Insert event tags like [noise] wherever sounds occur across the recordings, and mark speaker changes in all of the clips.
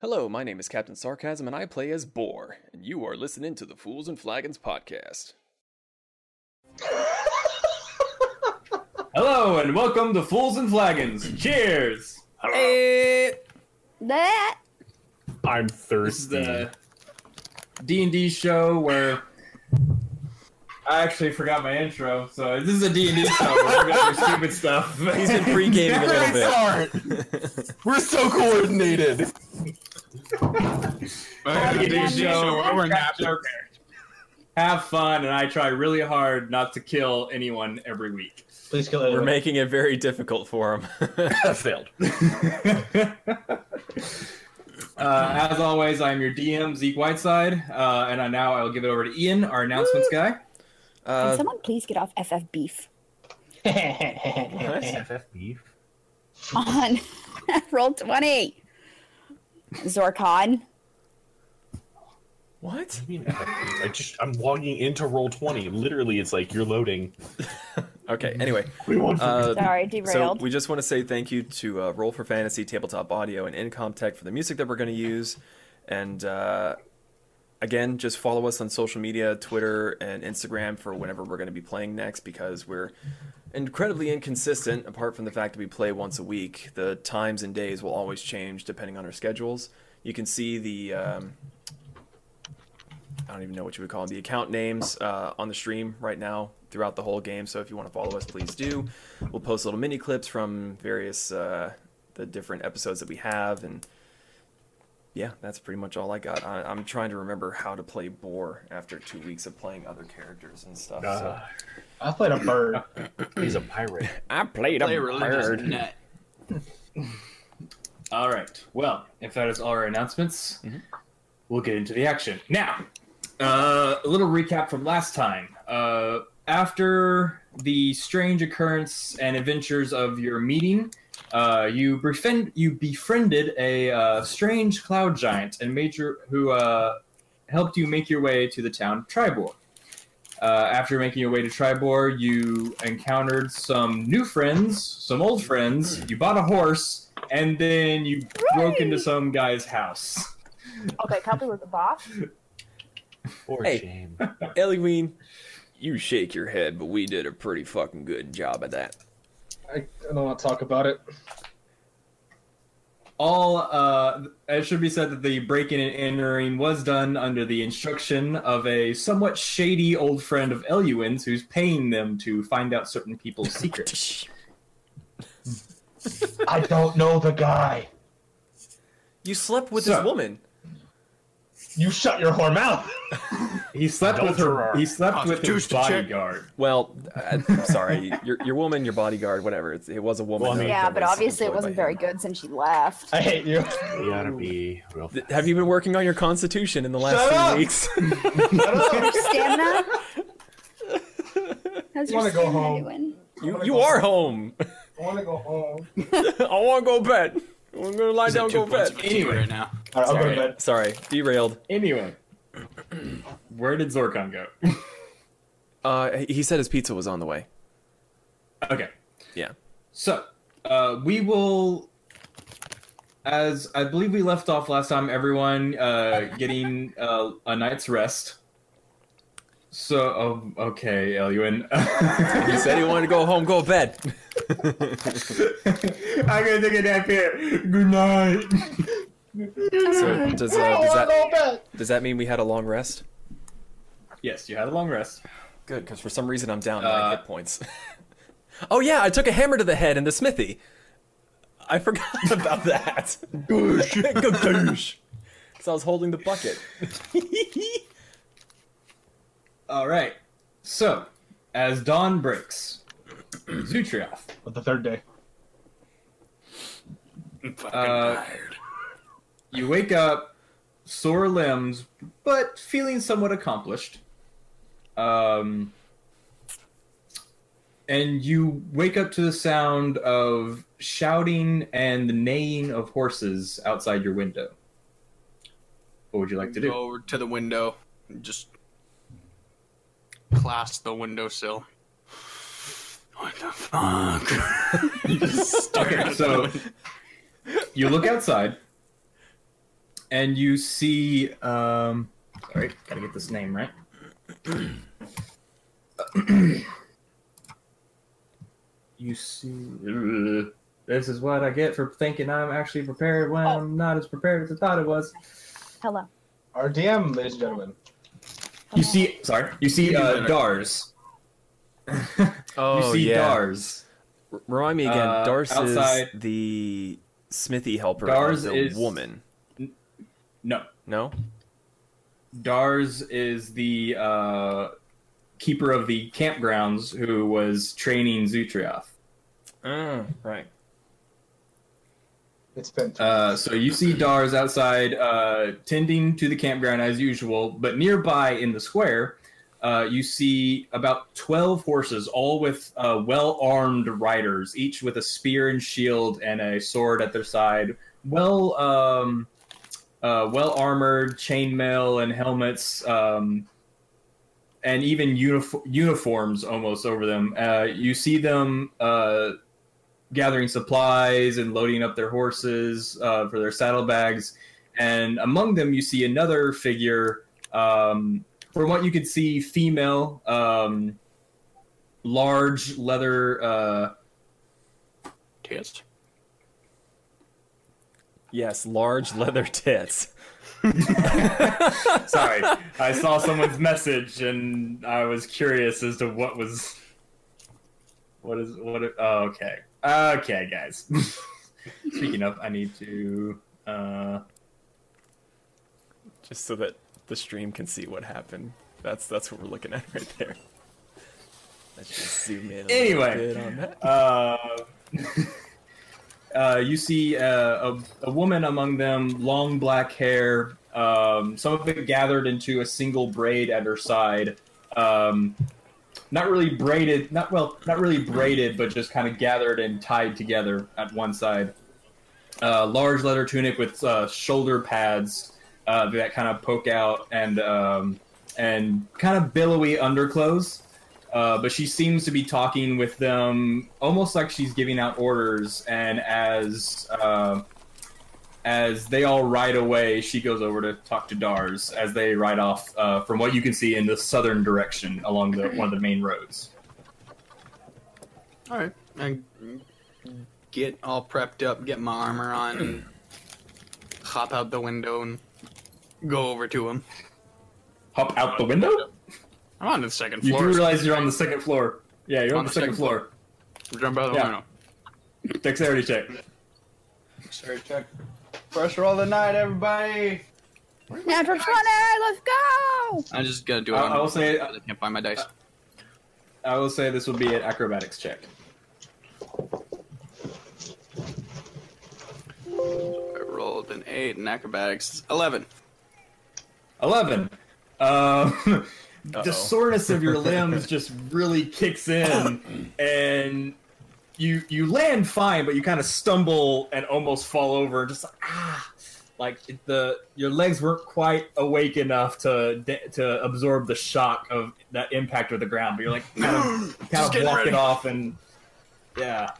Speaker 1: Hello, my name is Captain Sarcasm, and I play as Boar, and you are listening to the Fools and Flagons podcast.
Speaker 2: Hello and welcome to Fools and Flagons. Cheers!
Speaker 3: That
Speaker 4: I'm
Speaker 2: This is
Speaker 4: thirsty.
Speaker 2: the D and D show where I actually forgot my intro. So this is a D and D show. Where we're gonna do stupid
Speaker 5: [laughs]
Speaker 2: stuff.
Speaker 5: He's been pre-gaming a little bit.
Speaker 2: [laughs]
Speaker 4: We're so coordinated.
Speaker 2: We're gonna do a
Speaker 3: Yeah,
Speaker 2: show
Speaker 3: man.
Speaker 2: where we're not joking. Have fun, and I try really hard not to kill anyone every week. [laughs]
Speaker 6: Please kill
Speaker 5: We're
Speaker 6: everyone. [laughs]
Speaker 5: making it very difficult for
Speaker 3: [laughs]
Speaker 5: him.
Speaker 4: I failed.
Speaker 2: Uh, as always, I'm your DM, Zeke Whiteside, uh, and I, now I'll give it over to Ian, our announcements guy.
Speaker 3: can
Speaker 5: Uh,
Speaker 3: someone please get off FF beef
Speaker 4: FFB.
Speaker 3: on [laughs] roll twenty? Zorkon.
Speaker 5: what?
Speaker 4: I just I'm logging into roll twenty. Literally, it's like you're loading.
Speaker 5: Okay. Anyway,
Speaker 4: We want
Speaker 5: uh,
Speaker 3: [laughs] Sorry,
Speaker 5: so
Speaker 3: derailed.
Speaker 5: we just want to say thank you to uh, Roll for Fantasy, Tabletop Audio, and Incom Tech for the music that we're going to use. And uh, again, just follow us on social media, Twitter and Instagram for whenever we're going to be playing next because we're incredibly inconsistent. Apart from the fact that we play once a week, the times and days will always change depending on our schedules. You can see the. Um, I don't even know what you would call them, the account names uh, on the stream right now throughout the whole game. So if you want to follow us, please do. We'll post little mini clips from various uh, the different episodes that we have, and yeah, that's pretty much all I got. I, I'm trying to remember how to play Boar after two weeks of playing other characters and
Speaker 2: Uh,
Speaker 5: stuff. so.
Speaker 6: I played a bird.
Speaker 4: Uh, he's a pirate.
Speaker 5: I played
Speaker 7: play a religious nut.
Speaker 2: All right. Well, if that is all our announcements, we'll get into the action. Now, uh, a little recap from last time. Uh, after the strange occurrence and adventures of your meeting, uh, you befriend you befriended a uh, strange cloud giant and major who uh, helped you make your way to the town of Tribor. Uh, after making your way to Tribor, you encountered some new friends, some old friends. You bought a horse, and then you broke into some guy's house.
Speaker 3: okay, probably was
Speaker 5: [laughs]
Speaker 3: a boss.
Speaker 4: Poor
Speaker 1: Hey.
Speaker 4: shame.
Speaker 1: Eliween, you shake your head, but we did a pretty fucking good job at that.
Speaker 6: I, I don't want to talk about it.
Speaker 2: All uh, it should be said that the breaking and entering was done under the instruction of a somewhat shady old friend of Eluin's, who's paying them to find out certain people's secrets.
Speaker 6: I don't know the guy.
Speaker 5: You slept with
Speaker 2: So-
Speaker 5: this woman.
Speaker 6: You shut your whore mouth.
Speaker 2: He slept with her. He slept with his
Speaker 7: Constitution check.
Speaker 2: bodyguard.
Speaker 5: Well, I'm sorry, [laughs] your your woman, your bodyguard, whatever. It's, it was a woman.
Speaker 4: Well, I mean-
Speaker 3: Yeah,
Speaker 5: that
Speaker 3: but
Speaker 5: was
Speaker 3: obviously it
Speaker 5: employed
Speaker 3: wasn't
Speaker 5: by
Speaker 3: very
Speaker 5: him.
Speaker 3: good since she left.
Speaker 6: [laughs] I hate you.
Speaker 4: You gotta be real.
Speaker 5: Th- Have you been working on your constitution in the last
Speaker 6: Shut
Speaker 5: few
Speaker 6: up!
Speaker 5: weeks? [laughs]
Speaker 3: Your stamina. [laughs] How's your
Speaker 6: Wanna go
Speaker 3: stamina
Speaker 6: home.
Speaker 3: doing?
Speaker 5: you you are home. [laughs]
Speaker 6: I want to go home.
Speaker 5: I want to go bed. I'm gonna lie
Speaker 7: He's
Speaker 5: down,
Speaker 7: at
Speaker 5: go
Speaker 7: two points
Speaker 5: bed.
Speaker 7: of fatigue
Speaker 2: Anyway.
Speaker 7: right now.
Speaker 6: All right, I'll go
Speaker 5: Sorry,
Speaker 6: to bed.
Speaker 5: sorry, derailed.
Speaker 2: Anyway, where did Zorkon go? [laughs]
Speaker 5: Uh, he- he said his pizza was on the way.
Speaker 2: Okay.
Speaker 5: Yeah.
Speaker 2: So, uh, we will, as I believe we left off last time, everyone uh, getting uh, a night's rest. So, um, okay, Eluin.
Speaker 5: He said he wanted to go home, go
Speaker 3: [laughs]
Speaker 5: bed.
Speaker 2: [laughs] I'm gonna take a nap here. Good night. [laughs]
Speaker 5: So does, uh,
Speaker 6: I want
Speaker 5: does
Speaker 6: to
Speaker 5: that
Speaker 6: go to bed.
Speaker 5: does that mean we had a long rest?
Speaker 2: Yes, you had a long rest.
Speaker 5: Good, because for some reason I'm down nine
Speaker 2: Uh,
Speaker 5: hit points. [laughs] oh yeah, I took a hammer to the head in the smithy. I forgot [laughs] about that. [laughs] Goosh. Because I was holding the
Speaker 2: [laughs]
Speaker 5: bucket.
Speaker 2: All right. So, as dawn breaks, [clears throat] Zutrioth,
Speaker 6: But the third day.
Speaker 7: I'm fucking
Speaker 2: Uh,
Speaker 7: tired.
Speaker 2: you wake up, sore limbs, but feeling somewhat accomplished. Um, and you wake up to the sound of shouting and the neighing of horses outside your window. What would you like to do?
Speaker 7: Go over to the window and just clasp the windowsill. What the fuck? You just stare
Speaker 2: Okay,
Speaker 7: at
Speaker 2: so
Speaker 7: the win-
Speaker 2: you look outside, and you see. Um, all right, gotta get this name right. you see. This is what I get for thinking I'm actually prepared when I'm not as prepared as I thought it was.
Speaker 3: Hello.
Speaker 6: Our DM, ladies and gentlemen.
Speaker 3: Oh.
Speaker 2: You see, sorry, you see uh, Dars. you
Speaker 5: Oh,
Speaker 2: see
Speaker 5: yeah.
Speaker 2: Dars.
Speaker 5: R- Remind me again.
Speaker 2: Uh,
Speaker 5: Dars
Speaker 2: outside-
Speaker 5: is the smithy helper.
Speaker 2: Dars
Speaker 5: Dars the
Speaker 2: is-
Speaker 5: woman.
Speaker 2: No,
Speaker 5: No.
Speaker 2: Dars is the uh, keeper of the campgrounds who was training Zutrioth. Mm,
Speaker 5: right.
Speaker 6: It's been.
Speaker 2: Uh, so you see Dars outside uh, tending to the campground as usual, but nearby in the square, uh, you see about 12 horses, all with uh, well armed riders, each with a spear and shield and a sword at their side, well um, uh, well armored chainmail and helmets. Um, and even unif- uniforms almost over them. Uh, you see them uh, gathering supplies and loading up their horses uh, for their saddlebags. And among them, you see another figure, um, from what you could see, female, um, large leather. Uh,
Speaker 7: Test.
Speaker 5: Yes, large leather tits.
Speaker 2: [laughs]
Speaker 5: [laughs]
Speaker 2: sorry, I saw someone's message and I was curious as to what was. What is what? it- Oh, okay, okay, guys. [laughs] Speaking of, I need to. Uh,
Speaker 5: Just so that the stream can see what happened. That's that's what we're looking at [laughs] right there. Let's just zoom in. a little
Speaker 2: Anyway.
Speaker 5: bit on that.
Speaker 2: uh, [laughs] uh, you see uh, a, a woman among them, long black hair, um, some of it gathered into a single braid at her side. Um, not really braided, not well, not really braided, but just kind of gathered and tied together at one side. Uh, large leather tunic with uh, shoulder pads uh, that kind of poke out, and um, and kind of billowy underclothes uh, but she seems to be talking with them almost like she's giving out orders. And as uh, as they all ride away, she goes over to talk to Dars as they ride off uh, from what you can see in the southern direction along the one of the main roads.
Speaker 7: All right. I get all prepped up, get my armor on, and [clears throat] hop out the window and go over to him.
Speaker 2: Hop out the window.
Speaker 7: I'm on the second
Speaker 2: You
Speaker 7: floor.
Speaker 2: do realize you're on the second floor. Yeah, you're on, the, second, floor.
Speaker 7: Jump out the
Speaker 2: Yeah.
Speaker 7: window.
Speaker 2: Dexterity check.
Speaker 6: Sorry, check. First roll of the night, everybody.
Speaker 3: Natural 20, let's go!
Speaker 7: I just gotta do it.
Speaker 2: I-
Speaker 7: on-
Speaker 2: I will say-
Speaker 7: I can't find my dice.
Speaker 2: I will say this will be an acrobatics check.
Speaker 7: I rolled an eight in acrobatics.
Speaker 2: [clears throat]
Speaker 7: Eleven.
Speaker 2: 11. Uh,
Speaker 5: Uh-oh.
Speaker 2: the soreness of your
Speaker 7: [laughs]
Speaker 2: limbs just really kicks in, and you you land fine, but you kind of stumble and almost fall over, just like, ah, like it- the your legs weren't quite awake enough to da- to absorb the shock of that impact of the ground. But you're like kind
Speaker 7: [gasps]
Speaker 2: of, kind of
Speaker 7: getting
Speaker 2: walk
Speaker 7: ready.
Speaker 2: it off, and yeah.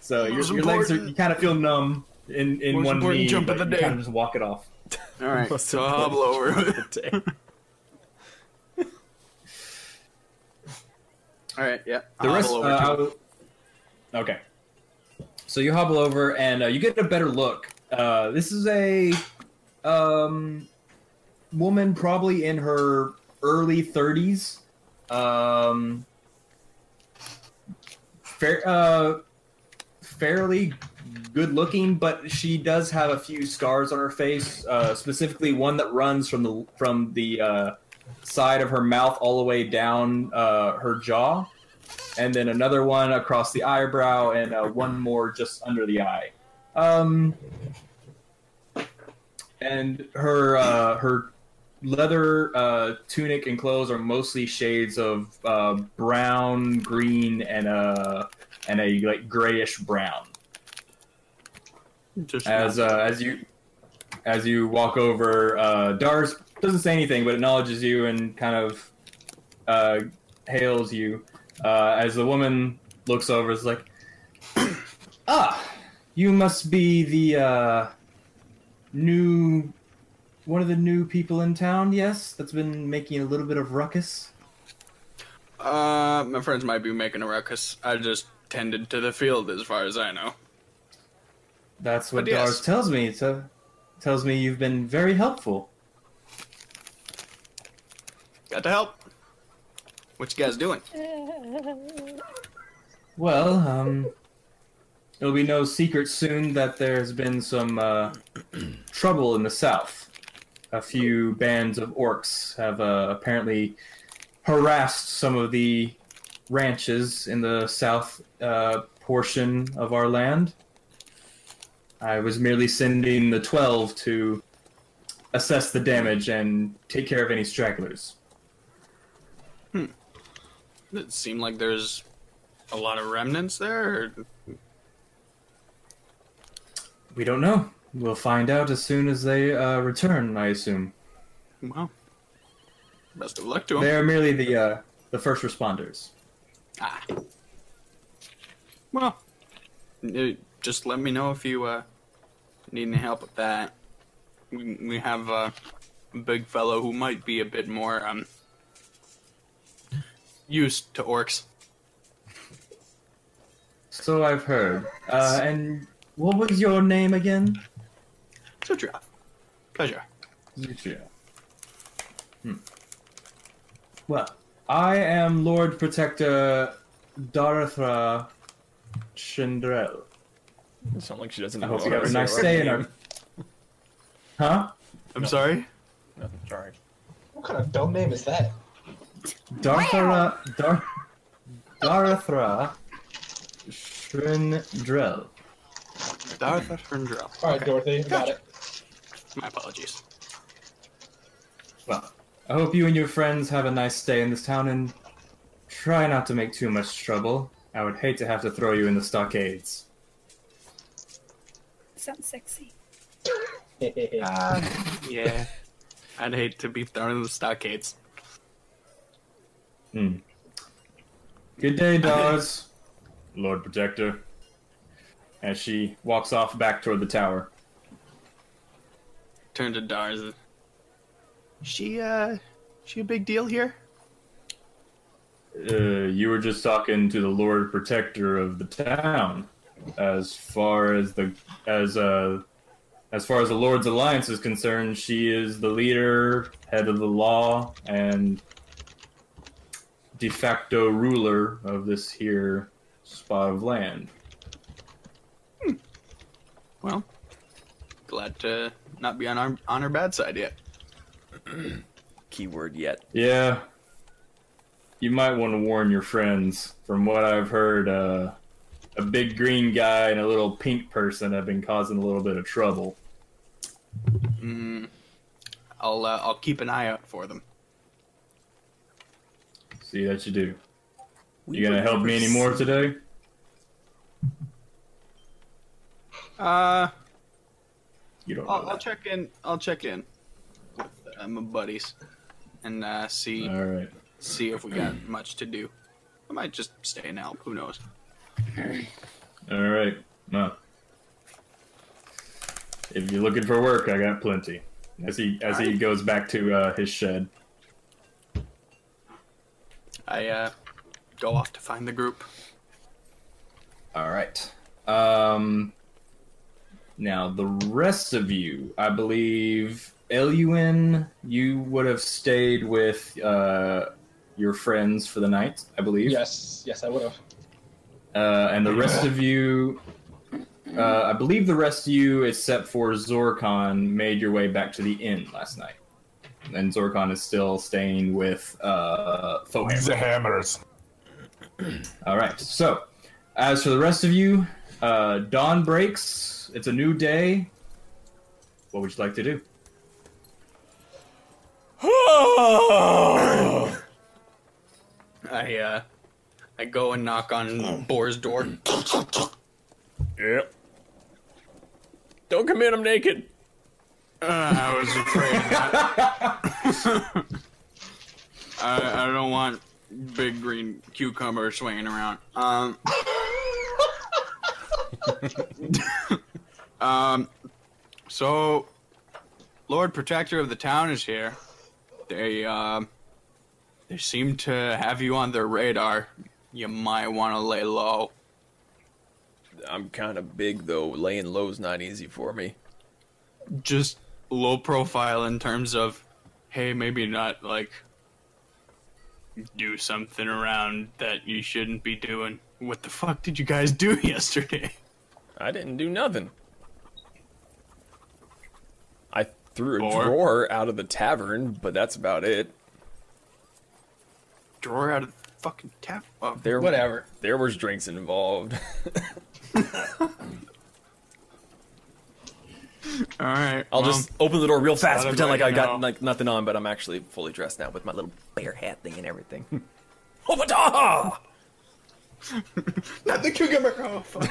Speaker 2: So your,
Speaker 7: Most
Speaker 2: your legs are
Speaker 7: important-
Speaker 2: you kind of feel numb in in
Speaker 7: Most
Speaker 2: one
Speaker 7: important
Speaker 2: knee,
Speaker 7: jump
Speaker 2: but
Speaker 7: of the
Speaker 2: you
Speaker 7: day.
Speaker 2: kind of just walk it off.
Speaker 7: All right.
Speaker 5: Most
Speaker 7: So I
Speaker 5: [laughs]
Speaker 7: hobble over. [laughs] All right. Yeah.
Speaker 2: the
Speaker 7: I'll
Speaker 2: rest.
Speaker 7: hobble
Speaker 2: Uh,
Speaker 7: over to
Speaker 2: I
Speaker 7: him.
Speaker 2: will- okay. So you hobble over and uh, you get a better look. Uh, this is a um, woman probably in her early 30s. Um, fair, uh, fairly good looking, but she does have a few scars on her face, uh, specifically one that runs from the from the uh, side of her mouth all the way down uh, her jaw and then another one across the eyebrow, and uh, one more just under the eye. Um, and her uh, her leather uh, tunic and clothes are mostly shades of uh, brown, green, and a and a like grayish brown.
Speaker 7: Just
Speaker 2: As uh, as you as you walk over, uh, Dars doesn't say anything, but acknowledges you and kind of uh, hails you. Uh, as the woman looks over, is [clears throat] like, "Ah, you must be the uh, new one of the new people in town, yes, that's been making a little bit of ruckus.
Speaker 7: Uh, my friends might be making a ruckus. I just tended to the field, as far as I know.
Speaker 2: That's what
Speaker 7: But yes.
Speaker 2: Dars tells me. So tells me you've been very helpful.
Speaker 7: Got to help. What you guys doing?
Speaker 2: Well, um it'll be no secret soon that there's been some uh, [clears throat] trouble in the south. A few bands of orcs have uh, apparently harassed some of the ranches in the south uh, portion of our land. I was merely sending the 12 to assess the damage and take care of any stragglers.
Speaker 7: It seemed like there's a lot of remnants there. or-
Speaker 2: We don't know. We'll find out as soon as they uh, return, I assume.
Speaker 7: Well, best of luck to them.
Speaker 2: They are merely the uh, the first responders.
Speaker 7: Ah. Well, n- just let me know if you uh, need any help with that. We, we have uh, a big fellow who might be a bit more um, used to orcs.
Speaker 2: So I've heard. Uh, and what was your name again?
Speaker 7: So, Dra- pleasure.
Speaker 2: Zuchia. Hmm. Well, I am Lord Protector Darathra Chandrel.
Speaker 5: It's not like she doesn't
Speaker 2: I
Speaker 5: know.
Speaker 2: hope you
Speaker 5: how
Speaker 2: have
Speaker 5: to
Speaker 2: a
Speaker 5: say
Speaker 2: nice
Speaker 5: her
Speaker 2: day in
Speaker 5: name.
Speaker 2: our. Huh?
Speaker 7: I'm sorry.
Speaker 5: No, sorry.
Speaker 8: What kind of dumb name is that?
Speaker 2: Darthra. Dar- Darathra Chandrel.
Speaker 7: Darth Arundrel.
Speaker 8: All right, Dorothy, you got it.
Speaker 7: My apologies.
Speaker 2: Well, I hope you and your friends have a nice stay in this town and try not to make too much trouble. I would hate to have to throw you in the stockades.
Speaker 3: Sounds [laughs] sexy.
Speaker 6: [laughs]
Speaker 5: Uh,
Speaker 7: Yeah. [laughs] I'd hate to be thrown in the stockades.
Speaker 2: Good day, Dawes. Lord Protector. As she walks off back toward the tower.
Speaker 7: Turn to Darth. She uh, she a big deal here?
Speaker 2: Uh, you were just talking to the Lord Protector of the town. As far as the as uh as far as the Lord's Alliance is concerned, she is the leader, head of the law, and de facto ruler of this here spot of land.
Speaker 7: Well, glad to not be on our on her bad side yet.
Speaker 5: Keyword yet.
Speaker 2: Yeah. You might want to warn your friends. From what I've heard, uh, a big green guy and a little pink person have been causing a little bit of trouble.
Speaker 7: Mm, I'll uh, I'll keep an eye out for them.
Speaker 2: See that you do.
Speaker 5: We
Speaker 2: You gonna
Speaker 5: would
Speaker 2: help
Speaker 5: never
Speaker 2: me
Speaker 5: s-
Speaker 2: anymore today?
Speaker 7: Uh,
Speaker 2: You don't
Speaker 7: I'll,
Speaker 2: know.
Speaker 7: Oh, I'll check in. I'll check in with uh, my buddies and uh, see
Speaker 2: All right.
Speaker 7: see if we got much to do. I might just stay and help. Who knows?
Speaker 2: All right. Well, if you're looking for work, I got plenty. As he as he goes back to uh, his shed.
Speaker 7: I uh, go off to find the group.
Speaker 2: All right. Um, now the rest of you, I believe, Elun, you would have stayed with uh, your friends for the night, I believe.
Speaker 8: yes, yes, I would have.
Speaker 2: Uh, and the rest of you, uh, I believe, the rest of you, except for Zorkon, made your way back to the inn last night. And Zorkon is still staying with uh, Thohammer.
Speaker 4: The hammers.
Speaker 2: All right. So, as for the rest of you, uh, dawn breaks. It's a new day. What would you like to do? [coughs]
Speaker 7: I uh, I go and knock on Boar's door. Uh,
Speaker 1: Yep. Don't come in, I'm naked.
Speaker 7: Uh, I was afraid of that. I, I don't want big green cucumber swinging around. Um, um, so Lord Protector of the town is here. They uh, they seem to have you on their radar. You might want to lay low.
Speaker 5: I'm kind of big though. Laying low's not easy for me.
Speaker 7: Just low profile in terms of, hey, maybe not like do something around that you shouldn't be doing. What the fuck did you guys do [laughs] yesterday?
Speaker 5: I didn't do nothing. I threw a
Speaker 7: Or-
Speaker 5: drawer out of the tavern, but that's about it.
Speaker 7: Drawer out of the fucking tap. Oh,
Speaker 5: There,
Speaker 2: Whatever.
Speaker 5: There was drinks involved.
Speaker 7: all right.
Speaker 5: [laughs] I'll
Speaker 7: well,
Speaker 5: just open the door real fast,
Speaker 7: Let him
Speaker 5: pretend
Speaker 7: know
Speaker 5: like I
Speaker 7: you
Speaker 5: got
Speaker 7: know.
Speaker 5: like nothing on, but I'm actually fully dressed now with my little bear hat thing and everything. [laughs] Obadaha!
Speaker 7: not the cucumber. Oh, [laughs] fuck.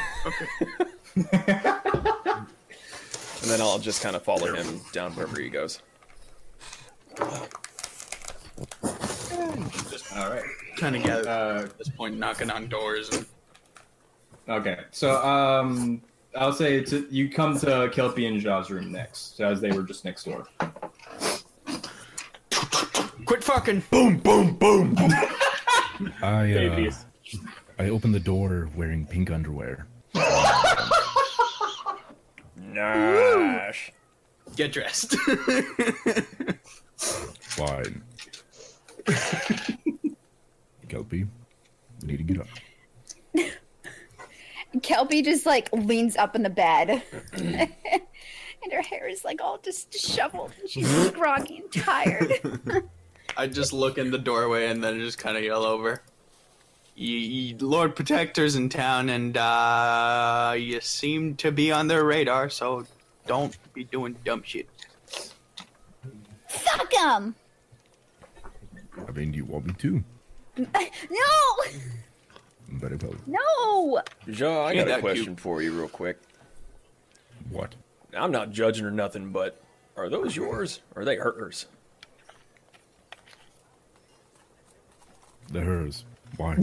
Speaker 5: And then I'll just kind of follow him down wherever he goes.
Speaker 2: All right.
Speaker 7: Kind of get at
Speaker 2: Uh,
Speaker 7: this point knocking on doors and
Speaker 2: Okay, so um, I'll say to, you come to Kelpie and Ja's room next, as they were just next door.
Speaker 7: quit fucking.
Speaker 9: I uh,
Speaker 4: Babies.
Speaker 9: I opened the door wearing pink underwear.
Speaker 5: Nash.
Speaker 7: Get dressed. [laughs]
Speaker 9: Fine. Kelpie, you need to get up.
Speaker 3: Kelpie just like leans up in the [clears throat] bed. [laughs] and her hair is like all just disheveled. and She's [laughs] groggy and tired.
Speaker 7: I just look in the doorway and then just kind of yell over. You, you- Lord Protector's in town, and uh, you seem to be on their radar, so don't be doing dumb shit.
Speaker 3: Fuck 'em!
Speaker 9: I mean, you want me to?
Speaker 3: [laughs] No!
Speaker 9: Very well.
Speaker 3: No!
Speaker 5: Ja, I
Speaker 7: Ain't
Speaker 5: got a
Speaker 7: that
Speaker 5: question
Speaker 7: cute.
Speaker 5: for you real quick.
Speaker 9: What?
Speaker 5: I'm not judging or nothing, but are those yours or are they hers?
Speaker 9: The hers. Why?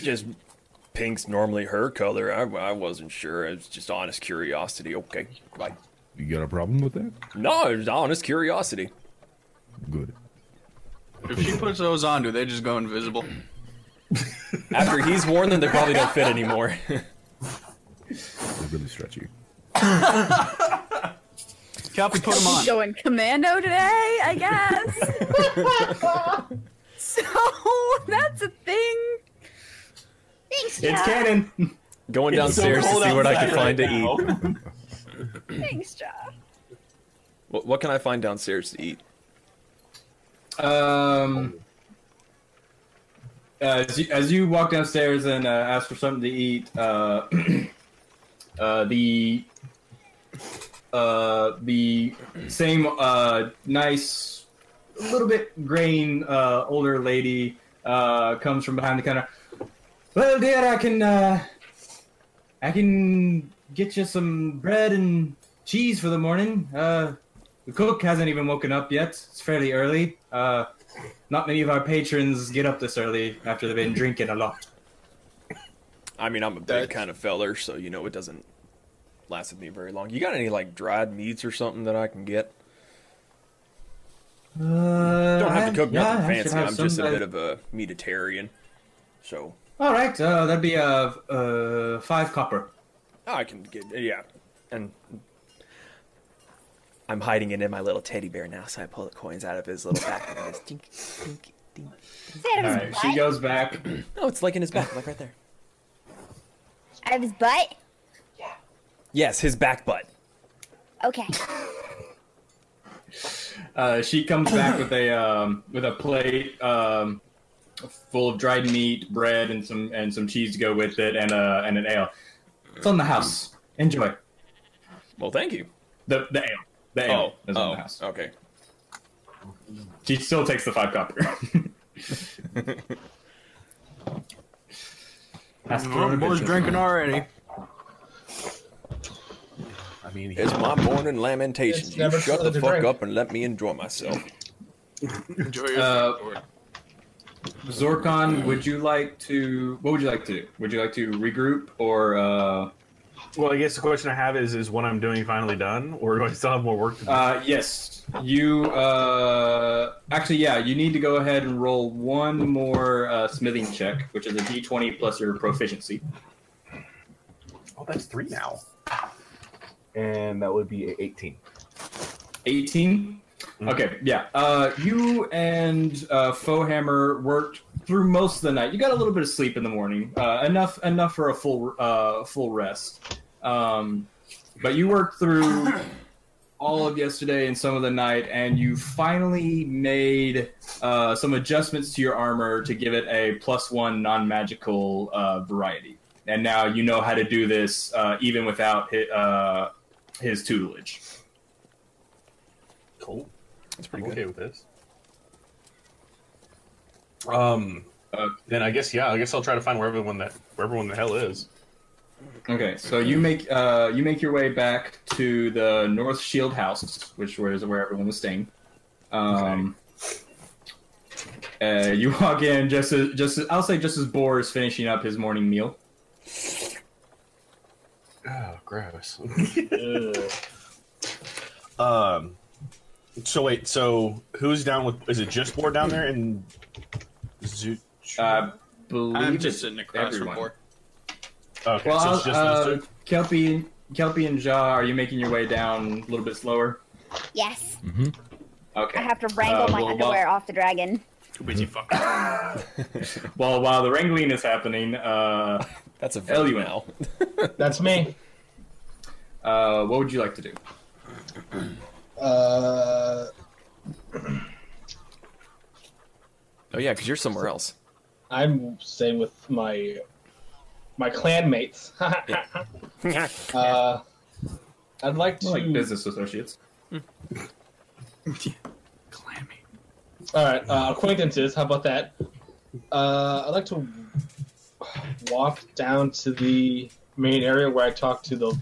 Speaker 5: Just pink's normally her color. I, I wasn't sure. It's just honest curiosity. Okay, bye.
Speaker 9: You got a problem with that?
Speaker 5: No, it's honest [laughs] curiosity.
Speaker 9: Good.
Speaker 7: If she puts those on, do they just go invisible?
Speaker 5: After he's worn them, they probably don't fit anymore. [laughs]
Speaker 9: They're really stretchy.
Speaker 7: Copy, put them on.
Speaker 3: Going commando today, I
Speaker 2: [laughs]
Speaker 3: guess. so [laughs] that's a thing. Thanks,
Speaker 2: It's
Speaker 3: Ja.
Speaker 2: canon.
Speaker 5: Going downstairs
Speaker 4: cold
Speaker 5: to see what I can
Speaker 4: outside
Speaker 5: find
Speaker 4: right now.
Speaker 5: to eat.
Speaker 3: Thanks, Ja.
Speaker 5: What, what can I find downstairs to eat?
Speaker 4: [laughs]
Speaker 2: Um, as you, as you walk downstairs and uh, ask for something to eat, uh, [clears throat] uh, the uh, the same uh, nice, little bit grain uh, older lady uh, comes from behind the counter. Well, dear, I can uh, I can get you some bread and cheese for the morning. Uh, the cook hasn't even woken up yet. It's fairly early. Uh, not many of our patrons get up this early after
Speaker 5: [laughs]
Speaker 2: they've been drinking a lot.
Speaker 5: I mean, I'm a big
Speaker 7: That's-
Speaker 5: kind of feller, so you know it doesn't last with me very long. You got any like dried meats or something that I can get?
Speaker 2: Uh,
Speaker 5: Don't have
Speaker 2: I-
Speaker 5: to cook
Speaker 2: yeah, I
Speaker 5: nothing
Speaker 2: should
Speaker 5: fancy.
Speaker 2: have
Speaker 5: I'm just
Speaker 2: some,
Speaker 5: a
Speaker 2: uh,
Speaker 5: bit of a meatitarian, so
Speaker 2: All right, uh, that'd be uh, uh, five copper.
Speaker 5: I can get yeah. And I'm hiding it in my little teddy bear now, so I pull the coins out of his little back. and just tink, tink, tink.
Speaker 3: Is that out
Speaker 2: All
Speaker 3: of
Speaker 2: right,
Speaker 3: his
Speaker 2: she
Speaker 3: butt?
Speaker 2: goes back.
Speaker 5: No, it's like in his back, like right there.
Speaker 3: Out of his butt?
Speaker 5: Yes, his back butt.
Speaker 3: Okay.
Speaker 2: Uh, she comes back with a um, with a plate um, full of dried meat, bread, and some and some cheese to go with it, and uh, and an ale. It's on the house. Enjoy
Speaker 5: Well, thank you. Oh,
Speaker 2: the the ale. The ale is on the house.
Speaker 5: okay.
Speaker 2: She still takes the five copper. [laughs] That's
Speaker 7: Oh, boy's drinking already.
Speaker 4: I mean,
Speaker 5: It's my morning lamentations.
Speaker 8: It's
Speaker 5: You
Speaker 8: never
Speaker 5: shut the
Speaker 8: further to
Speaker 5: fuck
Speaker 8: drink.
Speaker 5: up and let me enjoy myself.
Speaker 7: Enjoy your
Speaker 2: Uh, Zorkon, would you like to? What would you like to do? Would you like to regroup or uh,
Speaker 4: Well, I guess the question I have is: Is what I'm doing finally done, or do I still have more work to do?
Speaker 2: Uh, yes, you. Uh, actually, yeah, you need to go ahead and roll one more uh, smithing check, which is a d20 plus your proficiency.
Speaker 4: oh, that's three now, and that would be a 18.
Speaker 2: 18
Speaker 4: Mhm.
Speaker 2: okay yeah uh, you and uh, fohammer worked through most of the night you got a little bit of sleep in the morning uh, enough enough for a full uh, full rest um, but you worked through all of yesterday and some of the night and you finally made uh, some adjustments to your armor to give it a plus one non-magical uh, variety and now you know how to do this uh, even without his, uh, his tutelage
Speaker 4: Cool.
Speaker 5: That's
Speaker 4: I'm
Speaker 5: pretty good.
Speaker 4: okay with this. Um.
Speaker 2: Uh,
Speaker 4: then I guess yeah. I guess I'll try to find where everyone that where everyone the hell is.
Speaker 2: Okay, so you make uh, you make your way back to the North Shield House, which was where everyone was staying. Um, uh, you walk in just as, just as, I'll say just as Boar is finishing up his morning meal.
Speaker 4: Oh, gross. [laughs]
Speaker 8: Ugh.
Speaker 4: um. So wait. So who's down with? Is it just board down there and? Zoot.
Speaker 2: I Uh, believe
Speaker 7: I'm
Speaker 2: it's
Speaker 7: just sitting across
Speaker 2: everyone.
Speaker 7: from Borg.
Speaker 4: okay.
Speaker 2: Well,
Speaker 4: so it's just those
Speaker 2: uh,
Speaker 4: two?
Speaker 2: Kelpie, Kelpie and Ja, are you making your way down a little bit slower?
Speaker 3: Yes.
Speaker 2: Okay.
Speaker 3: I have to wrangle
Speaker 2: Uh,
Speaker 3: my
Speaker 2: well,
Speaker 3: underwear off the dragon.
Speaker 7: Too busy fucking.
Speaker 2: Well, while the wrangling is happening, uh,
Speaker 5: That's a value
Speaker 2: Eluin.
Speaker 5: now.
Speaker 8: That's me.
Speaker 2: uh, what would you like to do?
Speaker 8: Uh,
Speaker 5: Oh yeah, because you're somewhere else.
Speaker 8: I'm staying with my my clan mates. [laughs] uh, I'd like to.
Speaker 2: Like business associates.
Speaker 7: Clammy.
Speaker 8: All right, uh, acquaintances. How about that? Uh, I'd like to walk down to the main area where I talked to the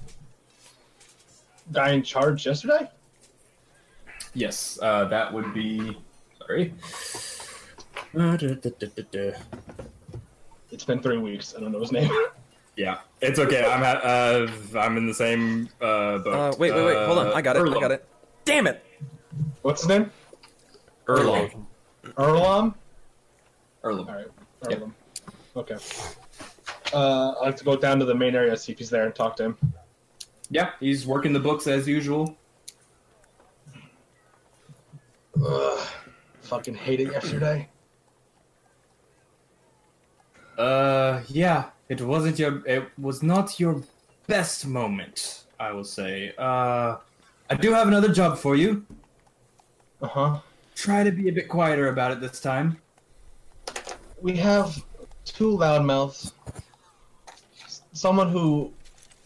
Speaker 8: guy in charge yesterday.
Speaker 2: Yes, uh, that would be. Sorry.
Speaker 8: It's been three weeks. I don't know his name. [laughs]
Speaker 2: Yeah, it's okay. I'm at, uh, I'm in the same uh, boat.
Speaker 5: Uh, wait, wait, wait. Hold on. I got it. I got it. Damn it.
Speaker 8: What's his name?
Speaker 5: Erlong.
Speaker 8: Erlam.
Speaker 2: Erlum.
Speaker 8: All right, Erlam. Okay. Uh, I'd like to go down to the main area, see if he's there, and talk to him.
Speaker 2: Yeah, he's working the books as usual.
Speaker 8: Ugh, fucking hate it yesterday.
Speaker 2: Uh, yeah, it wasn't your, it was not your best moment, I will say. Uh, I do have another job for you.
Speaker 8: Uh huh.
Speaker 2: Try to be a bit quieter about it this time.
Speaker 8: we have two loudmouths. Someone who,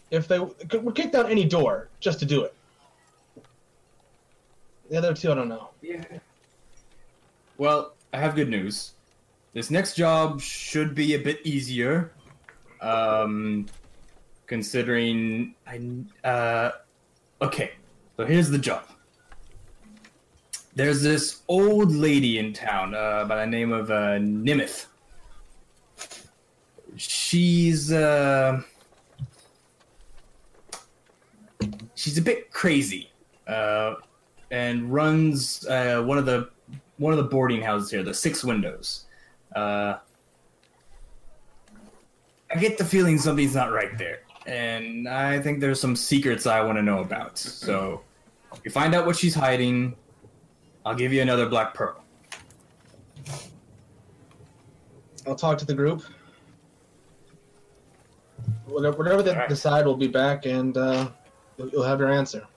Speaker 8: if they could, would kick down any door just to do it. The other two, I don't know.
Speaker 2: Well, I have good news. This next job should be a bit easier, um, considering I. Uh, okay, so here's the job. There's this old lady in town uh, by the name of uh, Nimith. She's uh, she's a bit crazy, uh, and runs uh, one of the one of the boarding houses here, the Six Windows. Uh, I get the feeling something's not right there, and I think there's some secrets I want to know about. So, if you find out what she's hiding, I'll give you another black pearl.
Speaker 8: I'll talk to the group. Whatever, whatever they decide, we'll be back, and uh, you'll you'll have your answer.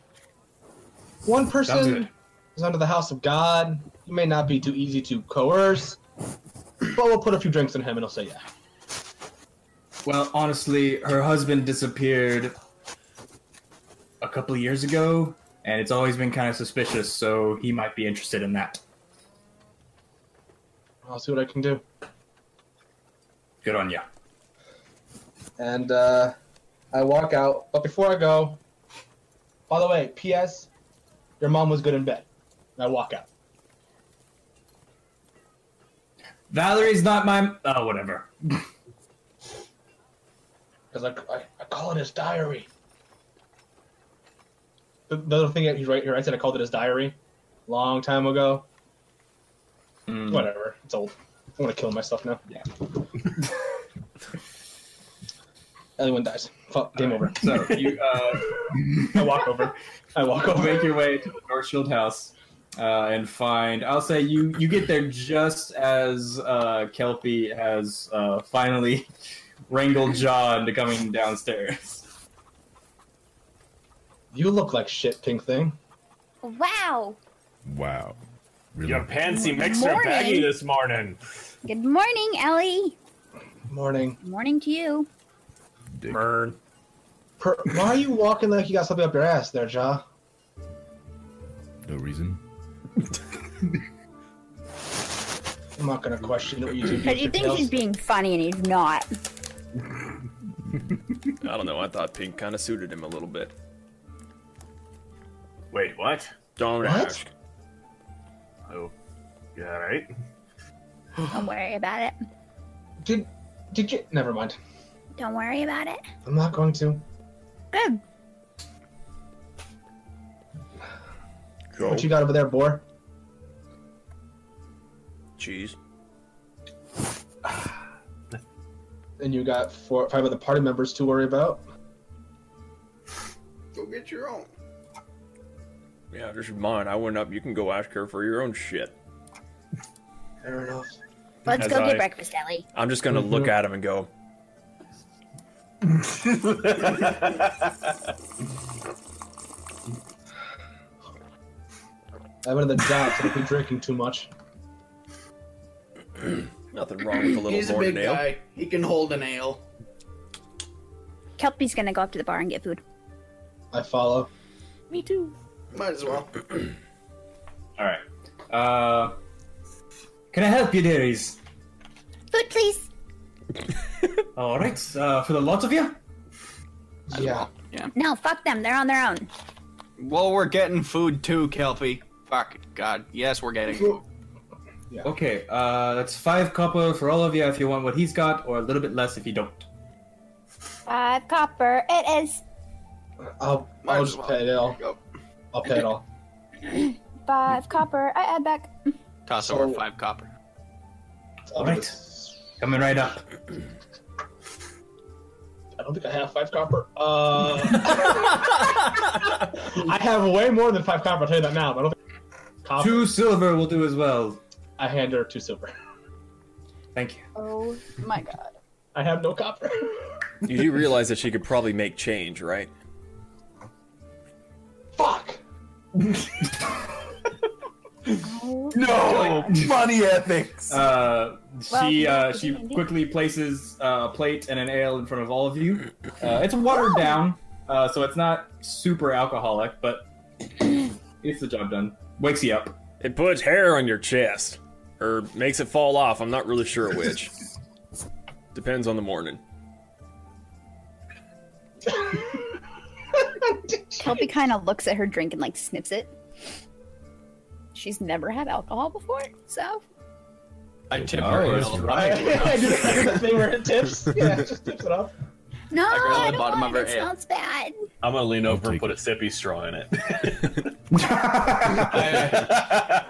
Speaker 8: One person
Speaker 2: good.
Speaker 8: is under the house of God. He may not be too easy to coerce, but we'll put a few drinks in him, and he'll say yeah.
Speaker 2: Well, honestly, her husband disappeared a couple of years ago, and it's always been kind of suspicious. So he might be interested in that.
Speaker 8: I'll see what I can do.
Speaker 2: Good on ya.
Speaker 8: and uh, I walk out. But before I go, by the way, P.S. Your mom was good in bed. And I walk out.
Speaker 2: Valerie's not my. Oh, whatever.
Speaker 8: Because I, I, I call it his diary. the other thing that he's right here. I said I called it his diary, long time ago.
Speaker 2: Mm.
Speaker 8: Whatever, it's old. I'm gonna kill myself now.
Speaker 2: Hmm.
Speaker 8: [laughs]
Speaker 2: Yeah.
Speaker 8: Everyone dies. Fuck, game over.
Speaker 2: So you uh, [laughs]
Speaker 8: I walk over. I walk
Speaker 2: go
Speaker 8: over.
Speaker 2: make your way to the North Shield House uh, and find. I'll say you you get there just as uh, Kelpie has uh, finally [laughs] wrangled John into coming downstairs.
Speaker 8: You look like shit, pink thing.
Speaker 3: Wow.
Speaker 9: Wow. Really?
Speaker 10: Your pansy mixed her
Speaker 3: Morning.
Speaker 10: baggy this morning.
Speaker 3: Good morning, Ellie.
Speaker 8: Morning.
Speaker 3: Morning to you.
Speaker 9: Dick.
Speaker 10: Mern.
Speaker 8: Per- Why are you walking like you got something up your ass there, Ja?
Speaker 9: No reason.
Speaker 8: I'm not gonna question what you do.
Speaker 3: But you think he's being funny and he's not.
Speaker 5: I don't know. I thought pink kind of suited him a little bit.
Speaker 10: Wait, what?
Speaker 5: Don't
Speaker 8: What?
Speaker 5: ask.
Speaker 10: Oh, you all right?
Speaker 3: Don't worry about it.
Speaker 8: Did did you? Never mind.
Speaker 3: Don't worry about it.
Speaker 8: I'm not going to.
Speaker 3: Good.
Speaker 5: Go.
Speaker 8: What you got over there, boar?
Speaker 5: Cheese.
Speaker 8: And you got four, five other party members to worry about.
Speaker 6: Go get your own.
Speaker 5: Yeah, just mine. I went up. You can go ask her for your own shit.
Speaker 8: Fair enough.
Speaker 3: Let's
Speaker 10: As
Speaker 3: go
Speaker 10: I-
Speaker 3: get breakfast, Ellie.
Speaker 5: I'm just
Speaker 8: Mm-hmm.
Speaker 5: gonna look at him and go.
Speaker 8: I have another job, so I've been drinking too much.
Speaker 5: Nothing wrong with a little
Speaker 6: He's a
Speaker 5: Lord
Speaker 6: big
Speaker 5: and ale.
Speaker 6: guy. He can hold an ale.
Speaker 3: Kelpie's gonna go up to the bar and get food.
Speaker 8: I follow.
Speaker 3: Me too.
Speaker 6: Might as well.
Speaker 2: All right. Uh, can I help you, dearies?
Speaker 3: Food, please.
Speaker 2: [laughs] All right. Uh, for the lot of you.
Speaker 8: Yeah.
Speaker 3: No, fuck them. They're on their own.
Speaker 7: Well, we're getting food too, Kelpie. Fuck God. Yes, we're getting food.
Speaker 2: Okay. Uh, that's five copper for all of you if you want what he's got, or a little bit less if you don't.
Speaker 3: Five copper. It is
Speaker 8: I'll,
Speaker 6: Might
Speaker 8: I'll
Speaker 6: as
Speaker 8: just
Speaker 6: well.
Speaker 8: pay it all.
Speaker 6: Go.
Speaker 8: I'll pay it [laughs] all.
Speaker 3: five copper. I add back.
Speaker 7: Toss
Speaker 8: So-
Speaker 7: over five copper.
Speaker 8: I'll
Speaker 2: Alright.
Speaker 8: just-
Speaker 2: Coming right up.
Speaker 8: I don't think I have five copper. Uh,
Speaker 3: [laughs]
Speaker 8: I have way more than five copper. I'll tell you that now. But I don't think copper.
Speaker 2: Two silver will do as well.
Speaker 8: I hand her two silver.
Speaker 2: Thank you.
Speaker 3: Oh my god.
Speaker 8: I have no copper.
Speaker 5: You do realize that she could probably make change, right?
Speaker 8: [laughs] Fuck.
Speaker 4: No money ethics.
Speaker 2: Uh,
Speaker 3: Well,
Speaker 2: she uh,
Speaker 3: if
Speaker 2: she
Speaker 3: you can do-
Speaker 2: quickly places uh, a plate and an ale in front of all of you.
Speaker 5: [clears throat]
Speaker 2: Uh, it's watered down, uh, so it's not super alcoholic,
Speaker 3: [clears throat]
Speaker 2: but it's the job done. Wakes you up.
Speaker 5: It puts hair on your chest, or makes it fall off. I'm not really sure which.
Speaker 8: [laughs]
Speaker 5: Depends on the morning.
Speaker 3: Kelpie kind of looks at her drink and like sniffs it. She's never had alcohol before, so
Speaker 7: I tip
Speaker 9: wow,
Speaker 7: her.
Speaker 9: that's
Speaker 7: ale.
Speaker 5: [laughs]
Speaker 8: I, I do the thing where it tips. Yeah, it just tips it off.
Speaker 3: no.
Speaker 7: I grab
Speaker 3: I
Speaker 7: the
Speaker 3: don't
Speaker 7: bottom
Speaker 3: want
Speaker 7: of
Speaker 3: it.
Speaker 7: her
Speaker 3: It
Speaker 7: ale.
Speaker 3: smells bad.
Speaker 4: I'm gonna lean over
Speaker 9: take
Speaker 4: and put a sippy straw in
Speaker 7: I,
Speaker 4: it.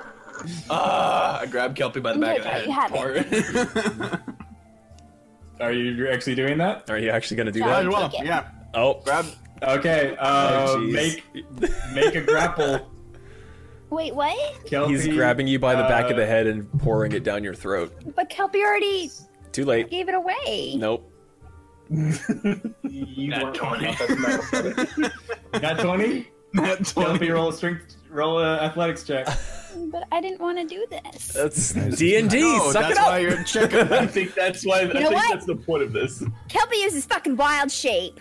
Speaker 7: uh, I grab Kelpie by the back of the head.
Speaker 3: You have it.
Speaker 7: Pour it.
Speaker 2: Are you actually doing that?
Speaker 5: Are you actually gonna do
Speaker 3: Yeah.
Speaker 5: that?
Speaker 3: Might as well, Take it.
Speaker 7: yeah.
Speaker 5: Oh,
Speaker 7: [laughs] Grab.
Speaker 2: Okay, uh,
Speaker 5: Oh, jeez.
Speaker 2: make make a grapple,
Speaker 3: Wait, what?
Speaker 5: [laughs]
Speaker 2: Kelsey.
Speaker 5: he's grabbing you by the back of
Speaker 2: uh,
Speaker 5: the head and pouring it down your throat.
Speaker 3: But Kelpie already
Speaker 5: Too late.
Speaker 3: gave it away.
Speaker 5: Nope.
Speaker 8: You
Speaker 7: Nat
Speaker 8: weren't
Speaker 7: 20.
Speaker 8: enough, that's not-
Speaker 2: Not twenty.
Speaker 7: Nat 20.
Speaker 2: Kelpie, roll a strength, roll a athletics check.
Speaker 3: But I didn't want to do this.
Speaker 4: Uh,
Speaker 5: [laughs] That's D and D.
Speaker 7: No,
Speaker 5: Suck
Speaker 7: that's
Speaker 5: it up.
Speaker 7: why you're checking. [laughs]
Speaker 4: I think that's why. I
Speaker 3: know
Speaker 4: think
Speaker 3: what?
Speaker 4: that's the point of this.
Speaker 3: Kelpie uses fucking wild shape.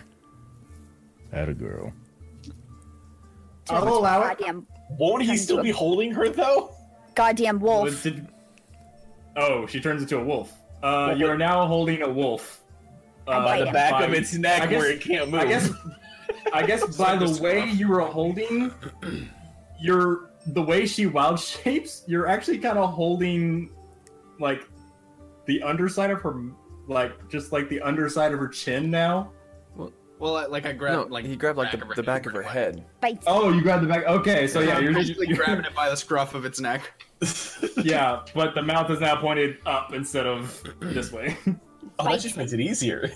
Speaker 9: At a girl.
Speaker 3: to
Speaker 2: I'll allow it.
Speaker 3: Goddamn,
Speaker 4: Won't he still be holding her though?
Speaker 3: goddamn
Speaker 2: What
Speaker 3: wolf.
Speaker 2: did- Oh, she turns into a wolf. Uh, you are now holding a wolf. Uh,
Speaker 3: bite
Speaker 4: By the
Speaker 3: him.
Speaker 4: back of
Speaker 2: by-
Speaker 4: its neck,
Speaker 2: I guess-
Speaker 4: where it can't move.
Speaker 2: I guess.
Speaker 4: [laughs]
Speaker 2: I guess by the way you were holding, you're the way she wild shapes. You're actually kind of holding, like, the underside of her, like just like the underside of her chin now.
Speaker 7: Well, I- like I
Speaker 5: No,
Speaker 7: grabbed like
Speaker 5: he grabbed like
Speaker 7: back
Speaker 5: the
Speaker 7: of
Speaker 5: back,
Speaker 7: her-
Speaker 5: the back of her head.
Speaker 3: Bites.
Speaker 2: Oh, you grabbed the back. Okay, so yeah, [laughs]
Speaker 7: I'm
Speaker 2: you're
Speaker 7: basically
Speaker 2: you're-
Speaker 7: grabbing it by the scruff of its neck.
Speaker 2: yeah, but the mouth is now pointed up instead of this way.
Speaker 4: Oh, that just makes it easier.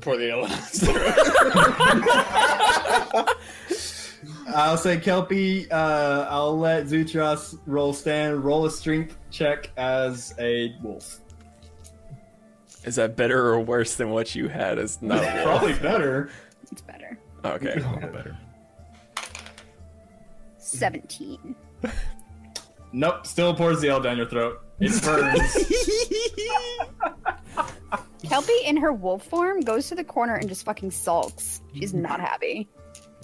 Speaker 7: Poor the alien.
Speaker 2: I'll say Kelpie. Uh, I'll let Zutras roll stand, roll a strength check as a wolf.
Speaker 5: Is that better or worse than what you had?
Speaker 7: [laughs]
Speaker 5: It's not
Speaker 2: [laughs]
Speaker 5: a wolf.
Speaker 2: Probably better.
Speaker 3: It's better.
Speaker 5: Okay.
Speaker 9: better.
Speaker 8: Mm-hmm.
Speaker 3: 17.
Speaker 2: Nope, still pours the L down your throat. It burns.
Speaker 3: Kelpie in her wolf form goes to the corner and just fucking sulks. She's not happy.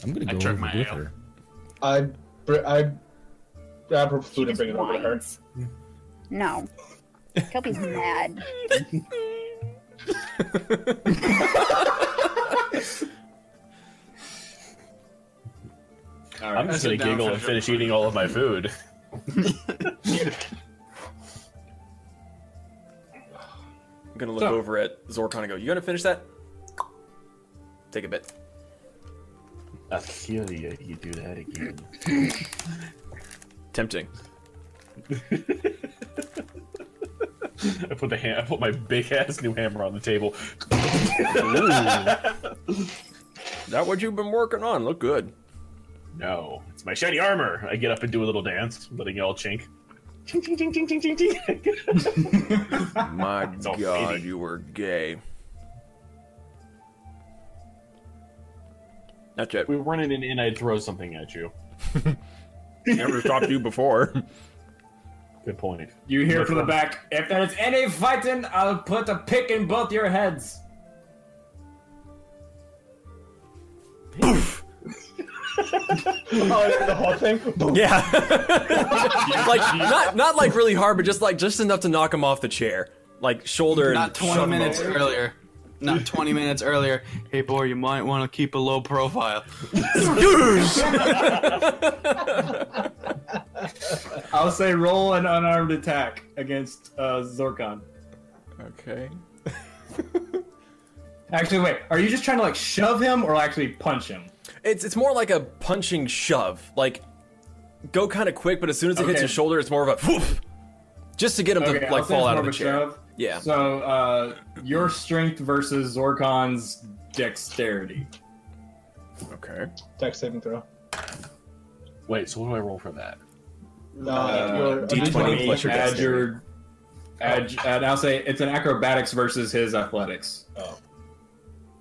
Speaker 9: I'm gonna
Speaker 7: I
Speaker 9: go
Speaker 7: jerk
Speaker 9: over
Speaker 7: my
Speaker 9: with
Speaker 7: ale.
Speaker 9: her.
Speaker 8: I, br- I grab her food and
Speaker 3: Just
Speaker 8: bring it over to her.
Speaker 3: whines. No.
Speaker 8: [laughs]
Speaker 3: Kelpie's mad.
Speaker 7: All
Speaker 4: I'm just gonna giggle and finish eating all of my food. [laughs]
Speaker 5: I'm gonna look over at Zorkon and go, "You gonna finish that? Take a bit."
Speaker 10: Ophelia, you do that again.
Speaker 5: Tempting.
Speaker 4: I put the hand, I put my big ass new hammer on the table.
Speaker 5: That what you've been working on? Look
Speaker 7: [laughs]
Speaker 5: good.
Speaker 4: No, it's my shiny armor. I get up and do a little dance, letting it all chink. Ching, ching, ching, ching, ching, ching, [laughs] ching.
Speaker 5: My
Speaker 4: all
Speaker 5: God,
Speaker 4: fading.
Speaker 5: you were gay. That's
Speaker 7: [laughs]
Speaker 5: it.
Speaker 4: we run in and I'd throw something at you.
Speaker 5: Never stopped you before.
Speaker 4: Good point.
Speaker 2: you hear from the back. If there's any fighting, I'll put a pick in both your heads.
Speaker 6: oh, the whole thing.
Speaker 8: [laughs]
Speaker 6: Boom.
Speaker 5: Yeah. [laughs] like not not like really hard, but just like just enough to knock him off the chair. Like shoulder and
Speaker 7: Not 20
Speaker 5: shove him
Speaker 7: minutes
Speaker 5: over.
Speaker 7: earlier. Not 20 minutes earlier. Hey, boy, you might want to keep a low profile.
Speaker 2: I'll say roll an unarmed attack against uh, Zorkon.
Speaker 5: Okay.
Speaker 2: [laughs] Actually, wait. Are you just trying to like shove him or actually punch him?
Speaker 5: It's it's more like a punching shove. Like go kind of quick, but as soon as it hits
Speaker 2: Okay.
Speaker 5: his shoulder, it's more of a whoof, just to get him to
Speaker 2: I'll
Speaker 5: like
Speaker 2: say
Speaker 5: fall
Speaker 2: it's
Speaker 5: out of
Speaker 2: more
Speaker 5: the
Speaker 2: a
Speaker 5: chair.
Speaker 2: shove.
Speaker 5: Yeah.
Speaker 2: So uh, your strength versus Zorkon's dexterity.
Speaker 5: Okay.
Speaker 8: Dex saving throw.
Speaker 4: Wait, so what do I roll for that?
Speaker 8: Uh,
Speaker 2: Uh,
Speaker 8: your- a
Speaker 5: D20
Speaker 8: D20
Speaker 5: plus your
Speaker 2: add
Speaker 5: dexterity.
Speaker 2: your. Add, and I'll say it's an acrobatics versus his athletics.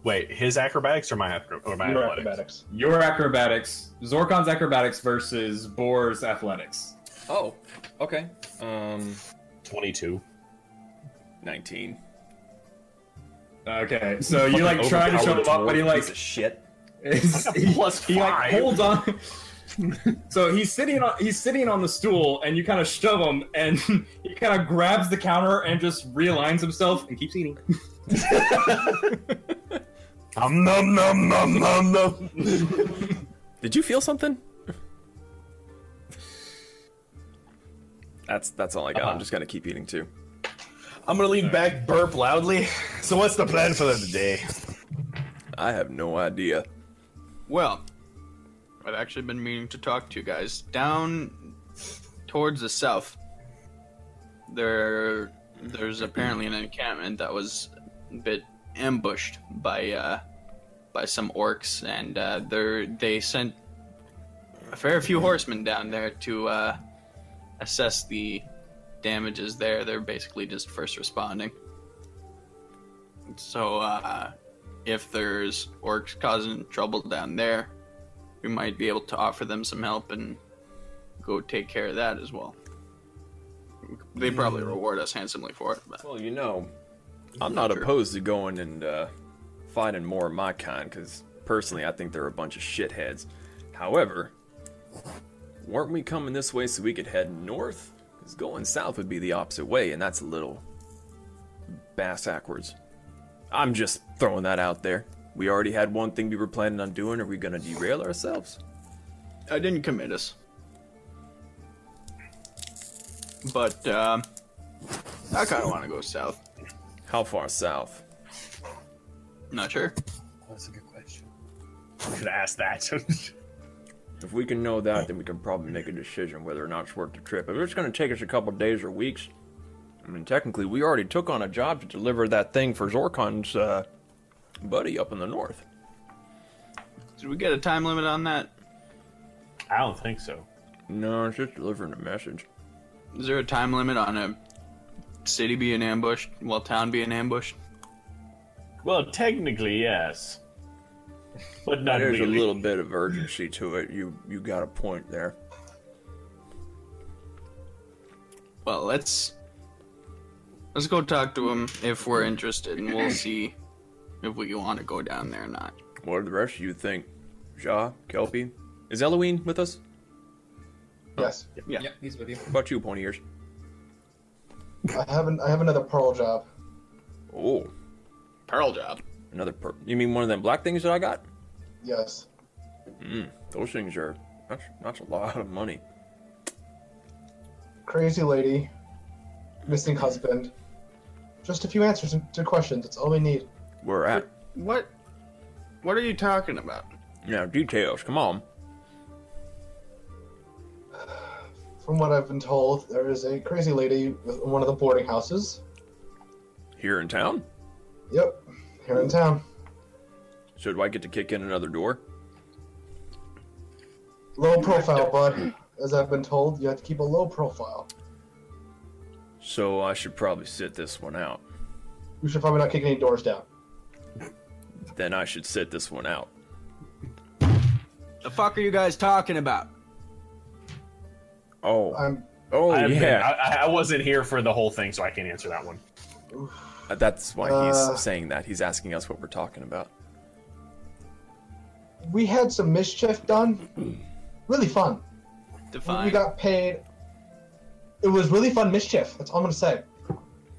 Speaker 4: Wait, his acrobatics or my, acro- or my
Speaker 8: Your
Speaker 4: athletics?
Speaker 8: acrobatics.
Speaker 2: Your acrobatics, Zorkon's acrobatics versus Boar's athletics.
Speaker 5: Oh. Okay. Um.
Speaker 4: 22.
Speaker 5: Nineteen.
Speaker 2: Okay, so you like try to shove him up, but he like
Speaker 5: piece of shit.
Speaker 2: It's- [laughs] he, he, like holds [laughs] on. so he's sitting on he's sitting on the stool, and you kind of shove him, and [laughs] he kind of grabs the counter and just realigns himself and keeps eating.
Speaker 4: Um, nom, nom, nom, nom, nom.
Speaker 5: Did you feel something? [laughs] That's that's all I
Speaker 2: Uh-huh.
Speaker 5: got. I'm just gonna keep eating too.
Speaker 10: I'm gonna lean back, burp loudly. [laughs] So, what's the plan for the day?
Speaker 5: I have no idea.
Speaker 7: Well, I've actually been meaning to talk to you guys. Down towards the south, there there's apparently an encampment that was a bit ambushed by uh, by some orcs, and uh, they they sent a fair few horsemen down there to uh, assess the damages there. They're basically just first responding. So uh, if there's orcs causing trouble down there, we might be able to offer them some help and go take care of that as well. They probably reward us handsomely for it, but
Speaker 5: Well, you know, I'm not opposed to going and uh, fighting more of my kind because personally, I think they're a bunch of shitheads. However, weren't we coming this way so we could head north? Because going south would be the opposite way, and that's a little bass backwards. I'm just throwing that out there. We already had one thing we were planning on doing. Are we gonna derail ourselves?
Speaker 7: I didn't commit us. But um, I kind of want to go south.
Speaker 5: How far south?
Speaker 7: Not sure.
Speaker 10: That's a good question.
Speaker 4: I [laughs] could ask that. [laughs]
Speaker 5: If we can know that, then we can probably make a decision whether or not it's worth the trip. If it's going to take us a couple days or weeks, I mean, technically, we already took on a job to deliver that thing for Zorkon's uh, buddy up in the north.
Speaker 7: Did we get a time limit on that?
Speaker 4: I don't think so.
Speaker 5: No, it's just delivering a message.
Speaker 7: Is there a time limit on a city being ambushed while town being ambushed?
Speaker 4: Well, technically, yes. But not
Speaker 5: There's
Speaker 4: really.
Speaker 5: a little bit of urgency to it. You you got a point there.
Speaker 7: Well, let's let's go talk to him if we're interested, and we'll see if we want to go down there or not.
Speaker 5: What do the rest of you think? Ja, Kelpie, is Eloine with us?
Speaker 8: Yes.
Speaker 7: Yeah.
Speaker 2: [laughs] Yep, he's with you.
Speaker 5: What about you, Pony Ears?
Speaker 8: I have an, I have another pearl job.
Speaker 5: Oh,
Speaker 7: Pearl job.
Speaker 5: another per. You mean one of them black things that I got?
Speaker 8: Yes.
Speaker 5: Mm, those things are that's that's a lot of money.
Speaker 8: Crazy lady. Missing husband. Just a few answers to questions. That's all we need.
Speaker 5: We're at
Speaker 7: What? What are you talking about?
Speaker 5: now details. Come on.
Speaker 8: From what I've been told, there is a crazy lady in one of the boarding houses.
Speaker 5: Here in town?
Speaker 8: Yep. Here in town.
Speaker 5: So do I get to kick in another door?
Speaker 8: Low profile, bud. As I've been told, you have to keep a low profile.
Speaker 5: So I should probably sit this one out.
Speaker 8: You should probably not kick any doors down.
Speaker 5: Then I should sit this one out.
Speaker 7: The fuck are you guys talking about?
Speaker 5: Oh,
Speaker 8: I'm.
Speaker 5: oh
Speaker 4: I, haven't been-
Speaker 5: yeah.
Speaker 4: I, I wasn't here for the whole thing, so I can't answer that one.
Speaker 5: Uh, That's why he's
Speaker 8: Uh.
Speaker 5: saying that. He's asking us what we're talking about.
Speaker 8: We had some mischief done. Really fun.
Speaker 7: Define.
Speaker 8: We got paid. It was really fun mischief. That's all I'm gonna say.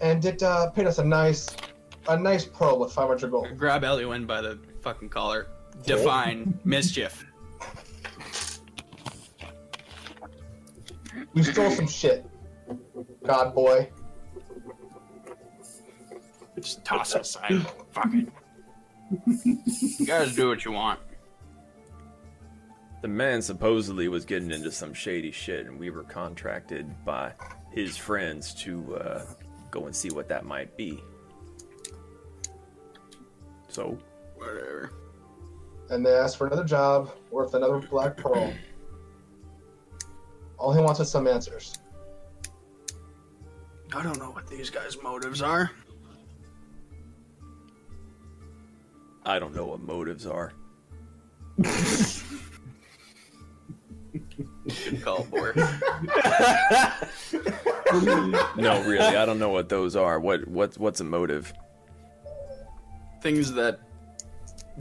Speaker 8: And it uh, paid us a nice, a nice pearl with 500 gold.
Speaker 7: Grab Elwyn by the fucking collar. Define mischief.
Speaker 8: We stole some shit. God boy.
Speaker 7: Just toss it aside. Fuck it. You guys do what you want.
Speaker 5: The man supposedly was getting into some shady shit, and we were contracted by his friends to uh, go and see what that might be. So,
Speaker 7: Whatever.
Speaker 8: And they asked for another job worth another black pearl. All he wants is some answers.
Speaker 7: I don't know what these guys' motives are.
Speaker 5: I don't know what motives are.
Speaker 7: Call board. [laughs] [laughs]
Speaker 5: No, really, I don't know what those are. What what what's a motive?
Speaker 7: Things that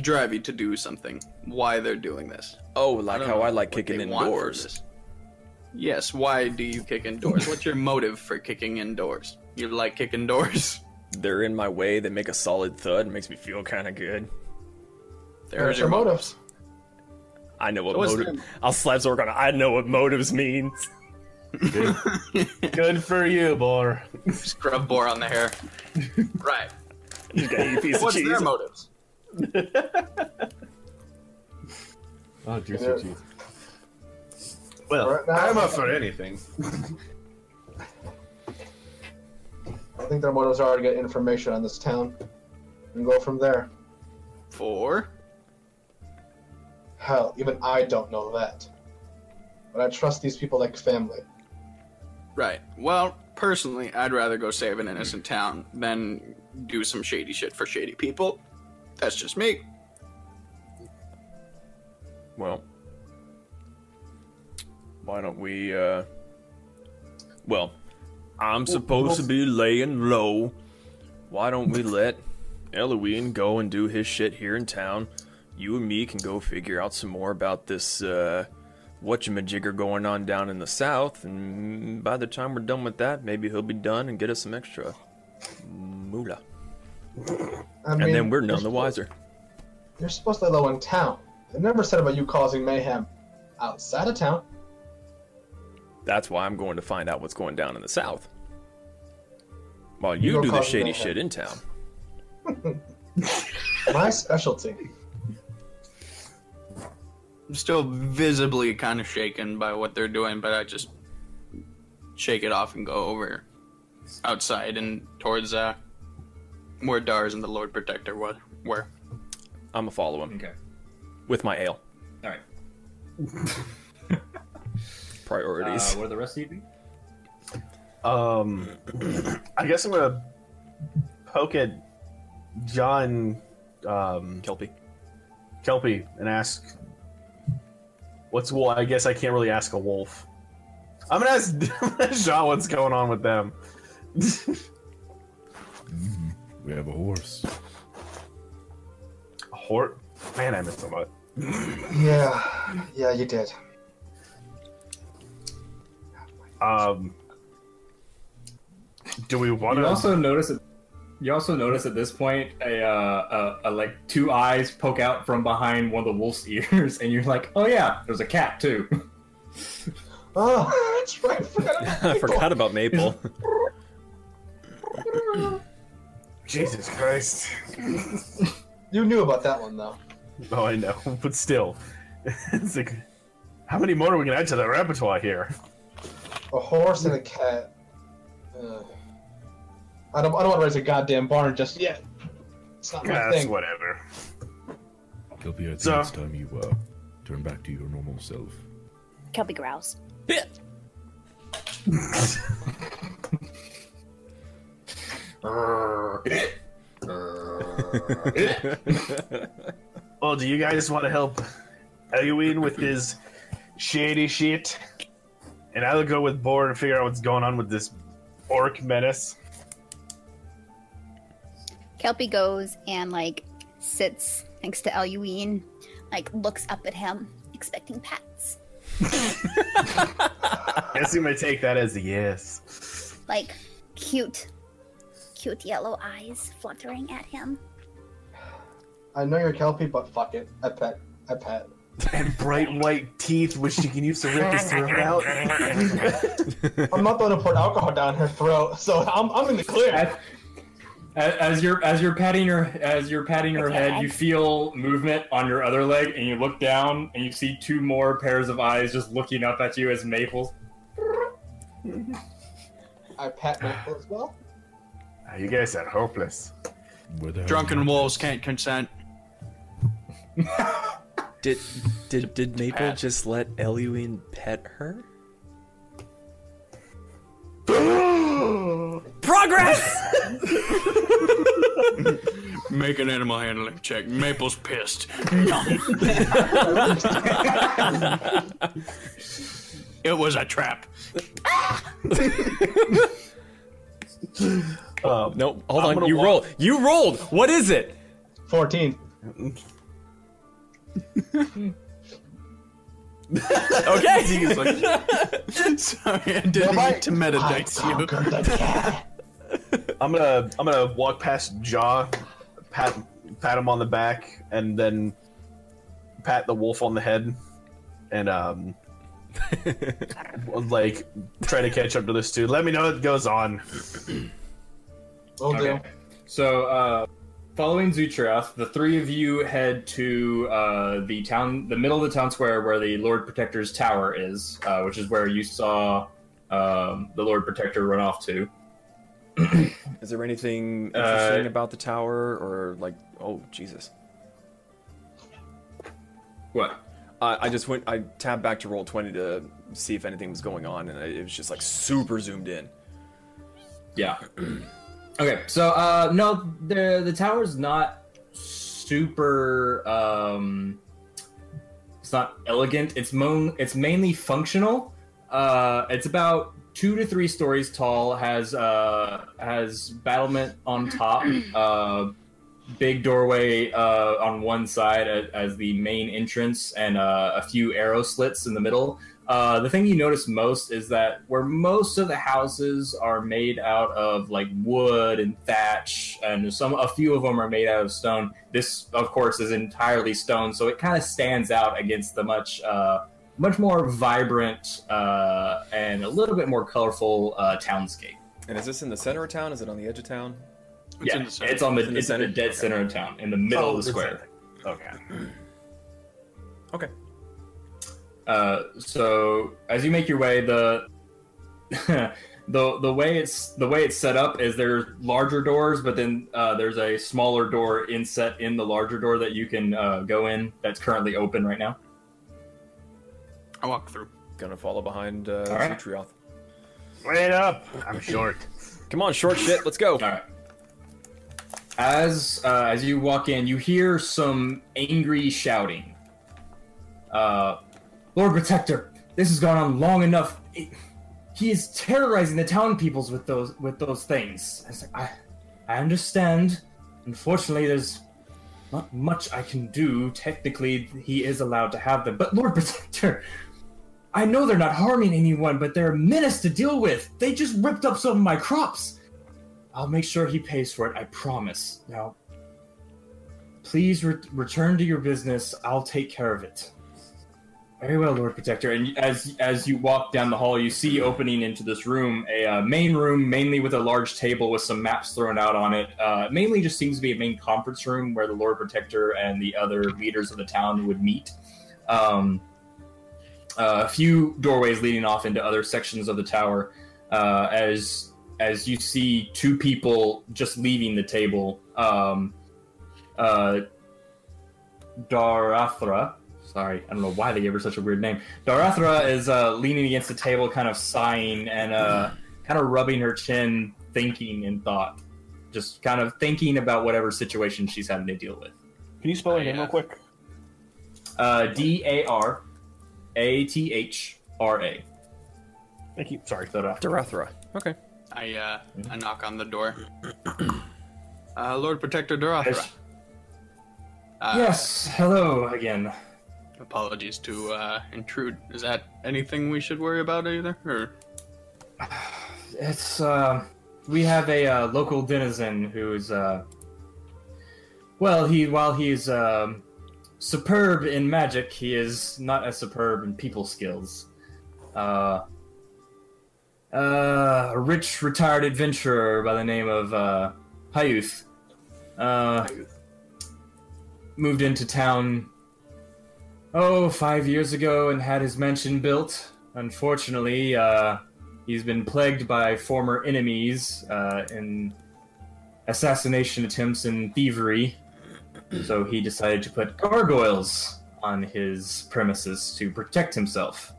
Speaker 7: drive you to do something. Why they're doing this.
Speaker 5: Oh, like
Speaker 7: don't
Speaker 5: how
Speaker 7: know
Speaker 5: I like
Speaker 7: what
Speaker 5: kicking
Speaker 7: they
Speaker 5: in
Speaker 7: want from
Speaker 5: doors.
Speaker 7: this. Yes, why do you kick indoors? What's your motive for kicking indoors? You like kicking
Speaker 5: [laughs]
Speaker 7: doors?
Speaker 5: They're in my way. They make a solid thud. It makes me feel kind of good.
Speaker 7: There's your motives.
Speaker 5: I know what
Speaker 7: So what's
Speaker 5: motive.
Speaker 7: their-
Speaker 5: I'll slap Zorgon. I know what motives means. [laughs]
Speaker 4: Good for you, boy.
Speaker 7: Scrub bore on the [laughs] hair. right.
Speaker 4: You got your piece of
Speaker 7: What's their
Speaker 4: cheese.
Speaker 7: motives?
Speaker 4: Oh, juicy
Speaker 8: Yeah.
Speaker 4: cheese. Well,
Speaker 8: Right now,
Speaker 10: I'm up for anything.
Speaker 8: I think their motives are to get information on this town and go from there.
Speaker 7: Four.
Speaker 8: Hell, even I don't know that. But I trust these people like family.
Speaker 7: Right. Well, personally, I'd rather go save an innocent town than do some shady shit for shady people. That's just me.
Speaker 5: Well, why don't we? uh... Well, I'm supposed to be laying low. Why don't we let Eloine go and do his shit here in town? You and me can go figure out some more about this uh, whatchamajigger going on down in the south, and by the time we're done with that, maybe he'll be done and get us some extra moolah,
Speaker 8: I
Speaker 5: and
Speaker 8: mean,
Speaker 5: then we're none the
Speaker 8: you're-
Speaker 5: wiser.
Speaker 8: You're supposed to lay low in town. They never said about you causing mayhem outside of town.
Speaker 5: That's why I'm going to find out what's going down in the south. While
Speaker 8: You
Speaker 5: you
Speaker 8: go
Speaker 5: do the
Speaker 8: cause
Speaker 5: shady
Speaker 8: mayhem.
Speaker 5: shit in town. [laughs]
Speaker 8: My specialty.
Speaker 7: I'm still visibly kind of shaken by what they're doing, but I just shake it off and go over outside and towards uh, where Dars and the Lord Protector were. were.
Speaker 5: I'm a follow him.
Speaker 2: Okay.
Speaker 5: With my ale.
Speaker 2: All right.
Speaker 5: Priorities. [laughs]
Speaker 2: Uh, what are the rest of you doing?
Speaker 10: Um, I guess I'm gonna poke at John um,
Speaker 5: Kelpie.
Speaker 10: Kelpie and ask, "What's well? I guess I can't really ask a wolf. I'm gonna ask, [laughs] I'm gonna ask John what's going on with them.
Speaker 9: We have a horse.
Speaker 10: Hort, man, I missed so much.
Speaker 8: Yeah, yeah, you did.
Speaker 10: Um, do we want
Speaker 2: You
Speaker 10: to?
Speaker 2: also notice that you also notice at this point a, uh, a, a like two eyes poke out from behind one of the wolf's [laughs] ears, and you're like, oh yeah, there's a cat too. [laughs]
Speaker 8: Oh, [laughs] that's right. I forgot about
Speaker 5: I forgot about Maple.
Speaker 10: Jesus Christ!
Speaker 8: You knew about that one though.
Speaker 10: [laughs] Oh, I know, [laughs] but still, it's like, how many more are we gonna add to the repertoire here?
Speaker 8: A horse and a cat. Ugh. I don't. I don't want to raise a goddamn barn just yet. It's not my
Speaker 10: Yeah, That's
Speaker 8: thing.
Speaker 10: whatever.
Speaker 9: Kelpie, I think
Speaker 10: So-
Speaker 9: it's time you uh, turn back to your normal self.
Speaker 3: Kelpie growls.
Speaker 10: [laughs] Well, do you guys want to help Elwin with his shady shit? And I'll go with Boar and figure out what's going on with this orc menace.
Speaker 3: Kelpie goes and like sits next to Eluine, like looks up at him, expecting pats.
Speaker 10: Guess I'm gonna take that as a yes.
Speaker 3: Like cute, cute yellow eyes fluttering at him.
Speaker 8: I know you're Kelpie, but fuck it. I pet. I pet.
Speaker 10: And bright white teeth, which she can use to rip his throat out.
Speaker 8: I'm not the one who poured alcohol down her throat, so I'm, I'm in the clear.
Speaker 2: As, as you're as you're patting her as you're patting her head, you feel movement on your other leg, and you look down and you see two more pairs of eyes just looking up at you as Maples.
Speaker 8: I pat Maple as well.
Speaker 10: Ah, you guys are hopeless.
Speaker 9: Where the hell
Speaker 7: Drunken wolves can't consent.
Speaker 5: [laughs] Did did did Maple
Speaker 7: Pat.
Speaker 5: just let Eluine pet [gasps] her? Progress. [laughs]
Speaker 7: Make an animal handling check. Maple's pissed. it was a trap.
Speaker 10: Um,
Speaker 5: No, hold
Speaker 10: I'm
Speaker 5: on.
Speaker 10: gonna
Speaker 5: You
Speaker 10: walk-
Speaker 5: rolled. You rolled. What is [laughs] it?
Speaker 8: 14.
Speaker 5: Okay.
Speaker 7: He's like, [laughs] sorry, I didn't mean to metadix you.
Speaker 10: I'm gonna I'm gonna walk past Jaw, pat pat him on the back, and then pat the wolf on the head, and [laughs] um, like try to catch up to this dude. Let me know what goes on.
Speaker 8: Will do.
Speaker 2: So, uh, following Zutrath, the three of you head to uh, the town, the middle of the town square where the Lord Protector's tower is, uh, which is where you saw um, the Lord Protector run off to.
Speaker 5: Is there anything [laughs]
Speaker 2: Uh,
Speaker 5: interesting about the tower, or like, oh Jesus?
Speaker 2: What?
Speaker 5: I, I just went. I tabbed back to roll twenty to see if anything was going on, and I, it was just like super zoomed in.
Speaker 2: Yeah. okay, so uh, no, the the tower's not super. Um, it's not elegant. It's mo- It's mainly functional. Uh, it's about two to three stories tall. Has uh, has battlement on top. Uh, big doorway uh, on one side as, as the main entrance, and uh, a few arrow slits in the middle. Uh, the thing you notice most is that where most of the houses are made out of like wood and thatch, and some a few of them are made out of stone. This, of course, is entirely stone, so it kind of stands out against the much uh, much more vibrant uh, and a little bit more colorful uh, townscape.
Speaker 5: And is this in the center of town? Is it on the edge of town?
Speaker 7: It's
Speaker 2: yeah,
Speaker 7: in the center.
Speaker 2: it's on the
Speaker 7: It's
Speaker 2: it's,
Speaker 7: in the
Speaker 2: in the
Speaker 7: center.
Speaker 2: dead center of town, in the middle
Speaker 10: Oh,
Speaker 2: of the
Speaker 10: the
Speaker 2: square.
Speaker 10: Okay.
Speaker 5: Okay.
Speaker 2: Uh, so as you make your way, the [laughs] the the way it's the way it's set up is there's larger doors, but then uh, there's a smaller door inset in the larger door that you can uh, go in. That's currently open right now.
Speaker 7: I walk through.
Speaker 5: Gonna follow behind uh,
Speaker 2: All right.
Speaker 5: Zutrioth.
Speaker 10: Wait up! I'm short.
Speaker 5: Come on, short shit, let's go.
Speaker 2: All right. As uh, as you walk in, you hear some angry shouting. Uh, Lord Protector, this has gone on long enough. It- he is terrorizing the town peoples with those with those things. It's like, I, I understand. Unfortunately, there's not much I can do. Technically, he is allowed to have them. But Lord Protector, I know they're not harming anyone, but they're a menace to deal with. They just ripped up some of my crops. I'll make sure he pays for it. I promise. Now, please re- return to your business. I'll take care of it. Very well, Lord Protector. And as as you walk down the hall, you see opening into this room a uh, main room, mainly with a large table with some maps thrown out on it. Uh, mainly, just seems to be a main conference room where the Lord Protector and the other leaders of the town would meet. Um, uh, a few doorways leading off into other sections of the tower. Uh, as as you see two people just leaving the table, um, uh, Darathra. Sorry, I don't know why they gave her such a weird name. Darathra is uh, leaning against the table, kind of sighing and uh, kind of rubbing her chin, thinking in thought, just kind of thinking about whatever situation she's having to deal with.
Speaker 10: Can you spell her name real quick?
Speaker 2: Uh, D A R A T H R A.
Speaker 10: Thank you. Sorry.
Speaker 2: Darathra.
Speaker 5: Darathra. Okay.
Speaker 7: I uh, I knock on the door. [clears throat] uh, Lord Protector Durathra.
Speaker 2: Yes.
Speaker 7: Uh,
Speaker 2: Yes, hello again.
Speaker 7: Apologies to uh, intrude. Is that anything we should worry about either? Or
Speaker 2: It's uh, we have a uh, local denizen who's uh, well, he while he's um, superb in magic, he is not as superb in people skills. Uh, uh, a rich retired adventurer by the name of uh, Hayuth. Uh, moved into town oh five years ago and had his mansion built. Unfortunately, uh, He's been plagued by former enemies uh, and assassination attempts and thievery. So he decided to put gargoyles on his premises to protect himself.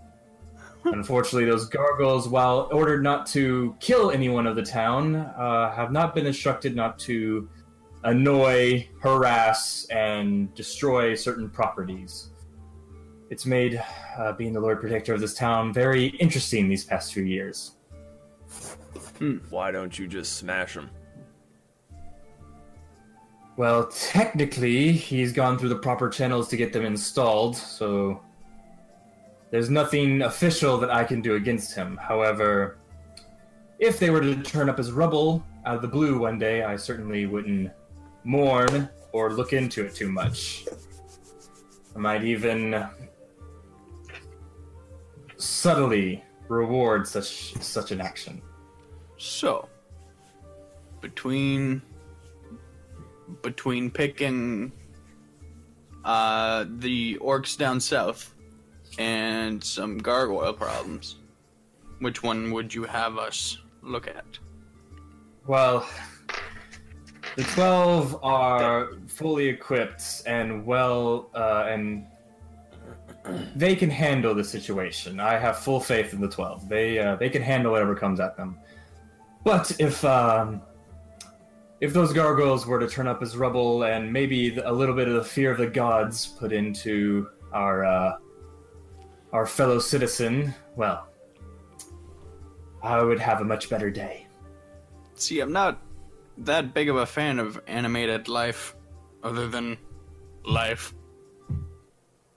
Speaker 2: Unfortunately, those gargoyles, while ordered not to kill anyone of the town, uh, have not been instructed not to annoy, harass, and destroy certain properties. It's made uh, being the Lord Protector of this town very interesting these past few years.
Speaker 5: Why don't you just smash him?
Speaker 2: Well, technically, he's gone through the proper channels to get them installed, so there's nothing official that I can do against him. However, if they were to turn up as rubble out of the blue one day, I certainly wouldn't mourn or look into it too much. I might even subtly reward such such an action.
Speaker 7: so between between picking uh, the orcs down south and some gargoyle problems, which one would you have us look at?
Speaker 2: Well, the twelve are fully equipped and well, uh, and they can handle the situation. I have full faith in the twelve. They uh, they can handle whatever comes at them. But if um, if those gargoyles were to turn up as rubble, and maybe the- a little bit of the fear of the gods put into our uh, our fellow citizen, well, I would have a much better day.
Speaker 7: See, I'm not that big of a fan of animated life, other than life.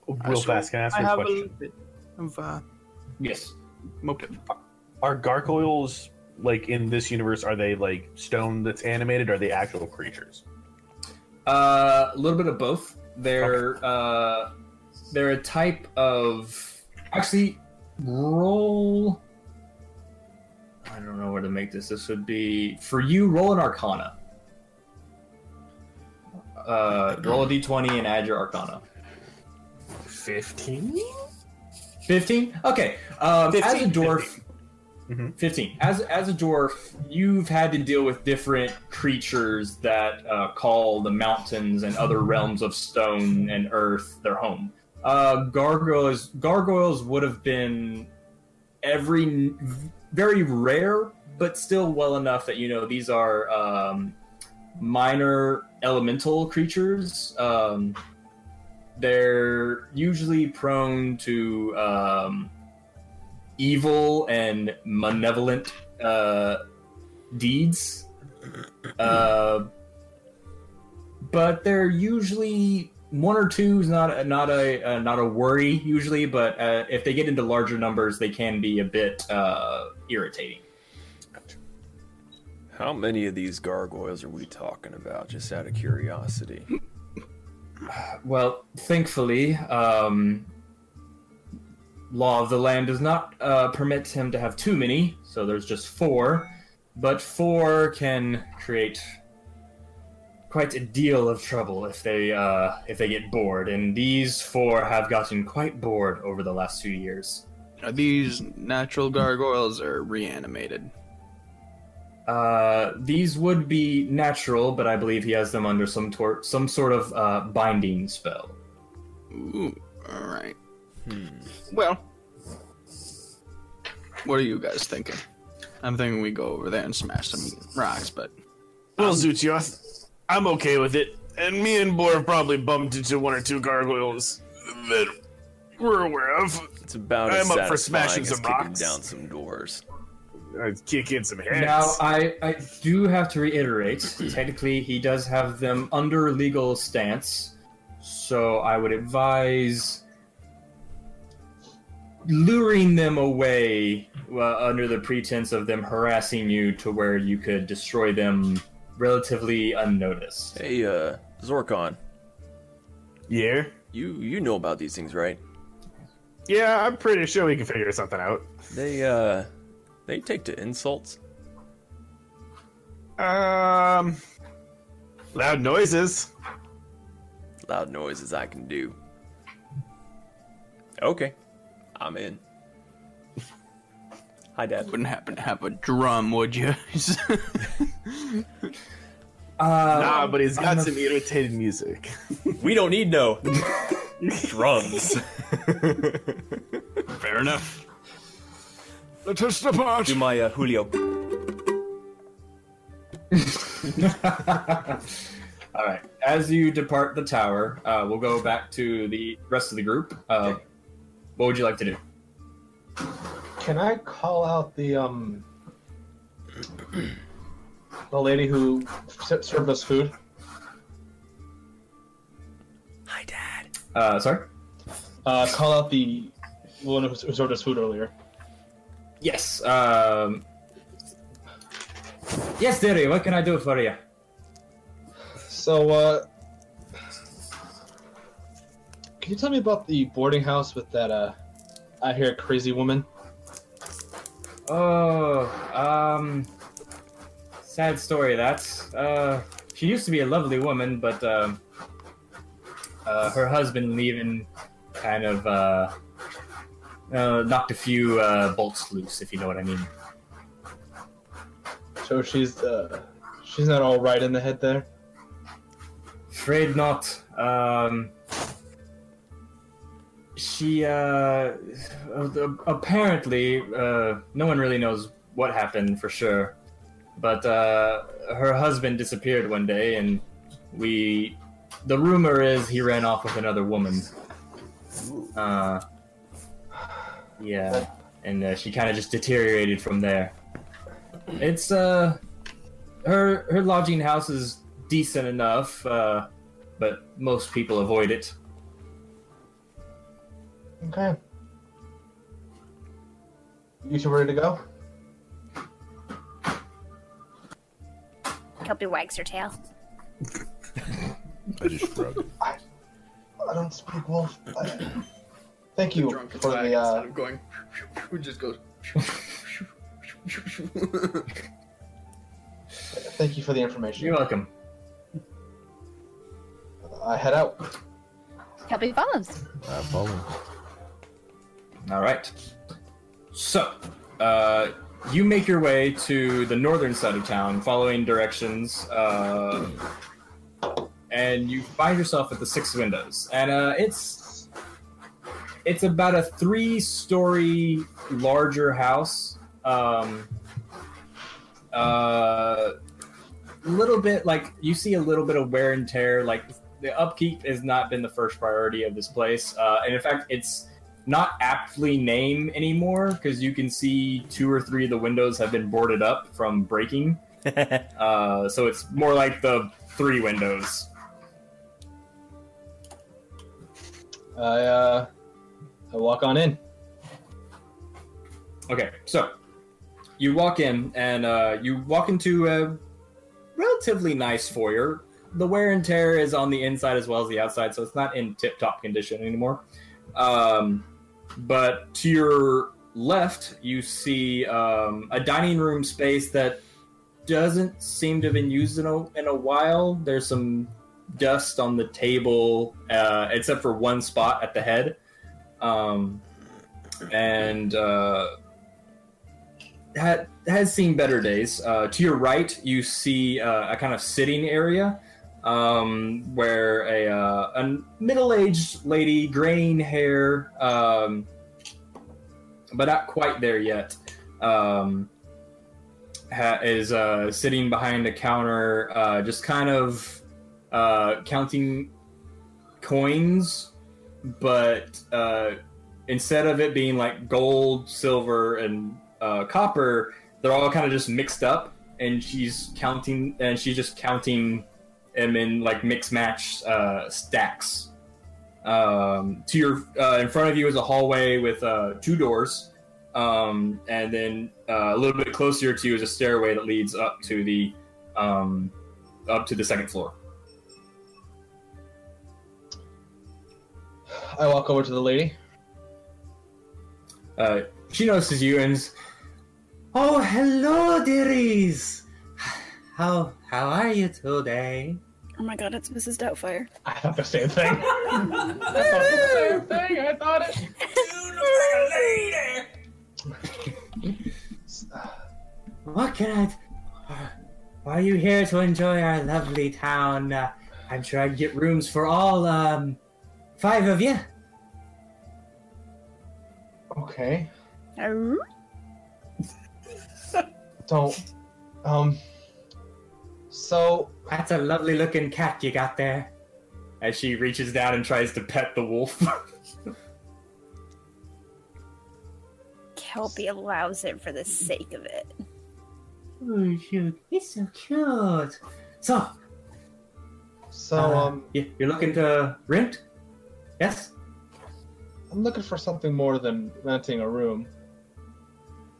Speaker 10: Oh, Real
Speaker 7: so
Speaker 10: fast, can I ask
Speaker 7: I
Speaker 10: you a
Speaker 7: have a
Speaker 10: question?
Speaker 7: little bit of uh,
Speaker 2: Yes.
Speaker 7: motive.
Speaker 10: Are gargoyles like in this universe? Are they like stone that's animated? Or are they actual creatures?
Speaker 2: Uh, a little bit of both. They're uh, they're a type of actually roll. I don't know where to make this. This would be for you. Roll an Arcana. Uh, roll a d20 and add your Arcana. 15? 15? Okay. Um, As a dwarf, 15. As, as a dwarf, you've had to deal with different creatures that uh, call the mountains and other realms of stone and earth their home. Uh, gargoyles, gargoyles would have been every very rare, but still well enough that you know these are um, minor elemental creatures. Um, they're usually prone to um, evil and malevolent uh, deeds, uh, but they're usually one or two is not not a uh, not a worry usually. But uh, if they get into larger numbers, they can be a bit uh, irritating.
Speaker 5: How many of these gargoyles are we talking about? Just out of curiosity.
Speaker 2: Well, thankfully, um, law of the land does not uh, permit him to have too many, so there's just four. But four can create quite a deal of trouble if they uh, if they get bored, and these four have gotten quite bored over the last few years.
Speaker 7: Are these natural gargoyles or reanimated?
Speaker 2: Uh, these would be natural, but I believe he has them under some tor- some sort of uh, binding spell.
Speaker 7: Ooh, all right. Hmm. Well, what are you guys thinking? I'm thinking we go over there and smash some rocks, but
Speaker 4: Well, Zutioth, I'm okay with it. And me and Boar have probably bumped into one or two gargoyles that we're aware of.
Speaker 5: It's about
Speaker 4: I'm
Speaker 5: as
Speaker 4: up for smashing
Speaker 5: satisfying as
Speaker 4: some
Speaker 5: kicking
Speaker 4: rocks.
Speaker 5: down some doors.
Speaker 4: I'd kick in some heads.
Speaker 2: Now, uh, I, I do have to reiterate technically, he does have them under legal stance, so I would advise luring them away uh, under the pretense of them harassing you to where you could destroy them relatively unnoticed.
Speaker 5: Hey, uh, Zorkon.
Speaker 4: Yeah.
Speaker 5: You you know about these things, right?
Speaker 4: Yeah, I'm pretty sure we can figure something out.
Speaker 5: They uh, they take to insults.
Speaker 4: Um, loud noises.
Speaker 5: Loud noises I can do. Okay, I'm in. [laughs] Hi, Dad.
Speaker 7: wouldn't happen to have a drum, would you? [laughs]
Speaker 4: nah, but he's got some irritating music.
Speaker 5: We don't need [laughs] no drums.
Speaker 7: Fair enough.
Speaker 11: Let us depart.
Speaker 5: Do my uh, Julio.
Speaker 2: All right. As you depart the tower, uh, we'll go back to the rest of the group. Uh, What would you like to do?
Speaker 8: Can I call out the um the lady who s- served us food?
Speaker 5: Hi, Dad.
Speaker 2: Uh, sorry.
Speaker 8: Uh, call out the one who who served us food earlier.
Speaker 2: Yes. Um, yes, Derry. What can I do for you?
Speaker 8: So, uh, can you tell me about the boarding house with that uh, I hear a crazy woman?
Speaker 2: Oh, um, sad story. That's uh, she used to be a lovely woman, but um, uh, her husband leaving kind of uh, uh, knocked a few uh, bolts loose, if you know what I mean.
Speaker 8: So she's uh, she's not all right in the head there.
Speaker 2: Afraid not. Um, she uh, apparently uh, no one really knows what happened for sure, but uh, her husband disappeared one day, and we. The rumor is he ran off with another woman. Uh, yeah, and uh, she kind of just deteriorated from there. It's uh, her her lodging house is decent enough, uh, but most people avoid it.
Speaker 8: Okay. You two ready to go?
Speaker 3: Kelpie wags her tail.
Speaker 9: I just shrugged.
Speaker 8: I don't speak wolf. I- [coughs] Thank you for the. Uh,
Speaker 7: I'm going. [laughs] Who just [laughs] goes?
Speaker 8: thank you for the information.
Speaker 2: You're welcome.
Speaker 8: I head out.
Speaker 3: Kelpie follows.
Speaker 9: I follow.
Speaker 2: All right. So, uh, you make your way to the northern side of town, following directions, uh, and you find yourself at the Six Windows, and uh, it's it's about a three-story larger house. Um, uh, little bit like you see a little bit of wear and tear. Like the upkeep has not been the first priority of this place, uh, and in fact, it's not aptly named anymore because you can see two or three of the windows have been boarded up from breaking.
Speaker 5: [laughs]
Speaker 2: uh, so it's more like the three windows.
Speaker 8: I uh, I walk on in.
Speaker 2: Okay, so you walk in and uh, you walk into a relatively nice foyer. The wear and tear is on the inside as well as the outside, so it's not in tip top condition anymore. Um, but to your left, you see um, a dining room space that doesn't seem to have been used in a, in a while. There's some dust on the table, uh, except for one spot at the head. Um, and uh, ha- has seen better days. Uh, to your right, you see uh, a kind of sitting area um, where a, uh, a middle-aged lady, graying hair, um, but not quite there yet, um, ha- is uh, sitting behind a counter, uh, just kind of uh, counting coins, but uh, instead of it being like gold, silver, and uh, copper, they're all kind of just mixed up. And she's counting, and she's just counting them in like mix match uh, stacks. Um, to your uh, in front of you is a hallway with uh, two doors, um, and then uh, a little bit closer to you is a stairway that leads up to the um, up to the second floor.
Speaker 8: I walk over to the lady.
Speaker 2: Uh, she notices you and is, oh hello dearies. How how are you today?
Speaker 12: Oh my god, it's Mrs. Doubtfire.
Speaker 8: I have the same thing.
Speaker 12: same
Speaker 8: thing, I thought it.
Speaker 13: What can I? Are you here to enjoy our lovely town? Uh, I'm sure I'd get rooms for all um, five of you.
Speaker 8: Okay.
Speaker 12: Oh.
Speaker 8: Don't. Um. So
Speaker 13: that's a lovely looking cat you got there.
Speaker 2: As she reaches down and tries to pet the wolf.
Speaker 3: Kelpie allows it for the sake of it.
Speaker 13: Oh, shoot, he's so cute. So,
Speaker 8: So
Speaker 13: uh,
Speaker 8: um,
Speaker 13: you- you're looking to rent? Yes.
Speaker 8: I'm looking for something more than renting a room.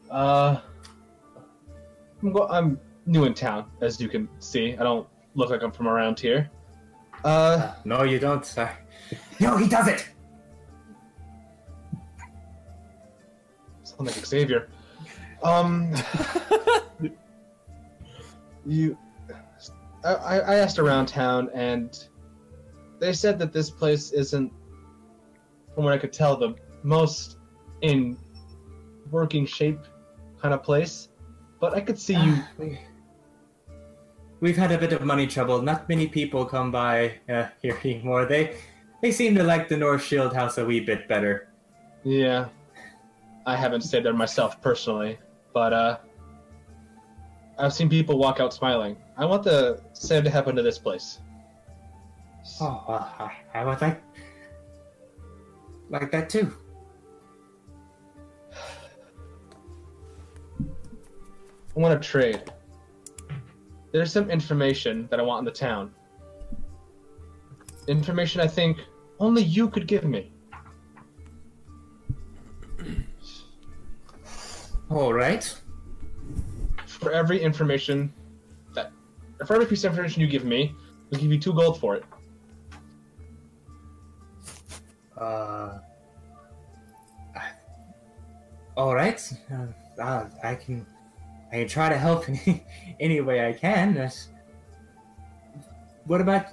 Speaker 8: Uh, I'm, go- I'm new in town, as you can see. I don't look like I'm from around here. Uh,
Speaker 13: no, you don't, sir. No, he doesn't.
Speaker 8: Sound like Xavier. Um, [laughs] you, I, I I asked around town, and they said that this place isn't, from what I could tell, the most in working shape kind of place. But I could
Speaker 2: [sighs]
Speaker 8: see you.
Speaker 13: We've had a bit of money trouble. Not many people come by uh, here anymore. They they seem to like the North Shield House a wee bit better.
Speaker 8: Yeah, I haven't stayed there myself personally, but uh, I've seen people walk out smiling. I want the same to happen to this place.
Speaker 13: Oh, well, I, I would like like that too.
Speaker 8: I want to trade. There's some information that I want in the town. Information I think only you could give me.
Speaker 13: All right.
Speaker 8: For every information that, for every piece of information you give me, we'll give you two gold for it.
Speaker 13: Uh, all right. Uh, I'll- I can I can try to help [laughs] Uh, in any way I can. That's- What about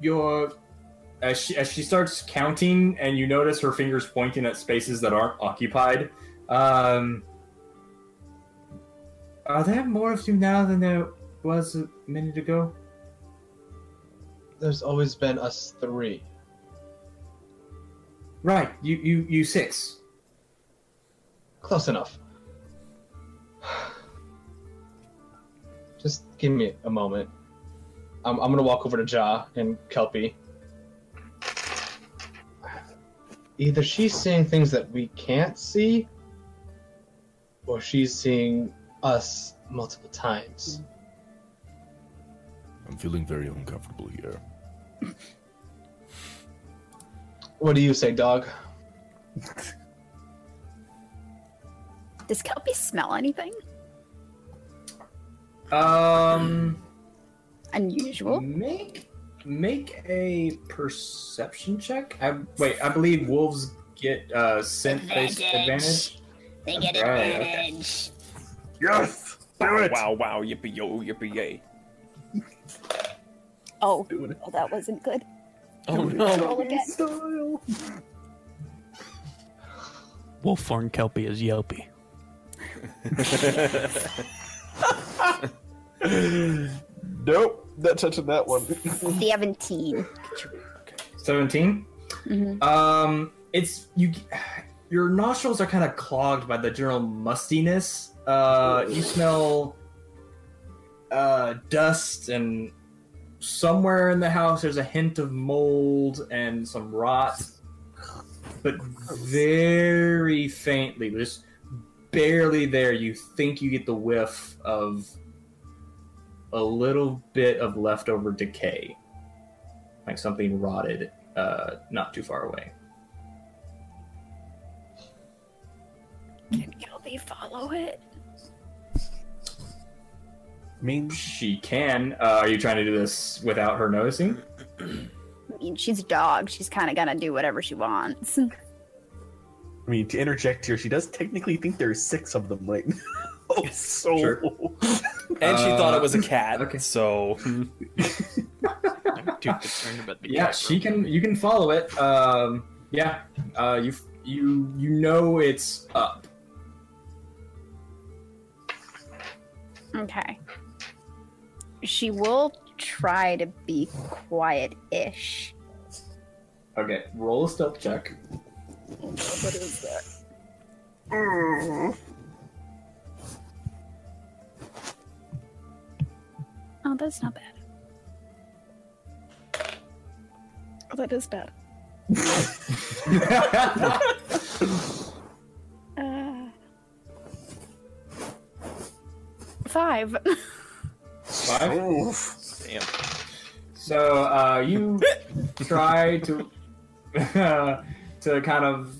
Speaker 2: your as she, as she starts counting and you notice her fingers pointing at spaces that aren't occupied um
Speaker 13: Are there more of you now than there was a minute ago?
Speaker 8: There's always been us three.
Speaker 13: Right, you you you six.
Speaker 8: Close enough. [sighs] Just give me a moment. I'm, I'm gonna walk over to Ja and Kelpie. Either she's seeing things that we can't see, or she's seeing us multiple times.
Speaker 9: I'm feeling very uncomfortable here.
Speaker 8: What do you say, dog?
Speaker 3: Does Kelpie smell anything
Speaker 2: um
Speaker 3: unusual?
Speaker 10: Mm,
Speaker 2: Make make a perception check. I wait. I believe wolves get uh, scent based advantage.
Speaker 1: They
Speaker 2: get Right, okay. advantage.
Speaker 1: Yes! Do it! Wow, wow, yippee yo, yippee yay.
Speaker 3: Oh, well, that wasn't good.
Speaker 1: Oh no.
Speaker 3: Roll again.
Speaker 7: Wolfhorn Kelpie is Yelpie.
Speaker 10: [laughs] nope, not touching that one. [laughs]
Speaker 3: 17.
Speaker 2: Seventeen.
Speaker 3: Mhm.
Speaker 2: Um, it's you. Your nostrils are kind of clogged by the general mustiness. Uh, you smell uh, dust, and somewhere in the house there's a hint of mold and some rot, but very faintly, just barely there. You think you get the whiff of a little bit of leftover decay, like something rotted, uh, not too far away.
Speaker 3: Can Kelpie follow it?
Speaker 2: mean she can. Uh, are you trying to do this without her noticing?
Speaker 3: I mean, she's a dog. She's kind of gonna do whatever she wants.
Speaker 10: I mean, to interject here, she does technically think there's six of them right now. Oh, so.
Speaker 5: And she thought it was a
Speaker 2: cat. Uh, Okay. Mm-hmm.
Speaker 5: So
Speaker 7: I'm too concerned about the
Speaker 2: Yeah,
Speaker 7: cat [laughs]
Speaker 2: she can. You can follow it. Um, yeah, uh, you f- you you know it's up.
Speaker 3: Okay. She will try to be quiet-ish.
Speaker 2: Okay, roll a stealth [laughs] check.
Speaker 3: What is that? Oh, that's not bad.
Speaker 12: Oh, that is bad.
Speaker 3: Uh, five.
Speaker 2: Five.
Speaker 5: Damn.
Speaker 2: So uh, you try to [laughs] to kind of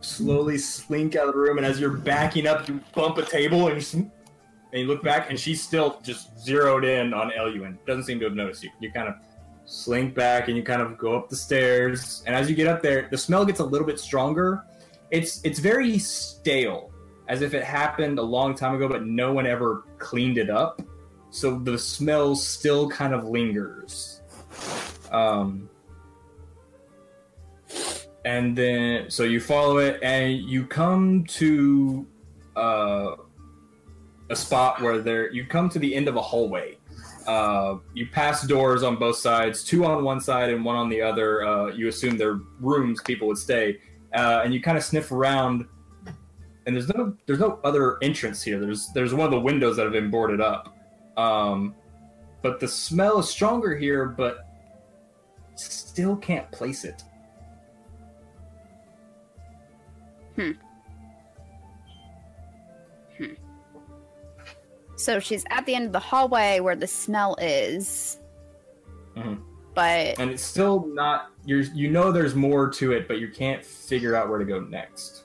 Speaker 2: slowly slink out of the room, and as you're backing up, you bump a table and you, sn- and you look back, and she's still just zeroed in on Eluin. Doesn't seem to have noticed you. You kind of slink back, and you kind of go up the stairs, and as you get up there, the smell gets a little bit stronger. It's it's very stale, as if it happened a long time ago, but no one ever cleaned it up so the smell still kind of lingers. Um, and then, so you follow it, and you come to uh, a spot where there you come to the end of a hallway. Uh, you pass doors on both sides, two on one side and one on the other. Uh, you assume they're rooms people would stay, uh, and you kind of sniff around. And there's no there's no other entrance here. There's there's one of the windows that have been boarded up. Um, but the smell is stronger here, but still can't place it.
Speaker 3: Hmm. Hmm. So she's at the end of the hallway where the smell is,
Speaker 2: Mhm.
Speaker 3: but
Speaker 2: And it's still not. You are you know there's more to it, but you can't figure out where to go next.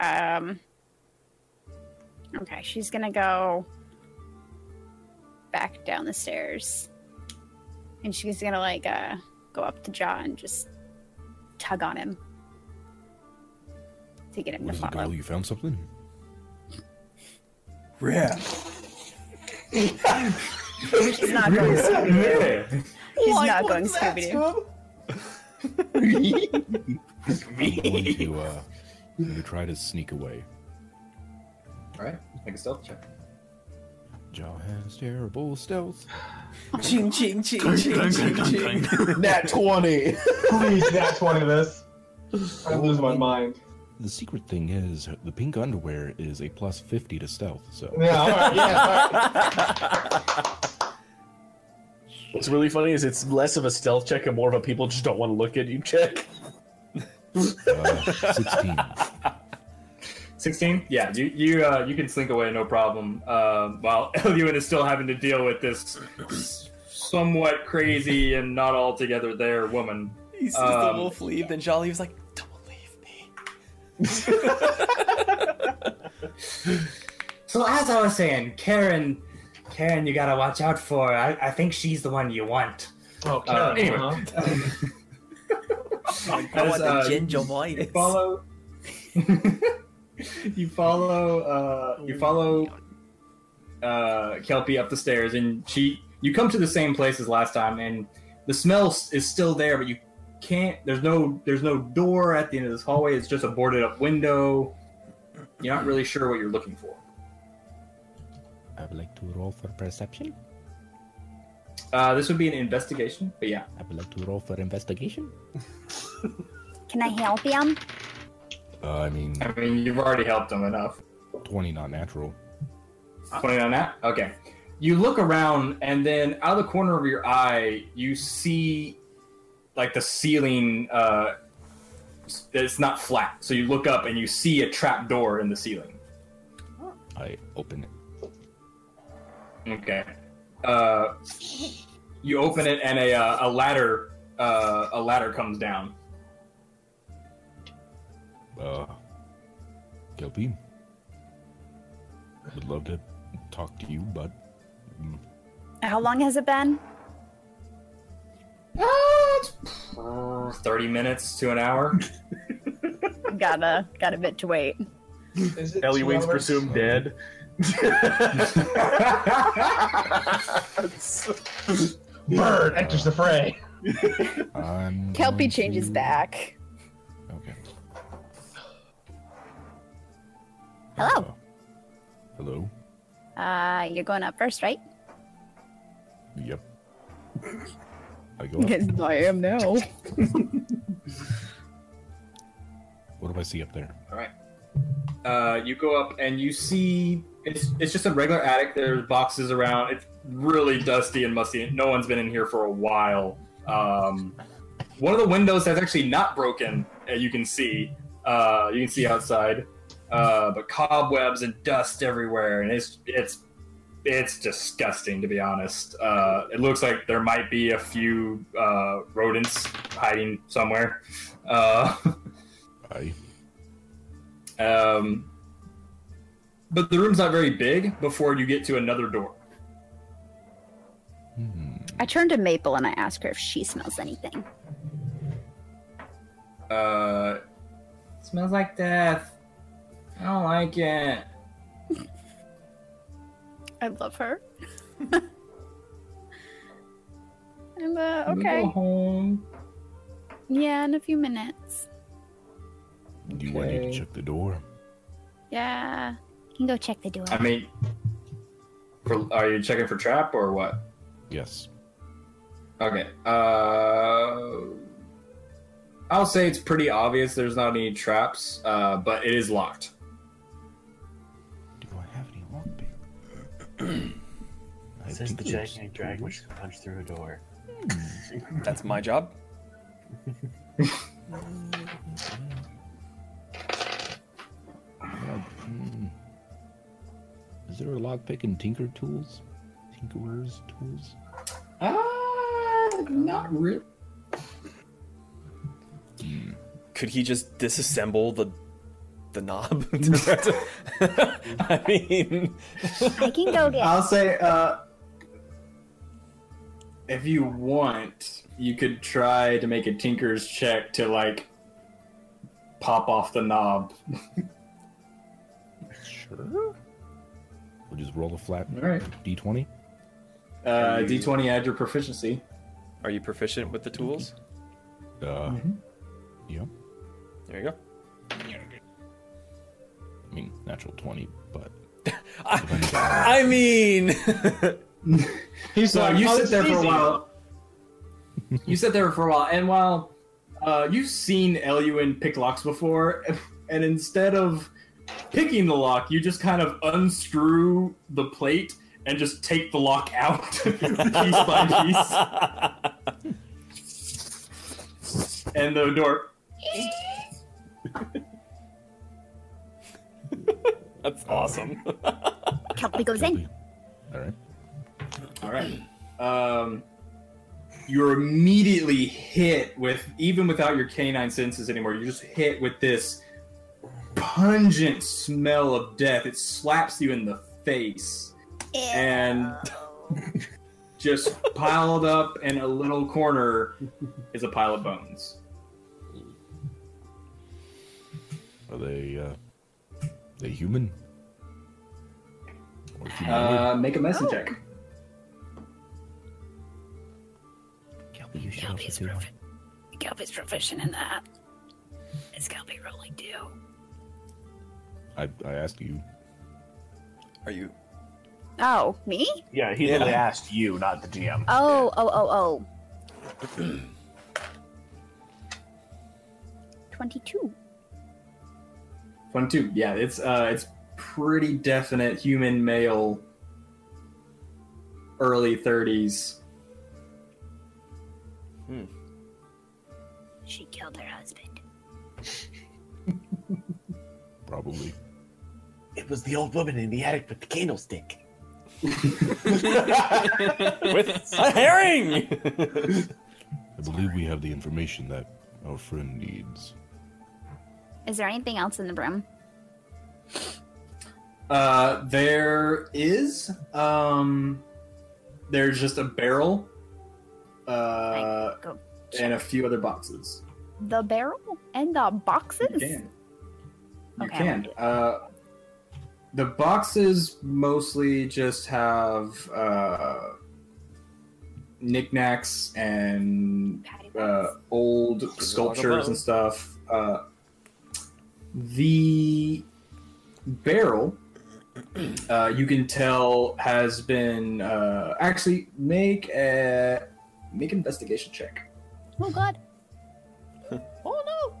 Speaker 3: um okay, she's going to go back down the stairs. And she's going to like uh go up to Jaw and just tug on him to get him to
Speaker 9: What is it,
Speaker 3: follow.
Speaker 9: girl? You
Speaker 3: [laughs]
Speaker 9: found something?
Speaker 2: Yeah.
Speaker 3: He's not going Scooby Doo. He's not going Scooby Doo.
Speaker 9: when you, uh, when you try to sneak away.
Speaker 2: All right, make a stealth check.
Speaker 9: Jaw has terrible stealth.
Speaker 2: [laughs] Ching ching
Speaker 9: ching, ching, ching, ching.
Speaker 2: Nat twenty.
Speaker 8: Please, nat twenty this. I lose my mind.
Speaker 9: The secret thing is, the pink underwear is a plus 50 to stealth, so.
Speaker 8: Yeah, all right, yeah. All right.
Speaker 10: What's really funny is it's less of a stealth check and more of a people just don't want to look at you check.
Speaker 9: uh,
Speaker 3: [laughs]
Speaker 9: Sixteen.
Speaker 2: Sixteen? Yeah, you you uh, you can slink away no problem. Um while [laughs] Eluin is still having to deal with this somewhat crazy and not altogether there woman.
Speaker 5: [laughs] He sees the
Speaker 2: Um,
Speaker 5: wolf leave, then Jolly was like,
Speaker 2: [laughs]
Speaker 13: So as I was saying, Karen, Karen, you gotta watch out for. I, I think she's the one you want.
Speaker 8: Oh,
Speaker 2: Karen,
Speaker 13: anyway.
Speaker 2: I want the uh,
Speaker 5: gingivitis.
Speaker 2: follow [laughs] you follow uh, you follow uh, Kelpie up the stairs and she you come to the same place as last time and the smell s- is still there but you can't there's no there's no door at the end of this hallway it's just a boarded up window you're not really sure what you're looking for
Speaker 9: I would like to roll for perception.
Speaker 2: uh, this would be an investigation but yeah
Speaker 9: I would like to roll for investigation.
Speaker 3: Can I help him?
Speaker 9: Uh, I mean,
Speaker 2: I mean you've already helped them enough
Speaker 9: 20 not natural.
Speaker 2: 20 Uh, on that? Okay. You look around, and then out of the corner of your eye, you see like the ceiling. Uh, s- it's not flat. So you look up and you see a trap door in the ceiling.
Speaker 9: I open it.
Speaker 2: Okay. Uh, you open it, and a, uh, a ladder uh, a ladder comes down.
Speaker 9: Uh, Kelpie, would love to talk to you, but
Speaker 3: How long has it been?
Speaker 2: For 30 minutes to an hour.
Speaker 3: Gotta got a bit to wait.
Speaker 8: Is it
Speaker 10: Ellie
Speaker 8: two
Speaker 10: Wings
Speaker 8: hours?
Speaker 10: presumed [laughs] dead.
Speaker 8: Bird enters the fray.
Speaker 9: I'm.
Speaker 3: Kelpie changes back.
Speaker 9: Okay.
Speaker 3: Hello.
Speaker 9: Uh, Hello?
Speaker 3: Uh, you're going up first, right?
Speaker 9: Yep. I go. up.
Speaker 3: Yes, I am now.
Speaker 9: [laughs] What do I see up there?
Speaker 2: All right. Uh, you go up and you see it's it's just a regular attic. There's boxes around. It's really dusty and musty. No one's been in here for a while. Um, one of the windows that's actually not broken. uh, You can see. Uh, you can see outside, uh, but cobwebs and dust everywhere, and it's it's it's disgusting to be honest. Uh, it looks like there might be a few uh, rodents hiding somewhere. Uh,
Speaker 9: I.
Speaker 2: Um, but the room's not very big before you get to another door.
Speaker 9: hmm,
Speaker 3: I turn to Maple and I ask her if she smells anything.
Speaker 2: Uh,
Speaker 13: Smells like death. I don't like it.
Speaker 3: I love her. [laughs] and, uh,
Speaker 2: I'm gonna
Speaker 3: okay.
Speaker 2: go home.
Speaker 3: Yeah, in a few minutes.
Speaker 9: Do you want me to
Speaker 2: Okay.
Speaker 9: check the door?
Speaker 3: Yeah. You can go check the door.
Speaker 2: I mean, for, are you checking for trap or what?
Speaker 9: Yes.
Speaker 2: Okay. Uh, I'll say it's pretty obvious. There's not any traps, uh, but it is locked.
Speaker 9: Do I have any lockpick? [clears throat] I
Speaker 14: Says
Speaker 9: think
Speaker 14: the
Speaker 9: there's
Speaker 14: giant and dragon which can punch through a door.
Speaker 5: That's my job.
Speaker 9: Uh, hmm. Is there a lockpick and tinker tools? Tinkerer's tools?
Speaker 13: Ah,
Speaker 2: Uh, not really.
Speaker 5: Could he just disassemble the the
Speaker 1: [laughs]
Speaker 5: knob? [laughs] I mean,
Speaker 3: I can
Speaker 2: [laughs]
Speaker 3: go get.
Speaker 2: I'll say, uh, if you want, you could try to make a tinker's check to like pop off the knob.
Speaker 9: Sure. We'll just roll a flat
Speaker 2: All right.
Speaker 9: d20.
Speaker 2: Uh,
Speaker 5: Are you-
Speaker 2: D20, add your proficiency. [laughs]
Speaker 5: Are you proficient with the tools?
Speaker 9: Uh,
Speaker 2: Mm-hmm.
Speaker 9: Yep.
Speaker 5: There you go.
Speaker 9: I mean, natural 20, but.
Speaker 1: Oh
Speaker 5: I
Speaker 1: [laughs]
Speaker 5: mean,
Speaker 2: He's
Speaker 9: like,
Speaker 2: you
Speaker 9: "Oh,
Speaker 2: sit
Speaker 9: it's
Speaker 2: there for a
Speaker 9: easy."
Speaker 2: while. you sit there for a while, and while uh, you've seen Eluin pick locks before, [laughs] and instead of picking the lock, you just kind of unscrew the plate and just take the lock out [laughs] piece by piece. and the door.
Speaker 5: That's awesome.
Speaker 3: Kelpie goes in.
Speaker 9: All right.
Speaker 2: All right. Um, you're immediately hit with, even without your canine senses anymore, you're just hit with this pungent smell of death. It slaps you in the face. And just piled up in a little corner is a pile of bones.
Speaker 9: Are they, uh. They human? Or humanoid?
Speaker 2: Uh, make a medicine check.
Speaker 14: Kelpie, you should also do one.
Speaker 3: Kelpie's proficient in that. Is Kelpie rolling too?
Speaker 9: I, I asked you.
Speaker 5: Are you.
Speaker 3: Oh, me?
Speaker 10: Yeah, he literally asked you, not the GM.
Speaker 3: Oh, oh, oh,
Speaker 2: [clears throat]
Speaker 3: oh. 22.
Speaker 2: 22. Yeah, it's uh, it's pretty definite human male, early 30s.
Speaker 3: She killed her husband.
Speaker 9: Probably.
Speaker 14: It was the old woman in the attic with the
Speaker 10: [laughs]
Speaker 14: candlestick.
Speaker 5: with a herring!
Speaker 9: I believe we have the information that our friend needs.
Speaker 3: Is there anything else in the room?
Speaker 2: Uh, there is um, there's just a barrel, uh,
Speaker 3: go
Speaker 2: and a few other boxes.
Speaker 3: The barrel and the boxes?
Speaker 2: You can. You
Speaker 3: Okay.
Speaker 2: can. Uh, the boxes mostly just have uh, knickknacks and uh, old sculptures and stuff. Uh, the barrel, uh, you can tell, has been uh, actually make a make an investigation check.
Speaker 3: Oh, God. [laughs] oh,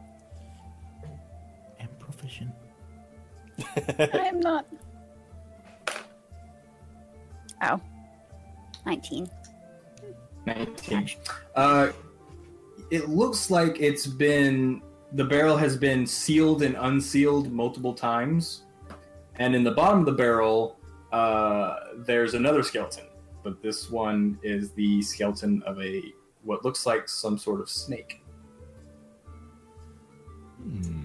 Speaker 9: I'm proficient.
Speaker 3: no. I'm not. Oh. 19.
Speaker 2: 19. Uh, it looks like it's been the barrel has been sealed and unsealed multiple times, and in the bottom of the barrel, uh, there's another skeleton, but this one is the skeleton of a what looks like some sort of snake.
Speaker 9: Hmm.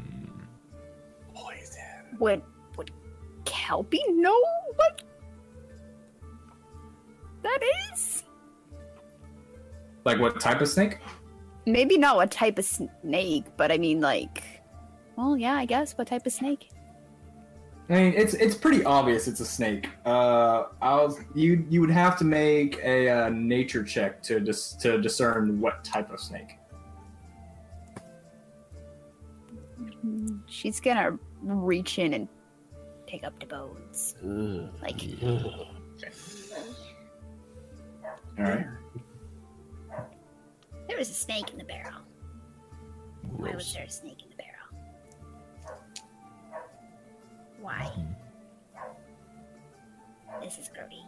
Speaker 3: Would would Kelpie know what that is?
Speaker 2: Like what type of snake?
Speaker 3: Maybe not what type of snake, but I mean like, well, yeah, I guess what type of snake?
Speaker 2: I mean, it's it's pretty obvious it's a snake. Uh, I'll you you would have to make a uh, nature check to dis- to discern what type of snake.
Speaker 3: Mm, She's gonna reach in and pick up the bones. Like,
Speaker 2: All right.
Speaker 3: there was a snake in the barrel. Why was
Speaker 9: Gross.
Speaker 3: there a snake in the barrel? Why? This is grody.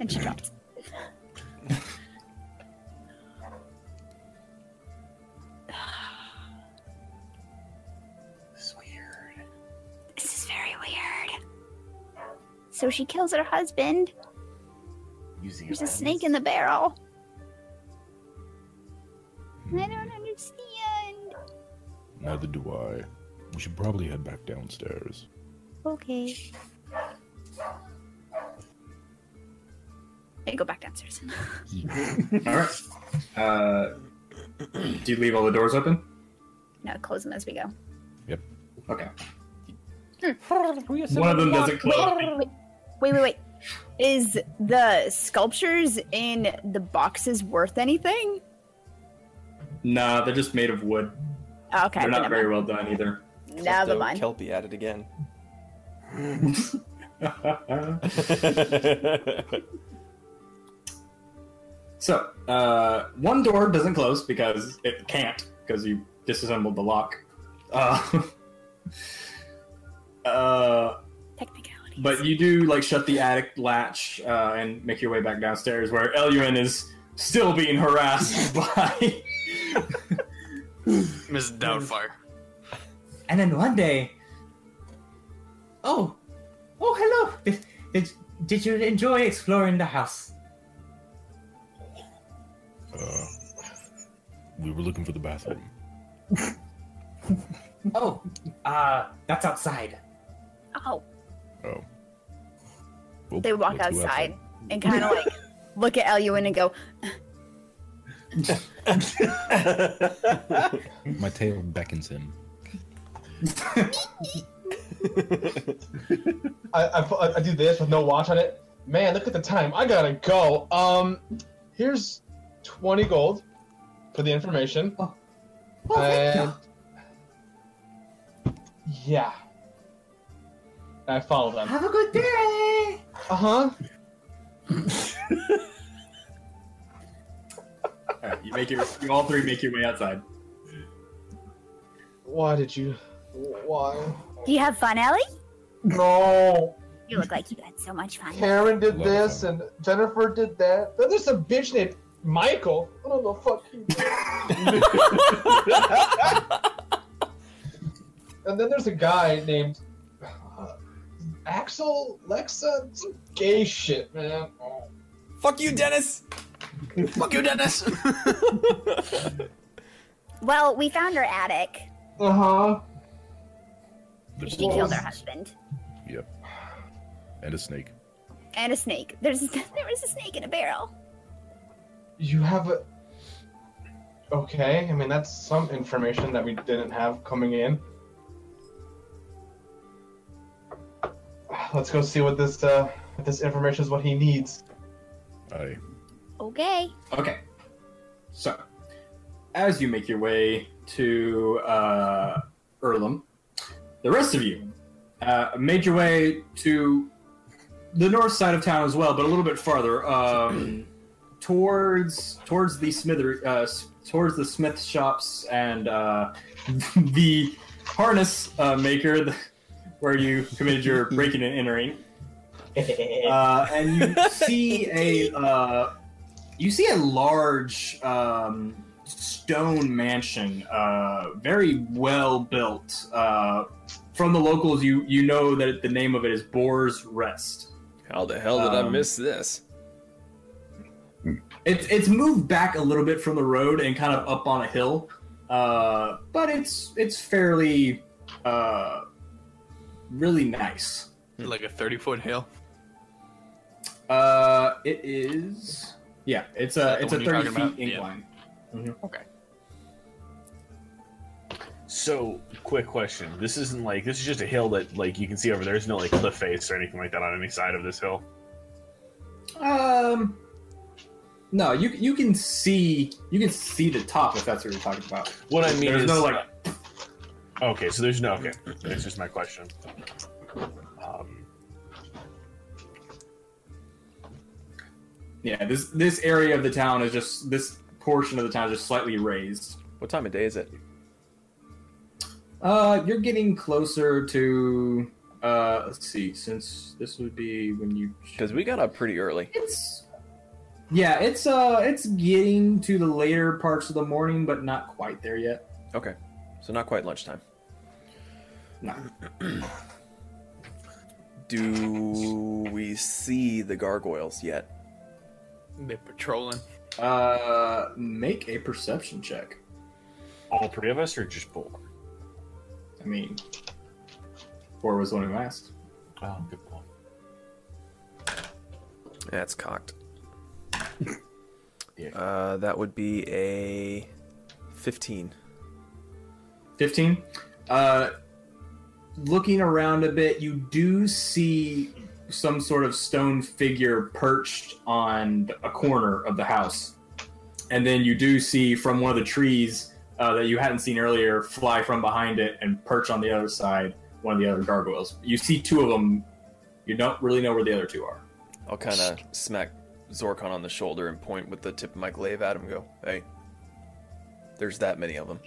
Speaker 3: And she dropped. This is very weird. So she kills her husband.
Speaker 14: Using
Speaker 3: There's a snake in the barrel. I don't understand.
Speaker 9: Hmm. Neither do I. We should probably head back
Speaker 3: [laughs]
Speaker 9: downstairs.
Speaker 3: Okay. I go back downstairs.
Speaker 2: All right. Uh, [clears throat] do you leave all the doors open?
Speaker 3: no, close them as we go.
Speaker 2: Okay.
Speaker 3: One
Speaker 2: One of them doesn't close.
Speaker 3: Wait, wait, wait. Is the sculptures in the boxes worth anything?
Speaker 2: Nah, they're just made of wood.
Speaker 3: Okay.
Speaker 2: they're
Speaker 3: never
Speaker 2: not very
Speaker 3: mind.
Speaker 2: well done either.
Speaker 3: Never mind.
Speaker 5: Kelpie at it again.
Speaker 2: [laughs] So, uh, one door doesn't close because it can't, because you disassembled the lock. Uh, [laughs] uh, Technicality. But you do, like, shut the attic latch uh, and make your way back downstairs where Eluin is still being harassed [laughs] by.
Speaker 7: [laughs] Miss Doubtfire.
Speaker 13: And then one day. Oh, oh, hello. Did, did, did you enjoy exploring the house?
Speaker 9: Uh, we were looking for the bathroom.
Speaker 13: Oh, uh, that's outside.
Speaker 3: Oh,
Speaker 9: Oh.
Speaker 3: they walk
Speaker 9: let's go
Speaker 3: outside and kind of like [laughs] look at Eluin and go,
Speaker 9: My tail beckons him.
Speaker 8: I, I, pu- I do this with no watch on it. Man, look at the time. I gotta go. Um, here's twenty gold for the information.
Speaker 2: Uh,
Speaker 8: and yeah, I follow them.
Speaker 13: Have a good day.
Speaker 8: Uh huh.
Speaker 2: [laughs] Alright, you make your, you all three make your way outside.
Speaker 8: Why did you? Why?
Speaker 3: "Do you have fun, Ellie?
Speaker 8: No.
Speaker 3: You look like you had so much fun."
Speaker 8: Karen did this and Jennifer did that. Then there's a bitch named Michael. I don't know, fuck you. and then there's a guy named uh, Axel Lexa. It's some gay shit, man.
Speaker 5: Fuck you, Dennis.
Speaker 7: Fuck you, Dennis. [laughs]
Speaker 3: Well, we found her attic.
Speaker 8: Uh huh.
Speaker 3: She killed her husband
Speaker 9: Yep. And a snake.
Speaker 3: and a snake. There's there was a [laughs] snake in a barrel.
Speaker 8: You have a. Okay, I mean that's some information that we didn't have coming in. Let's go see what this uh, what this information is what he needs.
Speaker 9: I
Speaker 3: Okay.
Speaker 2: Okay. So, as you make your way to uh, Earlham, the rest of you uh, made your way to the north side of town as well, but a little bit farther um, [clears throat] towards towards the smither uh, s- towards the smith shops and uh, [laughs] the harness uh, maker th- where you committed your breaking and entering. Uh, and you see a uh, you see a large um, stone mansion, uh, very well built. Uh, from the locals, you you know that the name of it is Boar's Rest.
Speaker 1: How the hell did I
Speaker 2: Um,
Speaker 1: miss this?
Speaker 2: It's it's moved back a little bit from the road and kind of up on a hill, uh, but it's it's fairly uh, really nice.
Speaker 7: like a 30 foot hill.
Speaker 2: Uh, it is. Yeah, it's a
Speaker 7: the
Speaker 2: it's a
Speaker 7: one you're
Speaker 2: thirty
Speaker 7: talking
Speaker 2: feet
Speaker 7: about? Yeah.
Speaker 2: incline.
Speaker 7: Okay.
Speaker 10: So, quick question. This isn't like this is just a hill that like you can see over there. There's no like cliff face or anything like that on any side of this hill.
Speaker 2: Um, no, you you can see you can see the top if that's what you're talking about.
Speaker 10: What I mean
Speaker 2: There's
Speaker 10: is
Speaker 2: no like
Speaker 10: Okay, so there's no okay. That's just my question. Um,
Speaker 2: yeah this this area of the town is just this portion of the town is just slightly raised.
Speaker 1: What time of day is it?
Speaker 2: Uh, you're getting closer to uh. Let's see, since this would be when you
Speaker 1: because we got up pretty early.
Speaker 2: It's yeah, it's uh, it's getting to the later parts of the morning, but not quite there yet.
Speaker 1: Okay, so not quite lunchtime.
Speaker 5: [clears throat]
Speaker 2: No.
Speaker 1: Do we see the gargoyles yet?
Speaker 7: They're patrolling.
Speaker 2: Uh, make a perception check.
Speaker 10: all three of us or just four?
Speaker 2: I mean, four was the one who asked.
Speaker 10: Oh, good point.
Speaker 5: That's cocked. Uh, that would be a fifteen.
Speaker 2: 15 uh looking around a bit you do see some sort of stone figure perched on a corner of the house. And then you do see from one of the trees uh, that you hadn't seen earlier fly from behind it and perch on the other side, one of the other gargoyles. You see two of them. You don't really know where the other two are.
Speaker 5: I'll kind of smack Zorkon on the shoulder and point with the tip of my glaive at him. and Go, hey, there's that many of them.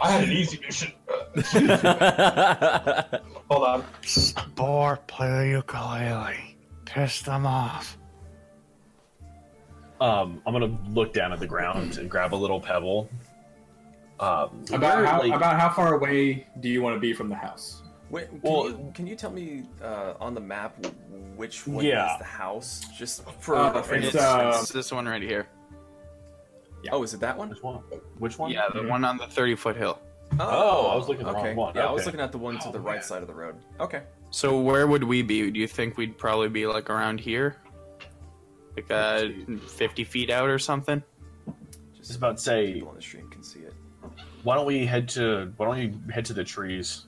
Speaker 8: I had an easy mission.
Speaker 5: [laughs]
Speaker 8: Hold on.
Speaker 15: Boar, play the ukulele. Piss them off.
Speaker 10: Um, I'm gonna look down at the ground and grab a little pebble. Um,
Speaker 2: About how,
Speaker 10: like-
Speaker 2: about how far away do you want to be from the house?
Speaker 5: Wait, can,
Speaker 2: Well-
Speaker 5: you, can you tell me uh, on the map wh- which one
Speaker 2: Yeah.
Speaker 5: is the house? Just for
Speaker 2: Uh,
Speaker 5: reference.
Speaker 2: it's, uh,
Speaker 7: It's this one right here.
Speaker 5: Oh, is it that one?
Speaker 10: Which one? Which one?
Speaker 7: Yeah, the one on the 30 foot hill.
Speaker 10: Oh, I was looking at the
Speaker 5: okay.
Speaker 10: wrong one.
Speaker 5: Yeah, I was
Speaker 10: Okay.
Speaker 5: looking at the one to the
Speaker 10: Oh,
Speaker 5: right side of the road. Okay.
Speaker 7: So where would we be? Do you think we'd probably be like around here, like uh, fifty feet out or something?
Speaker 10: Just about to say.
Speaker 5: On the stream can see it.
Speaker 10: Why don't we head to? Why don't we head to the trees,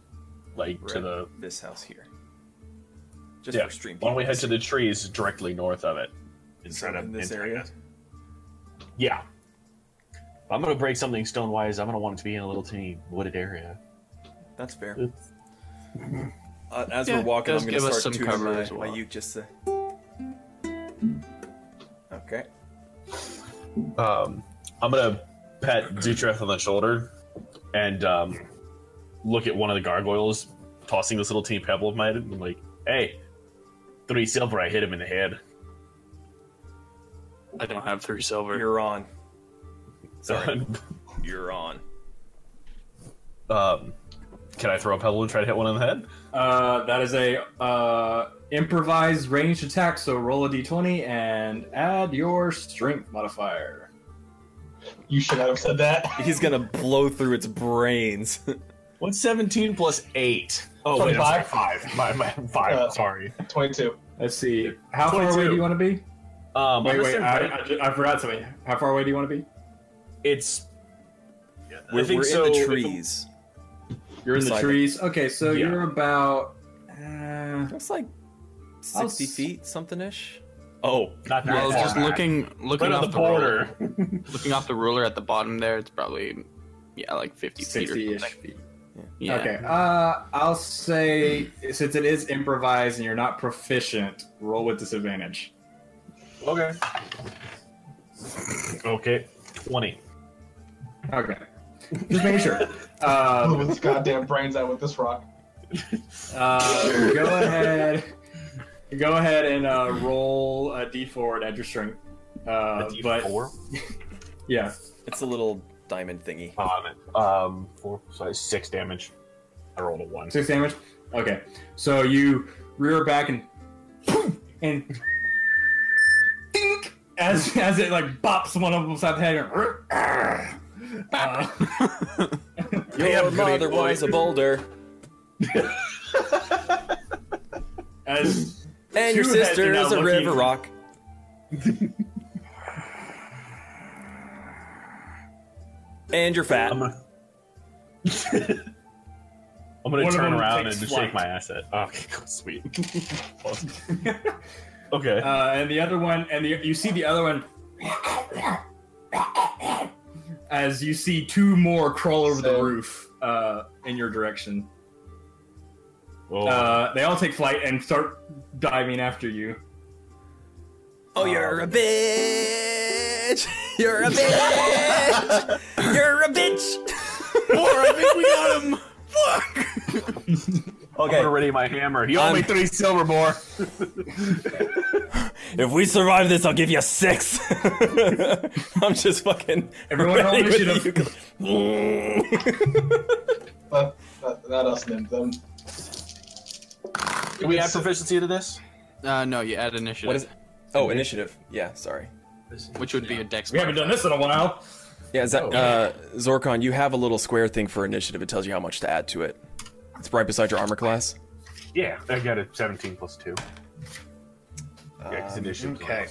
Speaker 10: like to
Speaker 5: Right.
Speaker 10: the
Speaker 5: this house here? Just for stream
Speaker 10: Why don't we
Speaker 5: people
Speaker 10: head
Speaker 5: to
Speaker 10: to the trees directly north of it instead of
Speaker 5: In this
Speaker 10: in-
Speaker 5: area?
Speaker 10: Yeah. If I'm gonna break something stone wise. I'm gonna want it to be in a little teeny wooded area.
Speaker 5: That's fair.
Speaker 10: It's-
Speaker 5: Uh, as
Speaker 10: Yeah,
Speaker 5: we're walking,
Speaker 10: does
Speaker 5: I'm going to
Speaker 10: give us
Speaker 5: start
Speaker 10: some
Speaker 5: tuning
Speaker 10: cover
Speaker 5: my,
Speaker 10: as well.
Speaker 5: my uke just to... Okay.
Speaker 10: Um, I'm gonna pat Zutreth on the shoulder and um, look at one of the gargoyles tossing this little teeny pebble of mine. And I'm like, hey, three silver. I hit him in the head.
Speaker 7: I don't have three silver.
Speaker 5: You're on.
Speaker 10: [laughs] Sorry.
Speaker 5: You're on.
Speaker 10: Um, can I throw a pebble and try to hit one in the head?
Speaker 2: Uh, that is a uh, improvised ranged attack. So roll a d20 and add your strength modifier.
Speaker 8: You should not have said that.
Speaker 10: [laughs]
Speaker 5: He's going to blow through its brains.
Speaker 10: What's 17 plus 8?
Speaker 8: Oh, wait, I'm sorry,
Speaker 10: five. My, my, five.
Speaker 8: Uh,
Speaker 10: sorry.
Speaker 8: 22.
Speaker 2: Let's see. How far away
Speaker 10: 22.
Speaker 2: do you want to be?
Speaker 10: Um,
Speaker 2: wait, wait.
Speaker 10: I'm just
Speaker 2: I,
Speaker 10: invite-
Speaker 2: I ju- I forgot something. How far away do you want to be?
Speaker 10: It's.
Speaker 5: [laughs] We're,
Speaker 2: I think
Speaker 5: we're
Speaker 2: so.
Speaker 5: in the
Speaker 2: It's a-
Speaker 5: trees.
Speaker 2: You're in the
Speaker 5: Beside
Speaker 2: trees. Okay, so
Speaker 5: Yeah.
Speaker 2: you're about. Uh,
Speaker 5: That's like 60 feet, something ish. Oh,
Speaker 10: not
Speaker 7: Well,
Speaker 5: far
Speaker 7: just
Speaker 5: back.
Speaker 7: looking, looking
Speaker 5: Right
Speaker 7: off
Speaker 5: on
Speaker 7: the,
Speaker 5: the
Speaker 7: border, looking off the ruler at the bottom there. It's probably, yeah, like fifty feet or
Speaker 2: 60-ish
Speaker 7: something.
Speaker 2: Feet.
Speaker 7: Yeah.
Speaker 2: Okay. Uh, I'll say since it is improvised and you're not proficient, roll with disadvantage.
Speaker 10: Okay. Okay. 20.
Speaker 2: Okay. Just making sure. Um,
Speaker 8: Blew his goddamn brains out with this rock.
Speaker 2: Uh, go ahead. Go ahead and uh, roll a d4 and add your string. Uh,
Speaker 10: A
Speaker 2: But,
Speaker 10: D4?
Speaker 2: yeah.
Speaker 5: It's a little diamond thingy.
Speaker 10: Um, um, four, so that's six damage. I rolled a one.
Speaker 2: Six damage. Okay. So you rear back and and tink, as as it like bops one of them upside the head. and- Uh,
Speaker 5: Your mother was a boulder.
Speaker 2: [laughs] as
Speaker 5: And your
Speaker 2: two heads
Speaker 5: sister
Speaker 2: are now
Speaker 5: is a
Speaker 2: looking-
Speaker 5: river rock. and you're fat.
Speaker 10: [laughs] I'm gonna
Speaker 5: One of
Speaker 10: turn
Speaker 5: them
Speaker 10: around and
Speaker 5: takes
Speaker 10: just
Speaker 5: flight.
Speaker 10: shake my ass at. Okay, cool, [laughs] sweet. okay.
Speaker 2: Uh, and the other one, and the, you see the other one as you see two more crawl over the roof uh, in your direction. Uh, they all take flight and start diving after you.
Speaker 5: Oh, you're a bitch! [laughs] You're a bitch! you're a bitch!
Speaker 10: Four, I think we got him!
Speaker 5: [laughs] Okay.
Speaker 10: I'm ready my hammer. You
Speaker 5: I'm-
Speaker 10: owe me three silver more.
Speaker 5: If we survive this, I'll give you six. [laughs] I'm just fucking.
Speaker 8: Everyone roll
Speaker 5: ready with
Speaker 8: initiative.
Speaker 5: the ukulele.
Speaker 8: But not, Uh, not us, Nim. Them.
Speaker 10: Do [laughs] we add proficiency to this?
Speaker 7: Uh, no, you add initiative.
Speaker 5: [laughs] What is it? Oh, initiative. Yeah, sorry.
Speaker 7: Which would be a dex.
Speaker 2: We haven't done this in a while.
Speaker 5: Yeah, is that, uh, Zorkon, you have a little square thing for initiative. It tells you how much to add to it. It's right beside your armor class.
Speaker 10: Yeah, I got a 17 plus 2. Yeah, 'cause
Speaker 5: Um,
Speaker 10: initiative
Speaker 5: okay.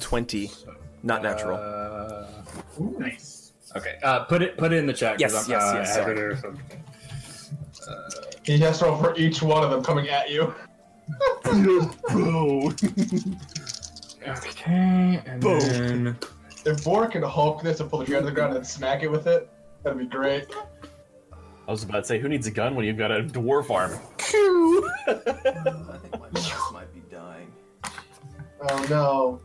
Speaker 5: 20. Not natural.
Speaker 2: Uh, nice. Okay, uh, put it put it in the chat. 'cause I'm-
Speaker 8: Yes, yes,
Speaker 2: uh,
Speaker 8: yes,
Speaker 2: I
Speaker 8: sorry.
Speaker 2: had it or something.
Speaker 8: He has to roll for each one of them coming at you. Bro.
Speaker 2: okay, and
Speaker 8: Boom.
Speaker 2: then
Speaker 8: If Boar can Hulk this and pull the gun to the ground and smack it with it, that'd be great.
Speaker 10: I was about to say, who needs a gun when you've got a dwarf arm?
Speaker 16: Mouse might be dying.
Speaker 8: Oh no.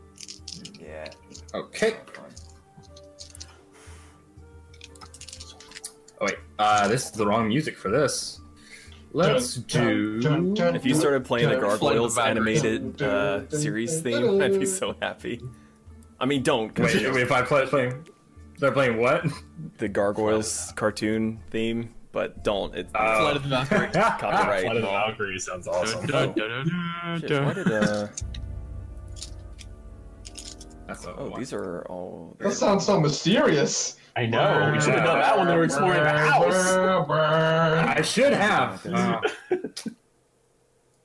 Speaker 16: Yeah.
Speaker 2: Okay. Oh wait, uh, this is the wrong music for this. Let's do.
Speaker 5: If you started playing the Gargoyles animated uh, series theme, I'd be so happy. I mean, don't.
Speaker 2: Wait, wait, if I play playing, they're playing what? [laughs]
Speaker 5: The Gargoyles cartoon theme, but don't. It,
Speaker 7: Uh,
Speaker 2: Flight of the Valkyrie. [laughs]
Speaker 5: Copyright.
Speaker 10: Flight of the Valkyrie sounds awesome.
Speaker 5: Dun, Shit, why did, uh,
Speaker 2: That's not
Speaker 5: oh, these are all.
Speaker 8: That sounds so mysterious.
Speaker 10: I
Speaker 5: know, we should've done that when we were exploring the house.
Speaker 2: I should have. Uh,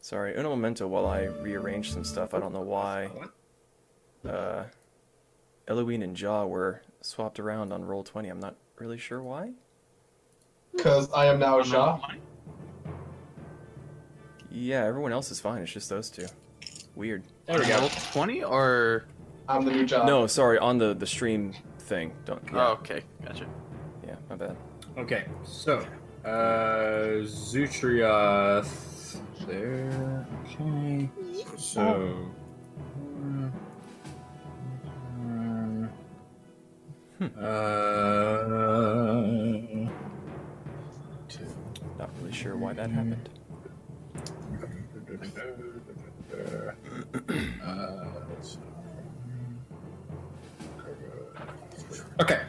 Speaker 5: Sorry, Uno Momento while I rearrange some stuff. I don't know why. Uh, Eloine and Jaw were swapped around on roll 20. I'm not really sure why.
Speaker 8: Because I am now Shaw.
Speaker 5: Yeah, everyone else is fine. It's just those two. Weird.
Speaker 7: There we go. Roll 20 or.
Speaker 8: I'm the new Jaw.
Speaker 5: No, sorry, on the, the stream thing. Don't.
Speaker 7: Oh, okay. Gotcha.
Speaker 5: Yeah, my bad.
Speaker 2: okay, so uh, Zutrioth there. Okay. So. Uh,
Speaker 5: Not really sure why that happened.
Speaker 10: Uh,
Speaker 2: Okay,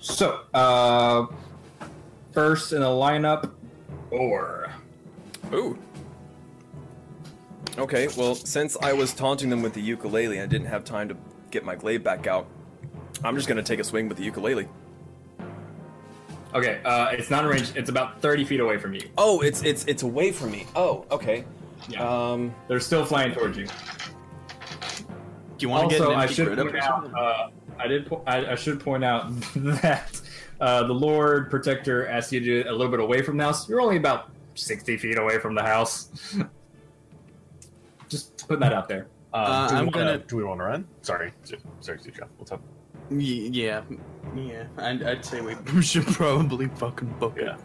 Speaker 2: so uh, first in the lineup, or
Speaker 5: Ooh. Okay, well, since I was taunting them with the ukulele and I didn't have time to get my glaive back out, I'm just gonna take a swing with the ukulele.
Speaker 2: okay, uh, it's not arranged. It's about thirty feet away from you.
Speaker 5: Oh, it's it's it's away from me. Oh, okay.
Speaker 2: Yeah.
Speaker 5: Um,
Speaker 2: They're still flying towards you. Do
Speaker 7: you
Speaker 5: wanna get
Speaker 2: also,
Speaker 5: an
Speaker 2: I
Speaker 5: empty
Speaker 2: should
Speaker 5: grid up
Speaker 2: point
Speaker 5: or
Speaker 2: out. Uh, I did. Po- I, I should point out [laughs] that uh, the Lord Protector asked you to do it a little bit away from the house. You're only about sixty feet away from the house. [laughs] Just putting that out there.
Speaker 7: Uh,
Speaker 10: do we
Speaker 7: I'm
Speaker 10: wanna-
Speaker 7: gonna-
Speaker 10: Do we want to run? Sorry, Zu- sorry, Zutra. What's up?
Speaker 7: Y- yeah. Yeah. I'd, I'd say we [laughs] should probably fucking book it. Out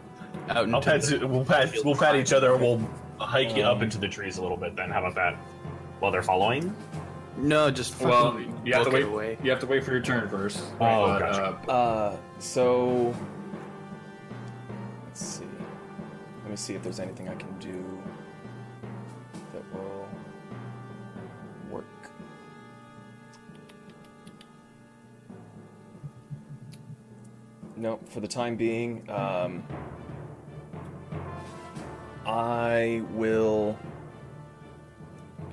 Speaker 10: I'll
Speaker 7: into
Speaker 10: pat,
Speaker 7: the-
Speaker 10: Zu- we'll pat. We'll pat each other. We'll hike it
Speaker 7: Um,
Speaker 10: up into the trees a little bit. Then how about that? While they're following.
Speaker 7: No, just fucking
Speaker 10: Well,
Speaker 2: You have to
Speaker 7: book
Speaker 2: wait.
Speaker 7: it away.
Speaker 2: You have to wait for your turn first.
Speaker 10: Oh,
Speaker 2: But,
Speaker 10: gotcha.
Speaker 2: uh,
Speaker 5: Uh, so let's see. Let me see if there's anything I can do that will work. No, for the time being, um, I will,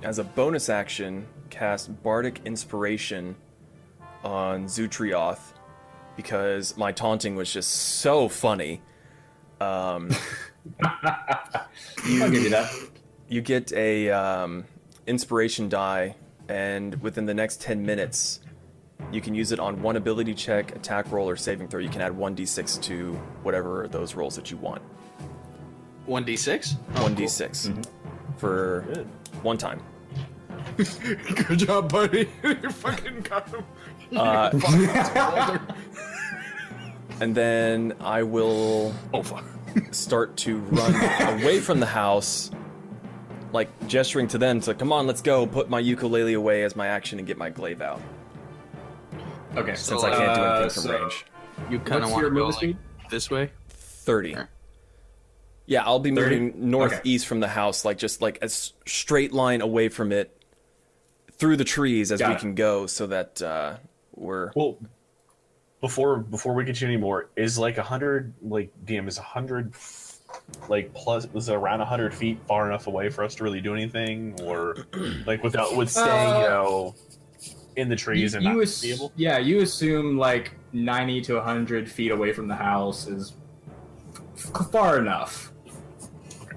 Speaker 5: as a bonus action, cast Bardic Inspiration on Zutrioth because my taunting was just so funny. Um,
Speaker 2: I'll give you that.
Speaker 5: You get a um, inspiration die, and within the next 10 minutes, you can use it on one ability check, attack roll, or saving throw. You can add 1d6 to whatever those rolls that you want.
Speaker 7: 1d6?
Speaker 5: 1d6 for one time.
Speaker 11: [laughs] Good job, buddy. [laughs] you fucking got
Speaker 7: [laughs]
Speaker 11: him.
Speaker 5: Uh,
Speaker 11: Fuck.
Speaker 5: and then I will
Speaker 7: Oh,
Speaker 5: start to run away from the house, like gesturing to them to come on, let's go. Put my ukulele away as my action and get my glaive out.
Speaker 2: Okay,
Speaker 5: since I can't do
Speaker 2: uh,
Speaker 5: anything from
Speaker 2: so
Speaker 5: range.
Speaker 7: You kind
Speaker 2: what's
Speaker 7: of want
Speaker 2: your
Speaker 7: to go
Speaker 2: movement
Speaker 7: like,
Speaker 2: speed?
Speaker 7: this way?
Speaker 5: Thirty. Yeah, I'll be
Speaker 7: 30?
Speaker 5: moving northeast from the house, like just like a s- straight line away from it, through the trees as
Speaker 10: Got
Speaker 5: we
Speaker 10: it.
Speaker 5: can go, so that uh, we're
Speaker 10: Well, before before we continue anymore, is like a hundred like DM is a hundred like plus is it around a hundred feet far enough away for us to really do anything or like without
Speaker 7: [clears throat]
Speaker 10: with staying you
Speaker 2: Uh,
Speaker 10: know in the trees and not
Speaker 2: ass-
Speaker 10: be able.
Speaker 2: yeah, you assume like ninety to hundred feet away from the house is f- far enough.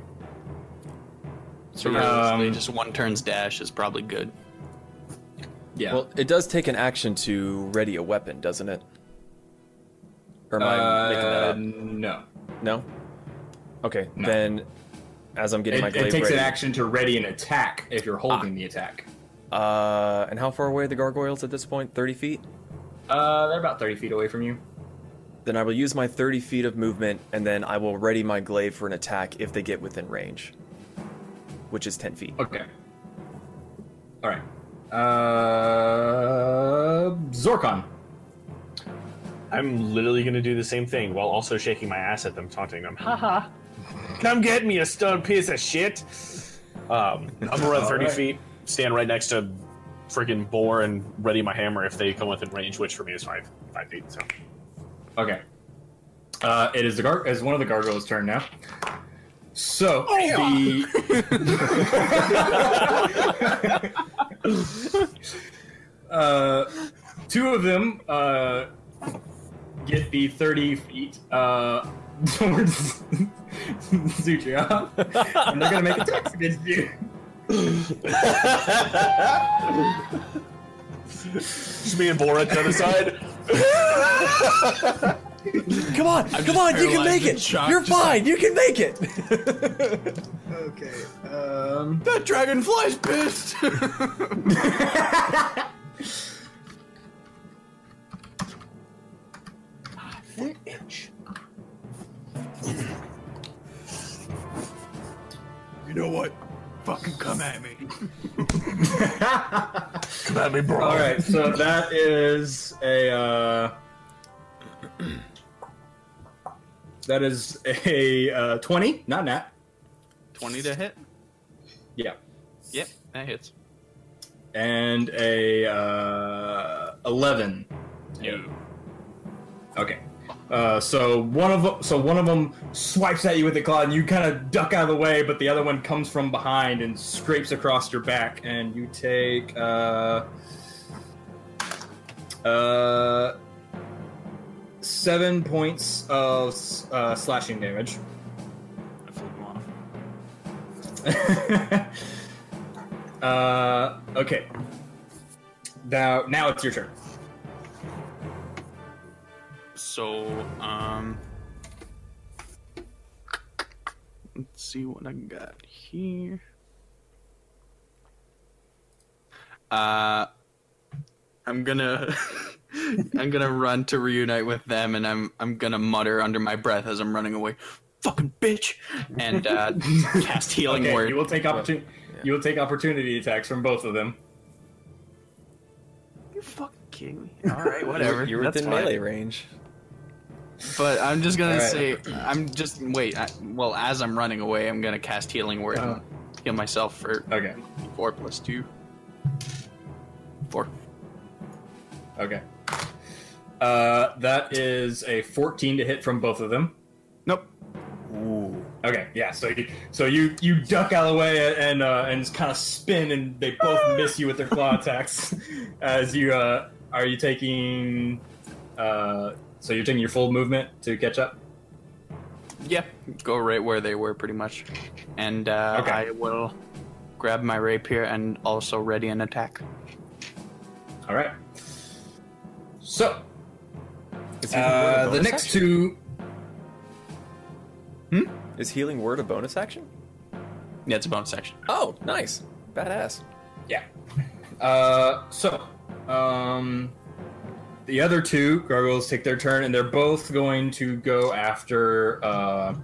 Speaker 2: Um,
Speaker 7: So realistically, just one turn's dash is
Speaker 11: [laughs]
Speaker 7: probably good.
Speaker 2: Yeah.
Speaker 5: Well, it does take an action to ready a weapon, doesn't it? Or am I making that
Speaker 2: Uh,
Speaker 5: up?
Speaker 2: No.
Speaker 5: No. Okay, then as I'm getting
Speaker 2: It,
Speaker 5: my
Speaker 2: it
Speaker 5: glaive
Speaker 2: takes an
Speaker 5: ready-
Speaker 2: action to ready an attack if you're holding the attack.
Speaker 5: Uh, and how far away are the gargoyles at this point? Thirty feet.
Speaker 2: Uh, they're about thirty feet away from you.
Speaker 5: Then I will use my thirty feet of movement, and then I will ready my glaive for an attack if they get within range, which is ten feet.
Speaker 2: Okay. All right. Uh, Zorkon.
Speaker 10: I'm literally gonna do the same thing while also shaking my ass at them, taunting them. Ha
Speaker 15: Haha.
Speaker 10: Come get me, you stone piece of shit. Um, I'm gonna run
Speaker 2: All
Speaker 10: 30
Speaker 2: right.
Speaker 10: feet, stand right next to freaking boar, and ready my hammer if they come within range, which for me is five five feet. So
Speaker 2: Okay. Uh, it is the gar- is one of the gargoyles' turn now. So the uh, two of them uh, get the thirty feet uh, [laughs] towards Zutriop, and they're gonna make attacks against you.
Speaker 10: just me and boar at the other side.
Speaker 5: Come on, come
Speaker 10: I'm just
Speaker 5: on, you can
Speaker 10: paralyzed
Speaker 5: make
Speaker 10: in
Speaker 5: it.
Speaker 10: shock,
Speaker 5: You're
Speaker 10: just like-
Speaker 5: fine. You can make [laughs] it.
Speaker 6: Okay. Um.
Speaker 7: That dragonfly's pissed.
Speaker 15: You know what? Fucking come at me.
Speaker 10: come at me, bro.
Speaker 2: All right, so that is a uh, [clears throat] that is a uh, twenty, not nat.
Speaker 7: Twenty to hit.
Speaker 2: Yeah,
Speaker 7: Yep, that hits.
Speaker 2: and a uh, eleven. Yeah. Okay. Uh, so one of 'em- so one of them swipes at you with a claw, and you kind of duck out of the way, but the other one comes from behind and scrapes across your back, and you take uh, uh, seven points of uh, slashing damage.
Speaker 7: I flew him off.
Speaker 2: [laughs] Uh, okay. Now, now it's your turn.
Speaker 7: So, um, let's see what I got here. Uh, I'm gonna, [laughs] I'm gonna run to reunite with them, and I'm, I'm gonna mutter under my breath as I'm running away, "Fucking bitch,"
Speaker 5: [laughs]
Speaker 7: and uh, cast healing
Speaker 2: okay,
Speaker 7: word.
Speaker 2: You will take opportunity. You will take opportunity attacks from both of them.
Speaker 7: You fucking kidding me? All right, whatever.
Speaker 5: You're
Speaker 7: That's
Speaker 5: within
Speaker 7: fine.
Speaker 5: melee range.
Speaker 7: But I'm just gonna
Speaker 5: All right.
Speaker 7: say, I'm just wait. I, well, as I'm running away, I'm gonna cast Healing Word
Speaker 5: Oh.
Speaker 7: and heal myself for
Speaker 2: okay
Speaker 7: four plus two. Four.
Speaker 2: Okay. Uh, that is a 14 to hit from both of them.
Speaker 7: Nope.
Speaker 2: Ooh. Okay. Yeah. So you, so you you duck out of the way and uh, and kind of spin, and they both miss you with their claw attacks. As you uh, are you taking? Uh, so you're taking your full movement to catch up.
Speaker 7: Yeah, go right where they were, pretty much. And uh,
Speaker 2: Okay.
Speaker 7: I will grab my rapier and also ready an attack.
Speaker 2: All right. So
Speaker 5: Is healing word a
Speaker 2: uh, the
Speaker 5: bonus
Speaker 2: next
Speaker 5: action?
Speaker 2: two.
Speaker 5: Is healing word a bonus action?
Speaker 7: Yeah, it's a bonus action.
Speaker 5: Oh, nice, badass.
Speaker 2: Yeah. Uh, so, um, the other two gargoyles take their turn, and they're both going to go after. Uh,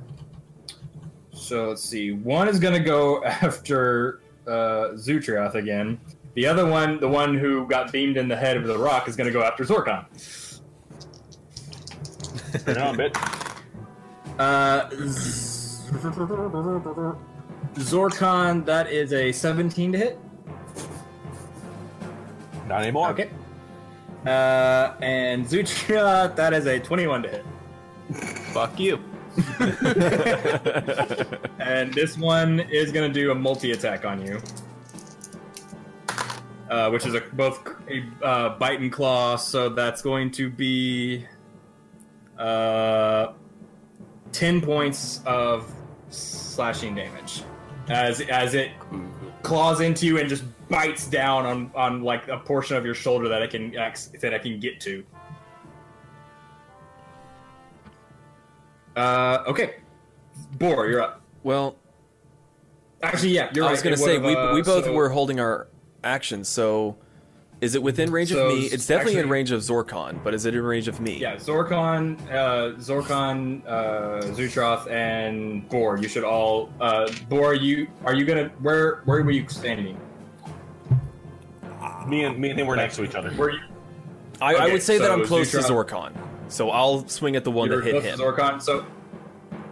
Speaker 2: so let's see. One is going to go [laughs] after uh, Zutrioth again. The other one, the one who got beamed in the head with a rock, is going to go after Zorkon.
Speaker 10: Turn it on, bitch.
Speaker 2: Uh, Z- [laughs] Zorkon, that is a 17 to hit.
Speaker 10: Not anymore.
Speaker 2: Okay. Uh, and Zutra, [laughs] that is a 21 to hit.
Speaker 7: Fuck you.
Speaker 2: and this one is going to do a multi attack on you, uh, which is a, both a uh, bite and claw, so that's going to be uh, 10 points of slashing damage as, as it claws into you and just bites down on, on like a portion of your shoulder that I can ac- that I can get to. Uh, okay. Bor, you're up.
Speaker 5: Well,
Speaker 2: Actually, yeah, you're
Speaker 5: I
Speaker 2: right.
Speaker 5: was going
Speaker 2: It
Speaker 5: to say
Speaker 2: would've,
Speaker 5: we,
Speaker 2: uh,
Speaker 5: we both
Speaker 2: so-
Speaker 5: were holding our action. So, is it within range
Speaker 2: So,
Speaker 5: of me? It's definitely in
Speaker 2: actually-
Speaker 5: range of Zorkon, but is it in range of me?
Speaker 2: Yeah, Zorkon, uh, Zorkon, uh, Zutroth, and Bor. You should all. Uh, Bor, you are you gonna where where were you standing?
Speaker 10: Me and me and him were next to each other.
Speaker 2: Were you?
Speaker 5: I, I
Speaker 2: Okay,
Speaker 5: would say that
Speaker 2: so
Speaker 5: I'm close to
Speaker 2: Zutroth-
Speaker 5: Zorkon, so I'll swing at the one
Speaker 2: you
Speaker 5: that
Speaker 2: were
Speaker 5: hit
Speaker 2: close to
Speaker 5: him.
Speaker 2: Zorkon. So,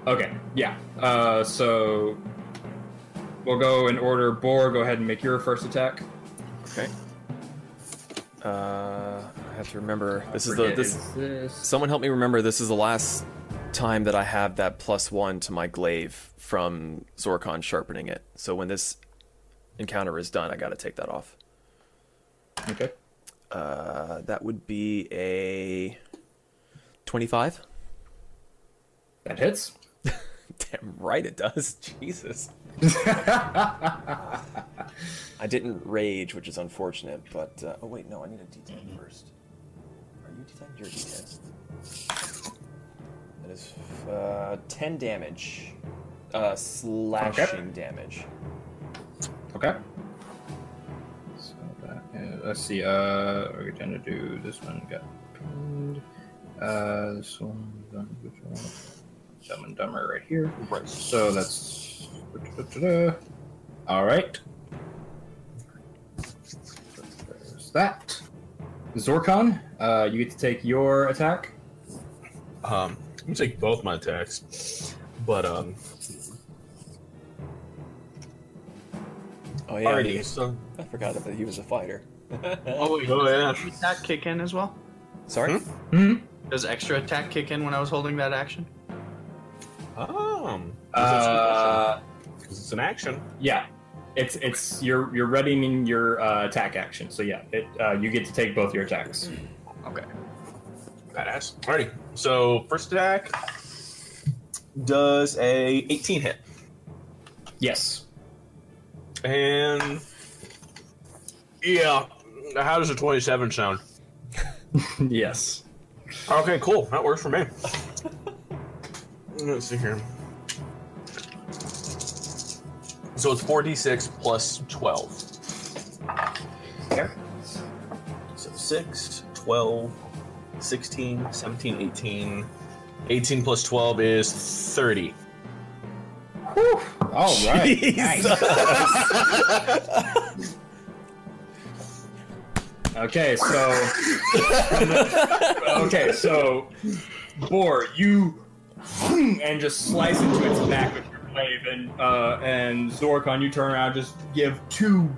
Speaker 2: okay, yeah. Uh, so we'll go in order. Bor, go ahead and make your first attack.
Speaker 5: Okay. Uh, I have to remember. This is the
Speaker 2: forget,
Speaker 5: this,
Speaker 2: is this-
Speaker 5: Someone help me remember. This is the last time that I have that plus one to my glaive from Zorkon sharpening it. So when this encounter is done, I got to take that off.
Speaker 2: Okay.
Speaker 5: Uh, that would be a twenty-five. [laughs]
Speaker 2: That hits. [laughs]
Speaker 5: Damn right it does. [laughs] Jesus. I didn't rage, which is unfortunate, but uh, oh wait, no, I need a D10 first. Are you D10? You're D10. That is uh, 10 damage, uh, slashing damage.
Speaker 2: Okay. So that, uh, let's see. Uh, we're going to do this one. Got pinned. Uh, this one. done, Which one? Dumb and Dumber right here. Right. So that's. All right. There's that. Zorkon, uh, you get to take your attack.
Speaker 10: Um, I'm gonna take both my attacks, but um.
Speaker 5: Oh yeah,
Speaker 10: Alrighty,
Speaker 5: he-
Speaker 10: so-
Speaker 5: I forgot that he was a fighter.
Speaker 7: oh, wait,
Speaker 10: Oh, yeah.
Speaker 7: does that kick in as well?
Speaker 5: Sorry.
Speaker 7: Does extra attack kick in when I was holding that action?
Speaker 10: Um.
Speaker 2: Uh,
Speaker 10: it's an action.
Speaker 2: Yeah, it's it's you're you're readying your uh, attack action. So yeah, it, uh, you get to take both your attacks.
Speaker 10: Okay. Badass. Alrighty. So first attack does a 18 hit,
Speaker 2: Yes. [laughs]
Speaker 10: and yeah, how does a 27 sound?
Speaker 2: yes.
Speaker 10: Okay, cool. That works for me. Let's see here. So it's 4d6 plus 12. Okay. So 6, 12, 16, 17, 18. 18 plus 12 is 30.
Speaker 2: All
Speaker 5: [laughs]
Speaker 2: right. Okay, so okay, so boar, you hmm, and just slice into its back with your glaive, and uh, and Zorkon, you turn around, just give two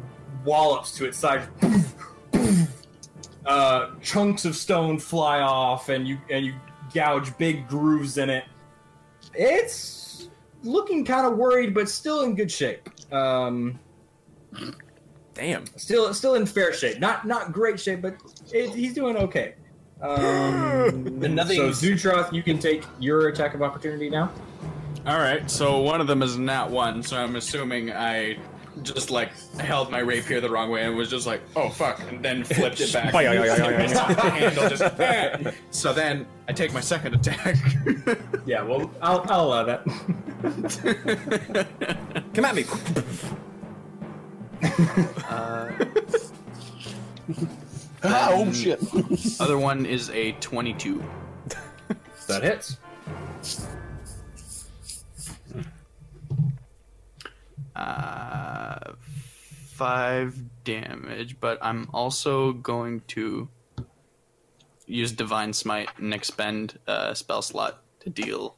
Speaker 2: wallops to its side. Uh, chunks of stone fly off, and you and you gouge big grooves in it. It's looking kind of worried, but still in good shape. Um,
Speaker 5: Damn.
Speaker 2: Still, still in fair shape. Not not great shape, but it, he's doing okay. [laughs] Um,
Speaker 7: And nothing-
Speaker 2: So Zutroth, you can take your attack of opportunity now.
Speaker 7: All right, so one of them is not one, so I'm assuming I just like held my rapier the wrong way and was just like, oh fuck, and then flipped it back.
Speaker 5: Yeah, yeah, yeah, yeah, [laughs] yeah.
Speaker 7: Handle just, "Eh." so then I take my second attack. [laughs]
Speaker 2: yeah, well, I'll, I'll allow that.
Speaker 5: Come at me.
Speaker 7: Uh,
Speaker 14: Ah, oh,
Speaker 7: then
Speaker 14: shit.
Speaker 7: other one is a 22.
Speaker 2: [laughs] That hits.
Speaker 7: Uh, five damage, but I'm also going to use Divine Smite and expend a spell slot to deal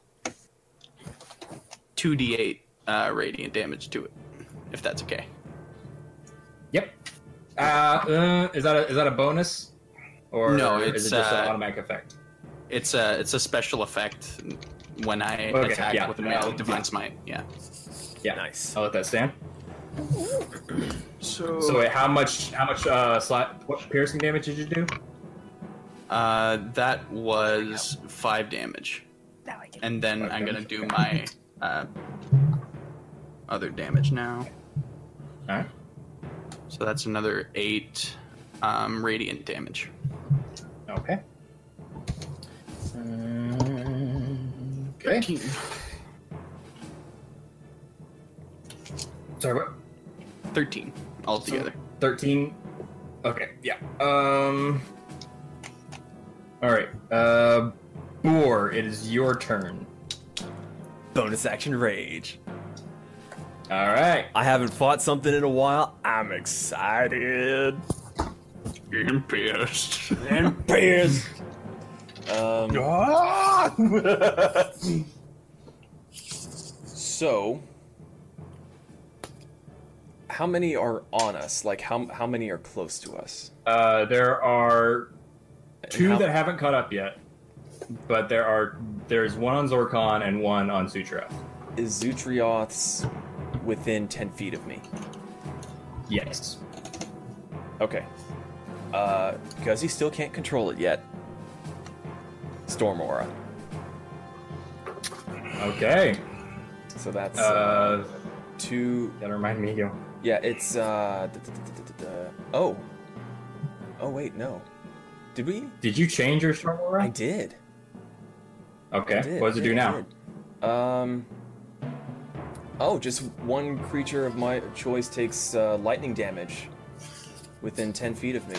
Speaker 7: 2d8 uh, radiant damage to it, if that's okay.
Speaker 2: Yep. Uh, uh, is that a, is that a bonus? Or
Speaker 7: No,
Speaker 2: is
Speaker 7: it's,
Speaker 2: it just an
Speaker 7: uh,
Speaker 2: automatic effect?
Speaker 7: It's a it's a special effect when I
Speaker 2: Okay,
Speaker 7: attack
Speaker 2: yeah.
Speaker 7: with a melee
Speaker 2: Uh,
Speaker 7: Divine
Speaker 2: yeah.
Speaker 7: Smite. Yeah.
Speaker 2: Yeah.
Speaker 5: Nice.
Speaker 2: I'll let that stand.
Speaker 7: So,
Speaker 2: So wait, how much how much uh slot what piercing damage did you do?
Speaker 7: Uh, that was five damage. And then i I'm going to do my uh, other damage now.
Speaker 2: Alright.
Speaker 7: So that's another eight um, radiant damage.
Speaker 2: Okay. Um, Okay. Sorry, what?
Speaker 7: 13 altogether.
Speaker 2: 13. Okay, yeah. Um. All right. Uh, Boar, it is your turn.
Speaker 5: Bonus action rage.
Speaker 2: All right.
Speaker 5: I haven't fought something in a while. I'm excited.
Speaker 7: I'm pissed.
Speaker 5: I'm pissed. Um, [laughs] so, how many are on us? Like, how how many are close to us?
Speaker 2: Uh, there are two
Speaker 5: how-
Speaker 2: that haven't caught up yet, but there are there's one on Zorkon and one on Sutra.
Speaker 5: Is Zutrioth's within ten feet of me?
Speaker 2: Yes.
Speaker 5: Okay. Uh, because he still can't control it yet. Storm aura.
Speaker 2: Okay.
Speaker 5: So that's uh,
Speaker 2: Uh,
Speaker 5: two.
Speaker 2: That remind me, yo.
Speaker 5: Yeah, it's uh. da- da- da- da- da- da- Oh. Oh wait, no. Did we?
Speaker 2: Did you change your storm aura?
Speaker 5: I did.
Speaker 2: Okay.
Speaker 5: I did,
Speaker 2: what does it
Speaker 5: yeah,
Speaker 2: do
Speaker 5: I
Speaker 2: now?
Speaker 5: did. Um. Oh, just one creature of my choice takes uh, lightning damage within ten feet of me.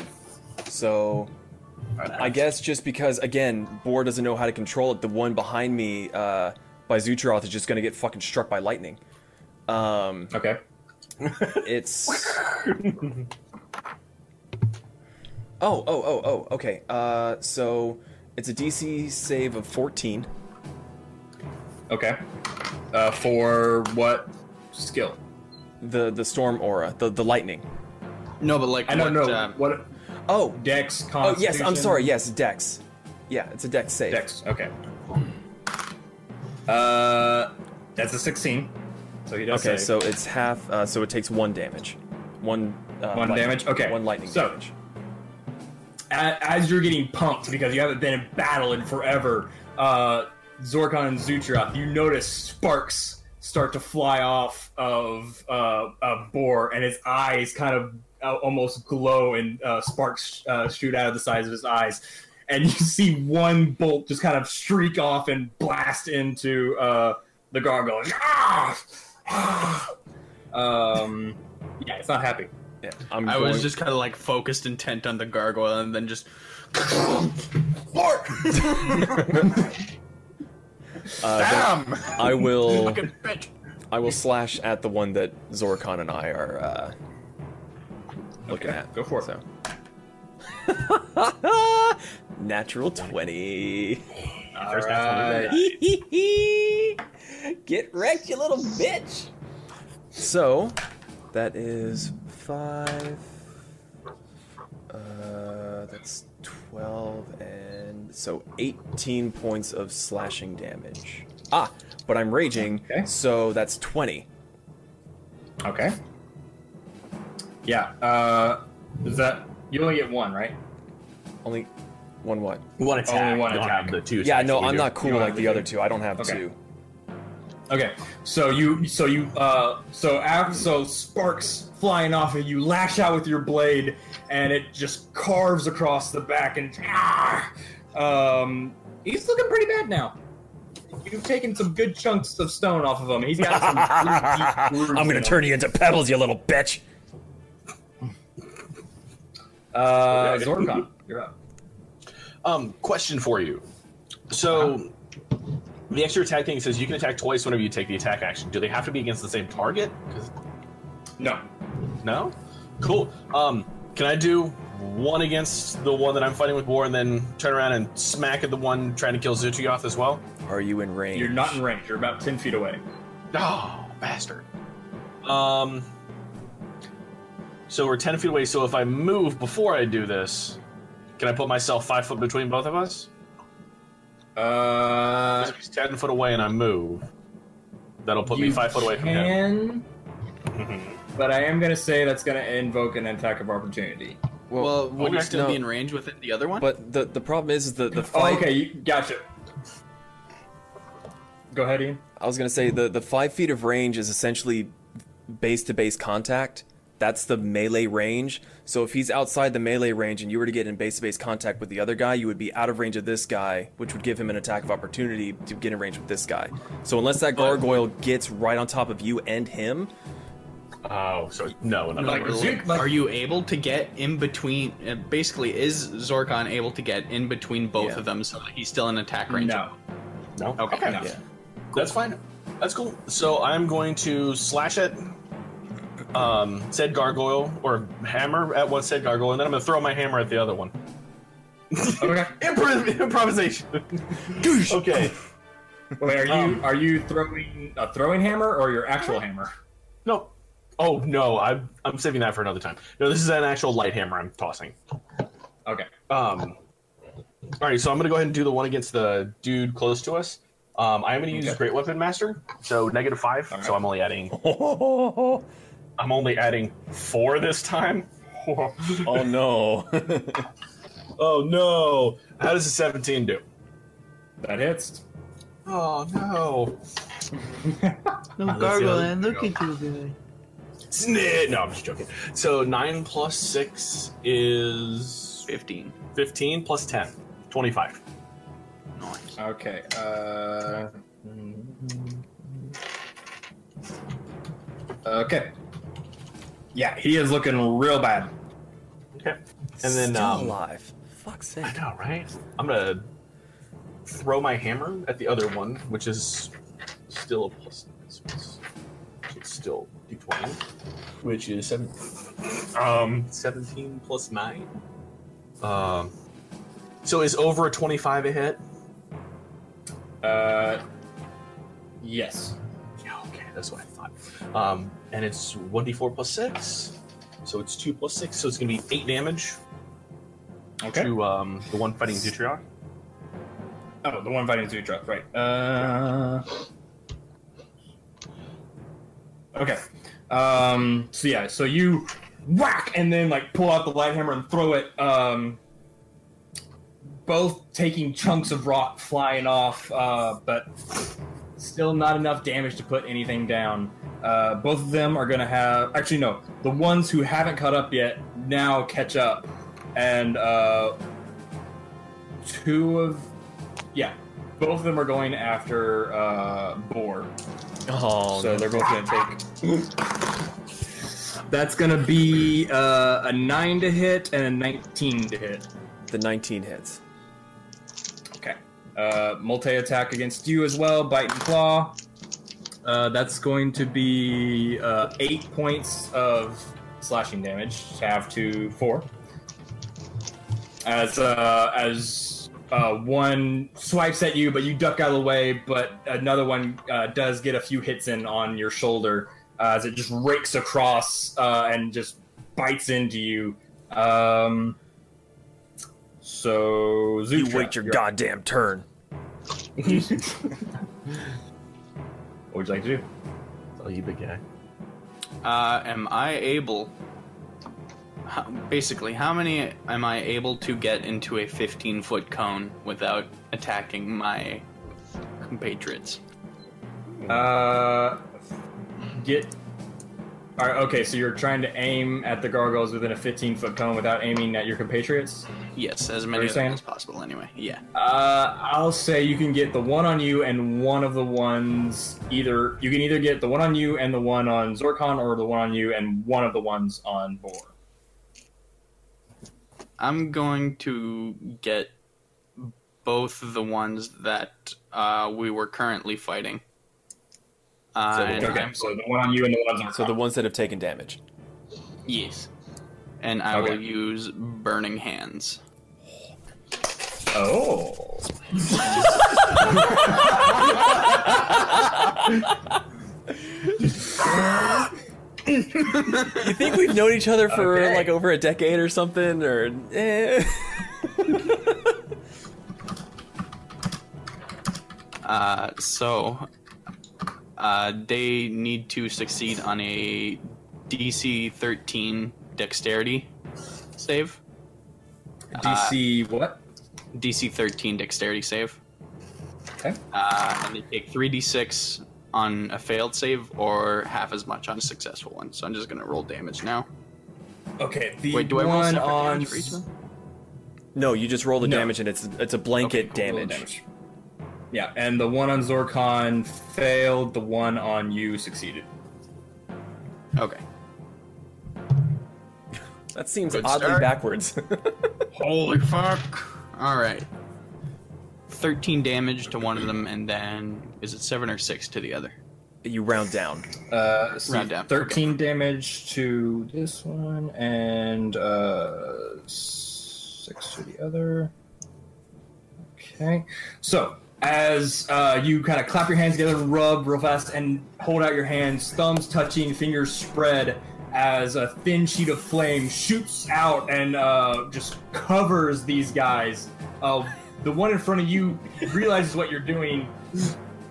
Speaker 5: So, I guess just because again, Boar doesn't know how to control it, the one behind me uh, by Zutroth is just gonna get fucking struck by lightning. Um,
Speaker 2: okay.
Speaker 5: It's. Oh, oh, oh, oh. Okay. Uh, so it's a DC save of fourteen.
Speaker 2: Okay. Uh, for what skill?
Speaker 5: The the storm aura, the the lightning.
Speaker 7: No, but like uh,
Speaker 2: I don't know what.
Speaker 5: Oh,
Speaker 2: Dex.
Speaker 5: Oh yes, I'm
Speaker 2: Constitution?
Speaker 5: sorry. Yes, Dex. Yeah, it's a Dex save.
Speaker 2: Dex. Okay. Uh, that's a 16. So he does
Speaker 5: Okay,
Speaker 2: save.
Speaker 5: so it's half. Uh, so it takes one damage. One. Uh,
Speaker 2: One
Speaker 5: lightning-
Speaker 2: damage? Okay,
Speaker 5: One lightning
Speaker 2: so-
Speaker 5: damage.
Speaker 2: A- as you're getting pumped because you haven't been in battle in forever, uh, Zorkon and Zutroth, you notice sparks start to fly off of uh, a boar, and his eyes kind of uh, almost glow, and uh, sparks uh, shoot out of the sides of his eyes. And you [laughs] see one bolt just kind of streak off and blast into uh, the gargoyle. [laughs] Ah! Ah! um, yeah, it's not happy.
Speaker 5: Yeah,
Speaker 7: I was just kind of like focused intent on the gargoyle and then just.
Speaker 5: Uh, then
Speaker 7: Damn!
Speaker 5: I will.
Speaker 7: [laughs] Fucking bitch.
Speaker 5: I will slash at the one that Zorkon and I are uh, looking at.
Speaker 2: Go for it.
Speaker 5: [laughs] Natural twenty. [laughs]
Speaker 2: First natural
Speaker 5: Get wrecked, you little bitch. So, that is five. Uh, that's twelve, and so eighteen points of slashing damage. Ah, but I'm raging, so that's twenty.
Speaker 2: Okay. Yeah. Uh, is that you only get one, right?
Speaker 5: Only one what?
Speaker 2: One attack. Only one You don't attack. have the two
Speaker 5: Yeah,
Speaker 2: attacks
Speaker 5: no,
Speaker 2: that we
Speaker 5: I'm
Speaker 2: do.
Speaker 5: not
Speaker 2: You
Speaker 5: cool
Speaker 2: don't
Speaker 5: like
Speaker 2: have
Speaker 5: the
Speaker 2: the
Speaker 5: other
Speaker 2: two.
Speaker 5: two. I don't have
Speaker 2: Okay.
Speaker 5: two.
Speaker 2: Okay. So you, so you, uh, so after, so sparks flying off and you lash out with your blade, and it just carves across the back, and ah! um, he's looking pretty bad now. You've taken some good chunks of stone off of him. He's
Speaker 5: [laughs]
Speaker 2: got some. really deep
Speaker 5: I'm
Speaker 2: grooves in
Speaker 5: gonna
Speaker 2: him.
Speaker 5: turn you into pebbles, you little bitch.
Speaker 2: Uh, Zorkon, you're up.
Speaker 10: Um, question for you. So,
Speaker 5: Uh-huh.
Speaker 10: the extra attack thing says you can attack twice whenever you take the attack action. Do they have to be against the same target? 'Cause-
Speaker 2: No.
Speaker 10: No. Cool. Um, can I do one against the one that I'm fighting with War, and then turn around and smack at the one trying to kill Zutrioth as well?
Speaker 5: Are you in range?
Speaker 2: You're not in range. You're about ten feet away.
Speaker 10: Oh, bastard. Um. So we're ten feet away. So if I move before I do this, can I put myself five foot between both of us?
Speaker 2: Uh,
Speaker 10: he's ten foot away, and I move. That'll put me
Speaker 2: You
Speaker 10: five foot away from him.
Speaker 2: can, But I am gonna say that's gonna invoke an attack of opportunity.
Speaker 5: Well,
Speaker 7: Well, would you still
Speaker 5: no.
Speaker 7: be in range with it, the other one?
Speaker 5: But the the problem is the the
Speaker 2: Oh,
Speaker 5: fight.
Speaker 2: okay, you, gotcha. Go ahead, Ian.
Speaker 5: I was gonna say the the five feet of range is essentially base to base contact, That's the melee range. So if he's outside the melee range and you were to get in base to base contact with the other guy, you would be out of range of this guy, which would give him an attack of opportunity to get in range with this guy. So unless that gargoyle gets right on top of you and him.
Speaker 10: Oh, so no,
Speaker 5: no.
Speaker 7: like, like, are you able to get in between? uh, Basically, is Zorkon able to get in between both of them so that he's still in attack range?
Speaker 10: No. No.
Speaker 7: Okay.
Speaker 10: Okay.
Speaker 7: Yeah.
Speaker 10: That's fine. That's cool. So I'm going to slash at um, said gargoyle or hammer at one said gargoyle, and then I'm going to throw my hammer at the other one.
Speaker 2: Okay.
Speaker 10: Improv- improvisation.
Speaker 5: [laughs]
Speaker 10: okay.
Speaker 2: Wait, are you are you throwing a throwing hammer or your actual hammer?
Speaker 10: No. Oh no, I'm I'm saving that for another time. No, this is an actual light hammer I'm tossing.
Speaker 2: Okay.
Speaker 10: Um. All right, so I'm gonna go ahead and do the one against the dude close to us. Um, I'm gonna use
Speaker 2: Okay.
Speaker 10: Great Weapon Master, so negative five. So I'm only adding.
Speaker 5: Oh,
Speaker 10: I'm only adding four this time. [laughs] oh
Speaker 5: no. [laughs]
Speaker 10: oh no. How does a 17 do?
Speaker 2: That hits.
Speaker 10: Oh no.
Speaker 15: No
Speaker 10: Let's see
Speaker 15: gargoyle,
Speaker 10: how-
Speaker 15: and look at you guy.
Speaker 10: Snit. No, I'm just joking. So 9 plus 6 is. 15. 15 plus 10. 25.
Speaker 2: Okay. Uh, okay. Yeah, he is looking real bad.
Speaker 10: Okay. And then.
Speaker 2: Still
Speaker 10: um,
Speaker 5: alive. Fuck's sake.
Speaker 10: I know, right? I'm gonna throw my hammer at the other one, which is still a plus. so It's it's still d20, which is seven, um, 17 plus 9. Um, so is over a 25 a hit?
Speaker 2: Uh, yes.
Speaker 10: Yeah, okay, that's what I thought. Um, and it's 1d4 plus 6. So it's 2 plus 6, so it's gonna be 8 damage.
Speaker 2: Okay.
Speaker 10: To um, the one fighting Dutrion.
Speaker 2: Oh, the one fighting Zutra, right. Uh, okay. Um, so yeah, so you whack and then like pull out the light hammer and throw it. Um, both taking chunks of rock flying off, uh, but still not enough damage to put anything down. Uh, both of them are gonna have actually no. The ones who haven't caught up yet now catch up, and uh, two of yeah, both of them are going after uh, Boar.
Speaker 5: Oh,
Speaker 2: so they're both gonna take. That's gonna be uh, a nine to hit and a nineteen to hit.
Speaker 5: The nineteen hits.
Speaker 2: Okay. Uh, multi attack against you as well, bite and claw. Uh, that's going to be uh, eight points of slashing damage. Have to four. As uh, as uh, one swipes at you, but you duck out of the way. But another one uh, does get a few hits in on your shoulder uh, as it just rakes across uh, and just bites into you. Um, so
Speaker 5: You
Speaker 2: Zutra,
Speaker 5: wait your
Speaker 2: you're up.
Speaker 5: goddamn turn.
Speaker 2: What would you like to do?
Speaker 10: Oh, you big guy.
Speaker 7: Uh, am I able? How, basically, how many am I able to get into a 15 foot cone without attacking my compatriots?
Speaker 2: Uh, get. All right. Okay. So you're trying to aim at the gargoyles within a 15 foot cone without aiming at your compatriots.
Speaker 7: Yes, as
Speaker 2: Are
Speaker 7: many
Speaker 2: you
Speaker 7: of them
Speaker 2: saying?
Speaker 7: as possible. Anyway, yeah.
Speaker 2: Uh, I'll say you can get the one on you and one of the ones either you can either get the one on you and the one on Zorkon, or the one on you and one of the ones on Boar.
Speaker 7: I'm going to get both of the ones that uh, we were currently fighting. Uh,
Speaker 5: So the-
Speaker 7: and
Speaker 5: Okay,
Speaker 7: I'm
Speaker 2: So the one on you and the ones on.
Speaker 5: So the ones that have taken damage.
Speaker 7: Yes. And I
Speaker 5: Okay.
Speaker 7: will use Burning Hands.
Speaker 2: Oh.
Speaker 5: You think we've known each other for
Speaker 2: Okay.
Speaker 5: like over a decade or something, or eh.
Speaker 7: Uh, so uh, they need to succeed on a DC 13 dexterity save. Uh,
Speaker 2: DC what?
Speaker 7: DC 13 dexterity save.
Speaker 2: Okay.
Speaker 7: Uh, and they take 3d6 on a failed save or half as much on a successful one. So I'm just gonna roll damage now.
Speaker 2: Okay. The
Speaker 7: Wait, do I
Speaker 2: one
Speaker 7: roll separate
Speaker 2: on
Speaker 7: damage for each one?
Speaker 5: No, you just roll the
Speaker 2: No.
Speaker 5: damage, and it's it's a blanket
Speaker 2: Okay, cool, roll
Speaker 5: damage.
Speaker 2: damage. Yeah, and the one on Zorkon failed. The one on you succeeded.
Speaker 7: Okay.
Speaker 5: That seems
Speaker 7: Good
Speaker 5: oddly [laughs]
Speaker 7: start.
Speaker 5: backwards.
Speaker 7: Holy fuck! All right. Thirteen damage to one of them, and then is it seven or six to the other?
Speaker 5: You round down.
Speaker 2: Uh, so
Speaker 7: Round down, okay.
Speaker 2: 13 damage to this one, and uh, six to the other. Okay. So, as uh, you kind of clap your hands together, rub real fast, and hold out your hands, thumbs touching, fingers spread, as a thin sheet of flame shoots out and uh, just covers these guys. Uh, the one in front of you realizes what you're doing.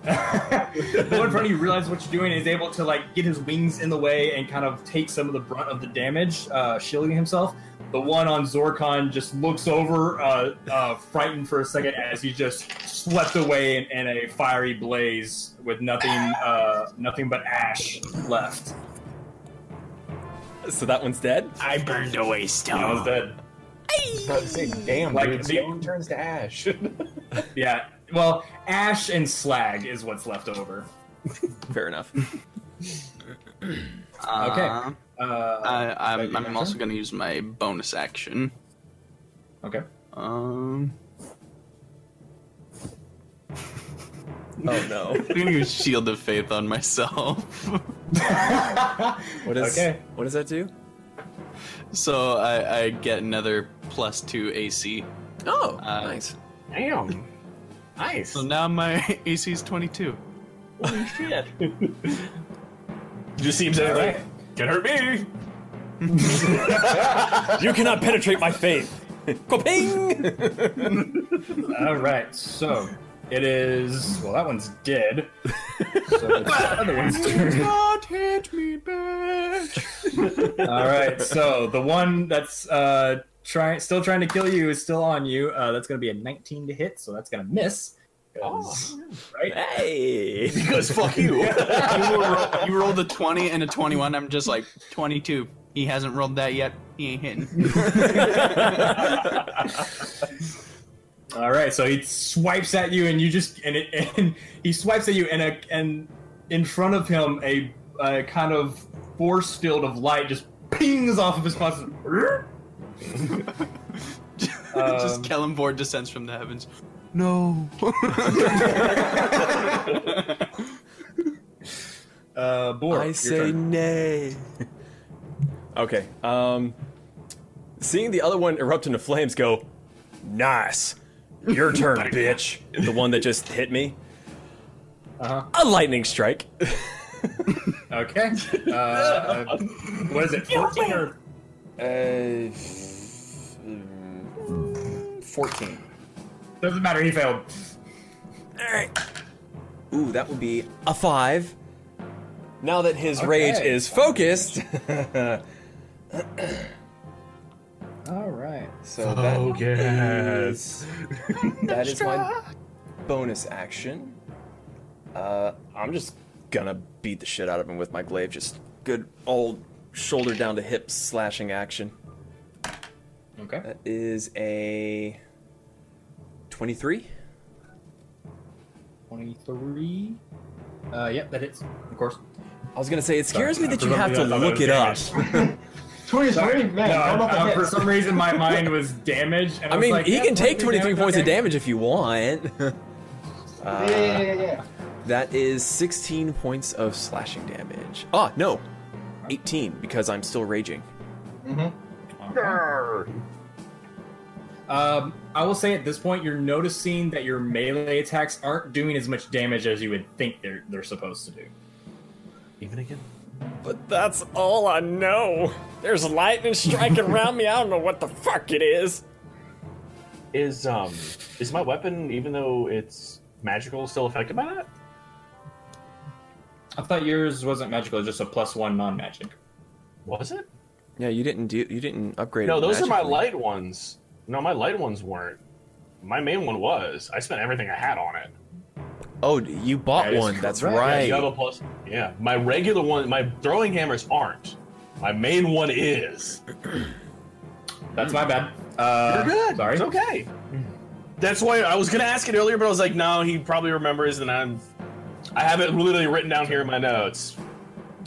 Speaker 2: the one in front of you realizes what you're doing and is able to like get his wings in the way and kind of take some of the brunt of the damage, uh, shielding himself. The one on Zorkon just looks over, uh, uh, frightened for a second, as he's just swept away in, in a fiery blaze with nothing, uh, nothing but ash left.
Speaker 5: So that one's dead.
Speaker 7: I burned away stone.
Speaker 2: That one's dead.
Speaker 6: damn,
Speaker 2: Like
Speaker 6: dude,
Speaker 2: the-
Speaker 6: stone turns to ash. [laughs]
Speaker 2: Yeah. Well, ash and slag is what's left over.
Speaker 5: Fair [laughs] enough.
Speaker 2: Okay. Uh, Is
Speaker 7: I,
Speaker 2: that
Speaker 7: I'm,
Speaker 2: your
Speaker 7: I'm
Speaker 2: turn?
Speaker 7: also going to use my bonus action.
Speaker 6: [laughs]
Speaker 2: Okay. [laughs]
Speaker 7: Um.
Speaker 5: Oh no.
Speaker 7: I'm going to use Shield of Faith on myself. [laughs]
Speaker 5: What is
Speaker 2: Okay.
Speaker 5: what does that do?
Speaker 7: So I, I get another plus two AC.
Speaker 5: Oh,
Speaker 7: nice.
Speaker 6: Damn. Nice.
Speaker 7: So now my [laughs] AC is 22.
Speaker 6: Holy shit.
Speaker 10: [laughs] Just seems like
Speaker 6: Alright.
Speaker 10: can hurt me.
Speaker 5: you cannot penetrate my [laughs] faith. Koping!
Speaker 2: All right, so it is. Well, that one's dead. So it's the other one's turn.
Speaker 7: Not hit me, bitch.
Speaker 2: All right, so the one that's uh, trying, still trying to kill you is still on you. Uh, that's going to be a 19 to hit, so that's going to miss.
Speaker 10: Oh.
Speaker 2: 'cause- Right?
Speaker 5: [laughs] Hey.
Speaker 10: He goes, fuck you.
Speaker 2: [laughs]
Speaker 7: you, roll, you rolled a 20 and a 21. I'm just like, 22. He hasn't rolled that yet. He ain't
Speaker 5: [laughs]
Speaker 7: hitting. [laughs]
Speaker 2: All right, so he swipes at you, and you just and it and he swipes at you, and a, and in front of him a, a kind of force field of light just pings off of his pocket.
Speaker 7: just
Speaker 2: Um,
Speaker 7: Kellenborg descends from the heavens.
Speaker 15: No.
Speaker 2: Uh, Bor,
Speaker 5: I
Speaker 2: your
Speaker 5: say
Speaker 2: turn.
Speaker 5: nay. [laughs] okay. Um, seeing the other one erupt into flames, go. Nice. Your turn, bitch. The one that just hit me.
Speaker 2: Uh-huh.
Speaker 5: A lightning strike.
Speaker 2: Okay. Uh, uh, what is it? Fourteen or
Speaker 6: Uh,
Speaker 5: 14.
Speaker 2: doesn't matter. He failed.
Speaker 5: Ooh, that would be a five. Now that his rage
Speaker 2: Okay.
Speaker 5: is focused,
Speaker 2: All right.
Speaker 5: so that is
Speaker 10: Focus.
Speaker 5: [laughs] that is my bonus action. Uh, I'm just gonna beat the shit out of him with my glaive. Just good old shoulder down to hip slashing action.
Speaker 2: Okay.
Speaker 5: That is a twenty-three.
Speaker 2: Twenty-three. Uh, yep, that hits. Of course.
Speaker 5: I was gonna say it scares
Speaker 2: Sorry,
Speaker 5: me that
Speaker 2: I
Speaker 5: you have to
Speaker 2: presumptively I thought
Speaker 5: look it up.
Speaker 2: that [laughs]
Speaker 6: Sorry.
Speaker 2: No,
Speaker 6: No,
Speaker 2: uh,
Speaker 6: uh,
Speaker 2: for some reason my mind was damaged. And I,
Speaker 5: I
Speaker 2: was
Speaker 5: mean,
Speaker 2: like,
Speaker 5: he
Speaker 2: yeah,
Speaker 5: can take 23 points
Speaker 2: okay.
Speaker 5: of damage if you [laughs] want. Uh,
Speaker 6: yeah, yeah, yeah, yeah.
Speaker 5: That is 16 points of slashing damage. Ah, no. 18 because I'm still raging.
Speaker 2: Um, I will say at this point, you're noticing that your melee attacks aren't doing as much damage as you would think they're they're supposed to do.
Speaker 6: Even again?
Speaker 17: But that's all I know. There's lightning striking around me. I don't know what the fuck it is.
Speaker 10: Is um is my weapon even though it's magical still affected by that?
Speaker 2: I thought yours wasn't magical; it's just a plus one non-magic.
Speaker 10: Was it?
Speaker 5: Yeah, you didn't do you didn't upgrade.
Speaker 10: No,
Speaker 5: it
Speaker 10: those are my
Speaker 5: magically.
Speaker 10: light ones. No, my light ones weren't. My main one was. I spent everything I had on it.
Speaker 5: Oh, you bought
Speaker 10: That is
Speaker 5: one. That's
Speaker 10: correct. Yeah,
Speaker 5: right.
Speaker 10: you have a plus. Yeah, my regular one, my throwing hammers aren't. My main one is.
Speaker 2: That's my bad. Uh,
Speaker 10: You're good.
Speaker 2: sorry.
Speaker 10: It's okay. That's why I was gonna ask it earlier, but I was like, no, he probably remembers, and I'm. I have it literally written down here in my notes.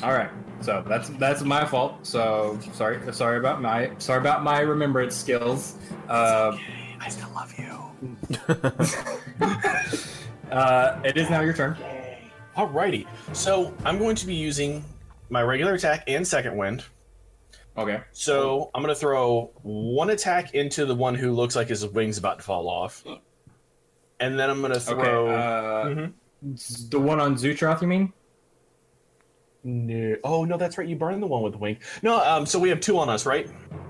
Speaker 2: All right. So that's that's my fault. So sorry, sorry about my sorry about my remembrance skills. Uh,
Speaker 7: I still love you.
Speaker 2: [laughs] uh, it is now your turn.
Speaker 10: Alrighty. So I'm going to be using my regular attack and second wind.
Speaker 2: Okay.
Speaker 10: So I'm going to throw one attack into the one who looks like his wings about to fall off, and then I'm going to throw. Mm-hmm.
Speaker 2: Okay. Uh, The one on Zutroth, you mean?
Speaker 10: No. Oh no, that's right. You burned the one with the wing. No. Um. So we have two on us, right?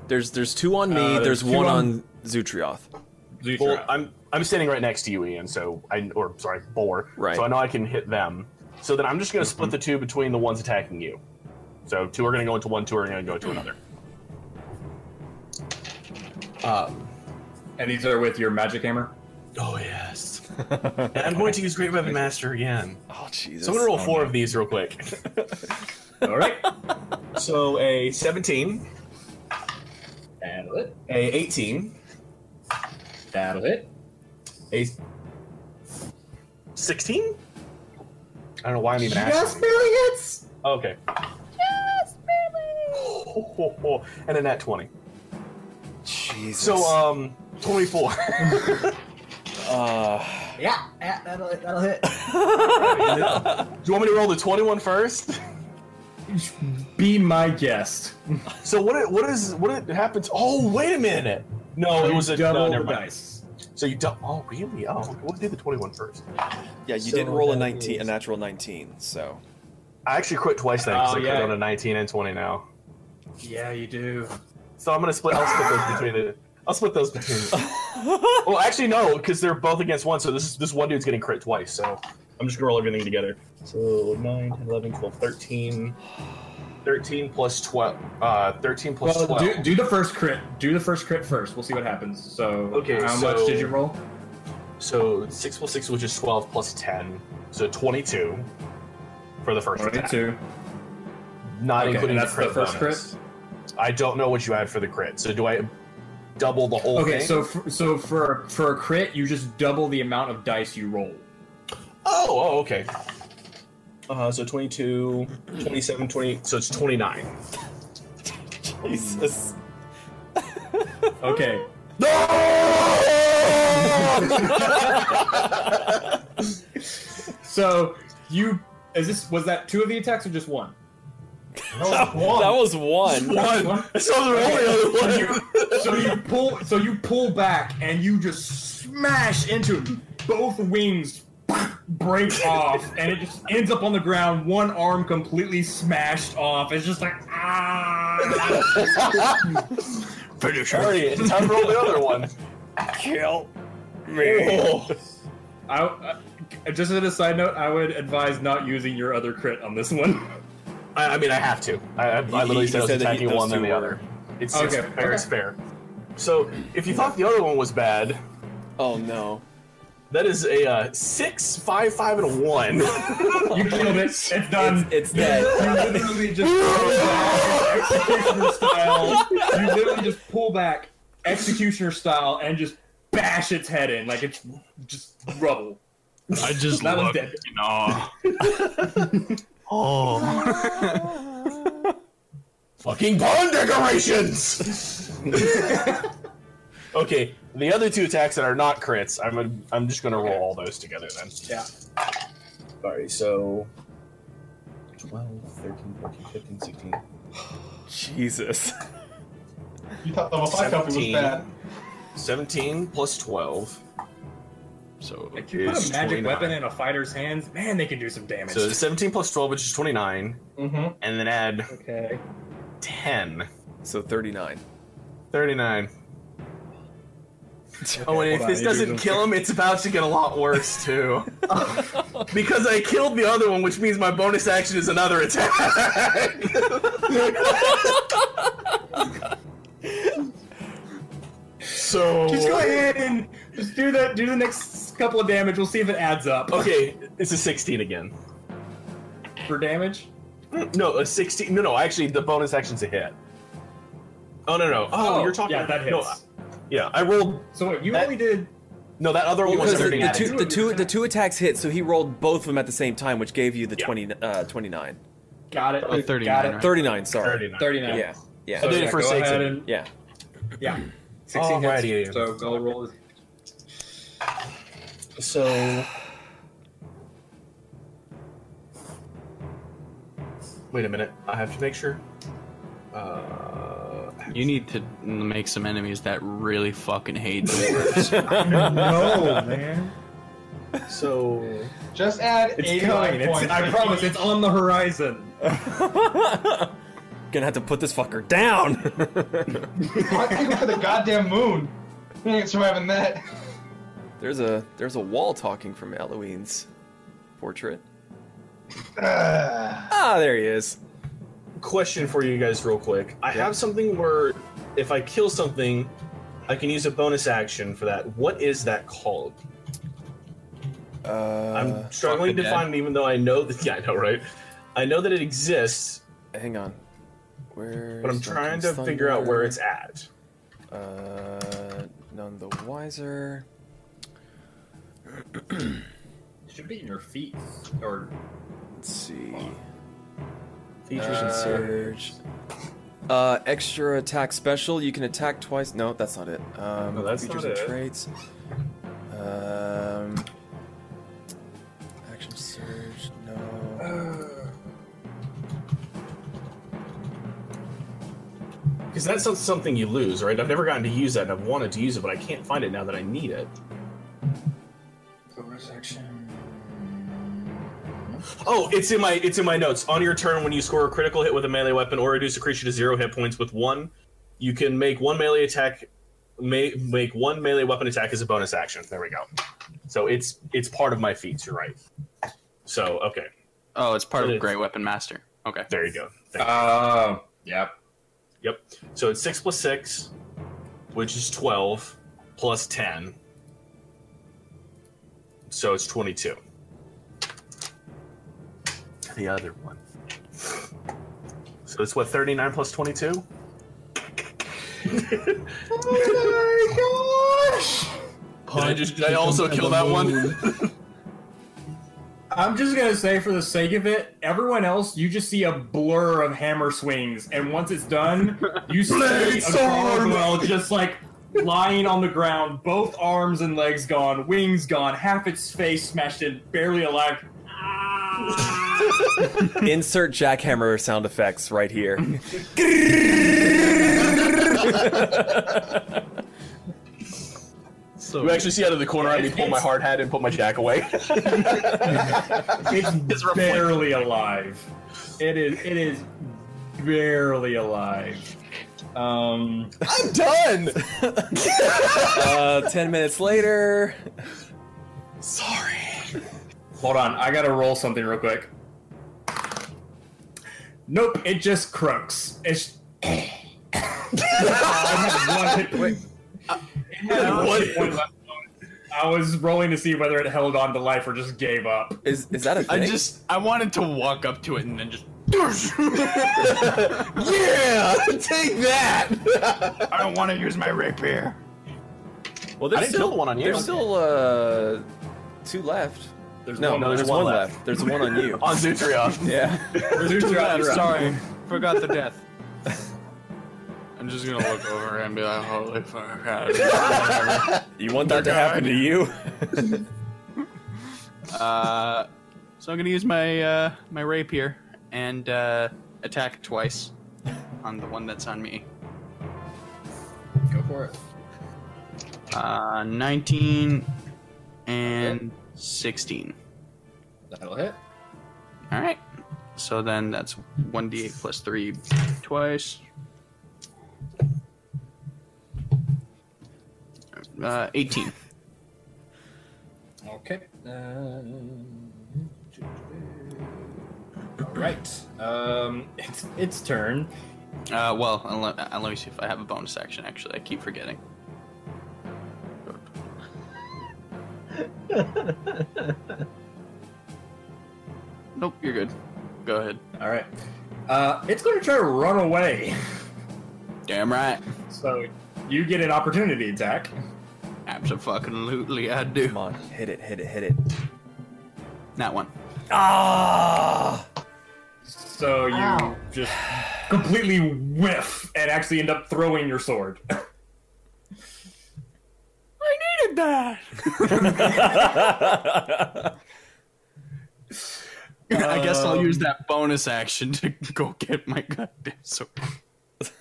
Speaker 5: There's there's two on me.
Speaker 10: Uh,
Speaker 5: there's
Speaker 10: two
Speaker 5: one on,
Speaker 10: on- [laughs]
Speaker 5: Zutrioth. [laughs]
Speaker 10: Well, I'm I'm standing right next to you, Ian. So I or sorry, Boar.
Speaker 5: Right.
Speaker 10: So I know I can hit them. So then I'm just going to split the two between the ones attacking you. So two are going to go into one, two are going to go into another. Um,
Speaker 2: and these are with your magic hammer.
Speaker 10: Oh yes. And I'm going to use Great Weapon Master again.
Speaker 5: Oh Jesus.
Speaker 10: So I'm going to roll four of these real quick.
Speaker 2: All right.
Speaker 10: So a 17. That'll hit. A 18.
Speaker 2: That'll hit.
Speaker 10: A 16? I don't know why I'm even asking.
Speaker 2: barely hits.
Speaker 10: Okay. Just barely. And a nat 20.
Speaker 5: Jesus.
Speaker 10: So, um,
Speaker 2: [laughs]
Speaker 10: 24.
Speaker 5: uh,
Speaker 13: Yeah, yeah that'll, that'll hit.
Speaker 10: Do you want me to roll the 21 first?
Speaker 2: Be my guest.
Speaker 10: So what? It, what is? What it happens? Oh, wait a minute. No, it
Speaker 2: You
Speaker 10: was a
Speaker 2: double
Speaker 10: no, never
Speaker 2: the
Speaker 10: mind.
Speaker 2: dice.
Speaker 10: So you double? Oh, really? Oh, okay, we'll do the 21 first.
Speaker 5: yeah, you
Speaker 10: So
Speaker 5: didn't roll a
Speaker 10: that
Speaker 5: nineteen, a
Speaker 10: is-
Speaker 5: natural nineteen. So
Speaker 10: I actually quit twice then because
Speaker 2: Oh,
Speaker 10: I
Speaker 2: yeah.
Speaker 10: quit on a 19 and 20 now.
Speaker 2: Yeah, you do.
Speaker 10: So I'm gonna split. I'll split those between the. I'll split those between.
Speaker 2: [laughs]
Speaker 10: well, actually no, because they're both against one. So this this one dude's getting crit twice. So I'm just gonna roll everything together. So 9, 10, 11, 12, 13. 13 plus 12. Uh, 13 plus
Speaker 2: Well,
Speaker 10: 12.
Speaker 2: do, do the first crit. Do the first crit first. We'll see what happens. So,
Speaker 10: Okay,
Speaker 2: how
Speaker 10: so-
Speaker 2: much did you roll?
Speaker 10: So six plus six, which is twelve, plus ten, so twenty-two for the first. attack.
Speaker 2: 22.
Speaker 10: Not
Speaker 2: Okay,
Speaker 10: including
Speaker 2: and that's
Speaker 10: the, crit
Speaker 2: the first
Speaker 10: bonus. I don't know what you add for the crit. So do I double the whole
Speaker 2: Okay,
Speaker 10: thing?
Speaker 2: so for, so for for a crit, you just double the amount of dice you roll.
Speaker 10: oh, oh, okay. Uh, so 22, 27, 20, so it's 29.
Speaker 5: [laughs] Jesus.
Speaker 2: Okay. so you is this was that two of the attacks or just one?
Speaker 17: That was one.
Speaker 2: Just
Speaker 10: So the
Speaker 2: Okay.
Speaker 10: only
Speaker 2: other one. so
Speaker 10: [laughs]
Speaker 2: you pull so you pull back and you just smash into it. Both wings break off and it just ends up on the ground, one arm completely smashed off. It's just like ah
Speaker 10: Finish her. It's time to roll the other one.
Speaker 17: Kill
Speaker 2: Oh. I, I- just as a side note, I would advise not using your other crit on this one.
Speaker 10: I, I mean, I have to. I, I, I literally
Speaker 5: he
Speaker 10: said I was
Speaker 5: said that he-
Speaker 10: attacking
Speaker 5: those
Speaker 10: one, then
Speaker 5: two
Speaker 10: the
Speaker 5: were-
Speaker 10: other. It's,
Speaker 5: Okay,
Speaker 10: it's fair.
Speaker 5: okay.
Speaker 10: It's fair. So if you thought the other one was bad,
Speaker 5: oh no,
Speaker 10: that is a uh, six, five, five, and a one.
Speaker 2: [laughs] You killed it. It's done.
Speaker 5: It's,
Speaker 2: you, You literally just pull [laughs] back, executioner style. You literally just pull back, executioner style, and just bash its head in like it's just rubble.
Speaker 7: I just
Speaker 2: That was
Speaker 7: looked
Speaker 2: dead.
Speaker 7: in awe.
Speaker 2: [laughs]
Speaker 10: oh.
Speaker 2: Oh.
Speaker 10: Fucking barn decorations! okay, the other two attacks that are not crits, I'm gonna, I'm just gonna roll all those together then.
Speaker 2: Yeah.
Speaker 10: Sorry, so 12, 13, 14, 15, 16.
Speaker 5: Jesus.
Speaker 10: You thought
Speaker 6: the Mapai copy was bad.
Speaker 10: 17 plus 12. So
Speaker 2: If you put a magic weapon in a fighter's hands, man, they can do some damage.
Speaker 10: So 17 plus 12, which is 29,
Speaker 2: Mhm.
Speaker 10: and then add
Speaker 2: Okay.
Speaker 10: 10.
Speaker 5: So 39.
Speaker 10: 39. oh, and
Speaker 2: hold
Speaker 10: if
Speaker 2: on,
Speaker 10: this
Speaker 2: Andrew's
Speaker 10: doesn't
Speaker 2: in- [laughs]
Speaker 10: kill him, it's about to get a lot worse, too. because I killed the other one, which means my bonus action is another attack. [laughs] so.
Speaker 2: Just go ahead and just do that. Do the next couple of damage. We'll see if it adds up.
Speaker 10: Okay, it's a 16 again.
Speaker 2: For damage?
Speaker 10: No, a 16. No, no, actually, the bonus action's a hit. Oh, no, no. Oh,
Speaker 2: Oh,
Speaker 10: you're talking
Speaker 2: yeah, that
Speaker 10: no,
Speaker 2: hits.
Speaker 10: I- yeah, I rolled.
Speaker 2: So, wait, you only did.
Speaker 10: No, that other one was
Speaker 5: Because the,
Speaker 10: 30.
Speaker 5: the two, the, two, the two attacks hit, so he rolled both of them at the same time, which gave you the 20, uh, 29.
Speaker 2: Got it. Got it.
Speaker 5: 39, sorry.
Speaker 2: 39. 39.
Speaker 5: Yeah. yeah.
Speaker 2: So I did it for go ahead 16. and-
Speaker 10: [laughs]
Speaker 5: Yeah.
Speaker 2: Yeah. 16 hits.
Speaker 10: Alrighty.
Speaker 2: So go roll. it.
Speaker 10: So. Wait a minute. I have to make sure. Uh,
Speaker 7: You need to make some enemies that really fucking
Speaker 5: [laughs]
Speaker 7: hate dwarves.
Speaker 10: No,
Speaker 2: man.
Speaker 10: So.
Speaker 2: Just add
Speaker 7: It's
Speaker 2: 80
Speaker 7: coming.
Speaker 2: life
Speaker 7: It's-
Speaker 2: points.
Speaker 7: I
Speaker 2: I promise, it's on the horizon.
Speaker 5: Gonna have to put this fucker down! [laughs]
Speaker 8: I think for the goddamn moon. Thanks for having that.
Speaker 5: There's a there's a wall talking from Eloine's portrait.
Speaker 10: Uh.
Speaker 5: ah, there he is.
Speaker 10: Question for you guys, real quick. I have something where if I kill something, I can use a bonus action for that. What is that called?
Speaker 5: Uh,
Speaker 10: I'm struggling to find it, even though I know that. [laughs] Yeah, I know, right? I know that it exists.
Speaker 5: Hang on. Where?
Speaker 10: But I'm trying to figure out where it's at.
Speaker 5: Uh, none the wiser.
Speaker 2: Should be in your feet. [sighs] Or.
Speaker 5: Let's see.
Speaker 10: Features
Speaker 5: uh,
Speaker 10: and
Speaker 5: surge. Uh, extra attack special. You can attack twice. No, that's not it. Um,
Speaker 10: No, that's
Speaker 5: features
Speaker 10: not
Speaker 5: and
Speaker 10: it.
Speaker 5: traits. Um, action surge. No.
Speaker 2: uh,
Speaker 10: Because that's not something you lose, right? I've never gotten to use that, and I've wanted to use it, but I can't find it now that I need it.
Speaker 2: Bonus action.
Speaker 10: Oh, it's in my it's in my notes. On your turn, when you score a critical hit with a melee weapon or reduce a creature to zero hit points with one, you can make one melee attack, may, make one melee weapon attack as a bonus action. There we go. So it's it's part of my feats. You're right. So okay,
Speaker 7: oh, it's part
Speaker 10: It
Speaker 7: of
Speaker 10: is.
Speaker 7: Great Weapon Master. Okay.
Speaker 10: there you go. Thank you.
Speaker 2: Uh, yep.
Speaker 10: Yep. So it's six plus six, which is twelve, plus ten. So it's twenty-two. The other one. So it's what thirty-nine plus twenty-two.
Speaker 7: Did I just did I also kill that one?
Speaker 2: I'm just gonna say, for the sake of it, everyone else, you just see a blur of hammer swings, and once it's done, you see
Speaker 10: Blade
Speaker 2: a
Speaker 10: sword!
Speaker 2: gargoyle just like lying on the ground, both arms and legs gone, wings gone, half its face smashed in, barely alive.
Speaker 5: Insert jackhammer sound effects right here.
Speaker 10: you actually see out of the corner of me pull my hard hat and put my jack [laughs] away.
Speaker 2: It's barely alive. It is. It is barely alive. Um,
Speaker 10: I'm done.
Speaker 5: uh, ten minutes later.
Speaker 10: Sorry.
Speaker 2: Hold on, I gotta roll something real quick. Nope, it just croaks. It's. [laughs] I had one hit- It had one hit point left. I was rolling to see whether it held on to life or just gave up.
Speaker 5: Is is that a
Speaker 7: I just I wanted to walk up to it and then just [laughs]
Speaker 10: yeah, take that.
Speaker 7: I don't want to use my rapier.
Speaker 10: Well, there's I didn't still- kill the one on you.
Speaker 5: There's still uh, two left.
Speaker 2: There's
Speaker 5: no,
Speaker 2: one-
Speaker 5: no, there's, one, left. There's one on
Speaker 10: [laughs]
Speaker 5: you.
Speaker 10: On Zutrioth.
Speaker 5: Yeah.
Speaker 7: I'm sorry, forgot the death. [laughs] I'm just gonna look over and be like, holy fuck. [laughs] God.
Speaker 5: You want that to happen to you? [laughs]
Speaker 7: Uh, so I'm gonna use my uh, my rapier and uh, attack twice on the one that's on me.
Speaker 2: Go for it.
Speaker 7: Uh, 19 and 16.
Speaker 2: That'll hit.
Speaker 7: All right. So then that's 1d8 plus 3 twice. Uh, 18.
Speaker 2: Okay. Um, all right. Um, it's its turn.
Speaker 7: Uh, well, and let, and let me see if I have a bonus action, actually. I keep forgetting. Nope, you're good. Go ahead.
Speaker 2: All right. Uh, it's going to try to run away.
Speaker 7: Damn right.
Speaker 2: So you get an opportunity attack.
Speaker 7: Absolutely, I do. Come
Speaker 5: on, hit it, hit it, hit it.
Speaker 7: That one. [laughs]
Speaker 2: Ah! So you just completely whiff and actually end up throwing your sword.
Speaker 7: I needed that. I guess I'll use that bonus action to [laughs] go get my goddamn sword.
Speaker 2: [laughs]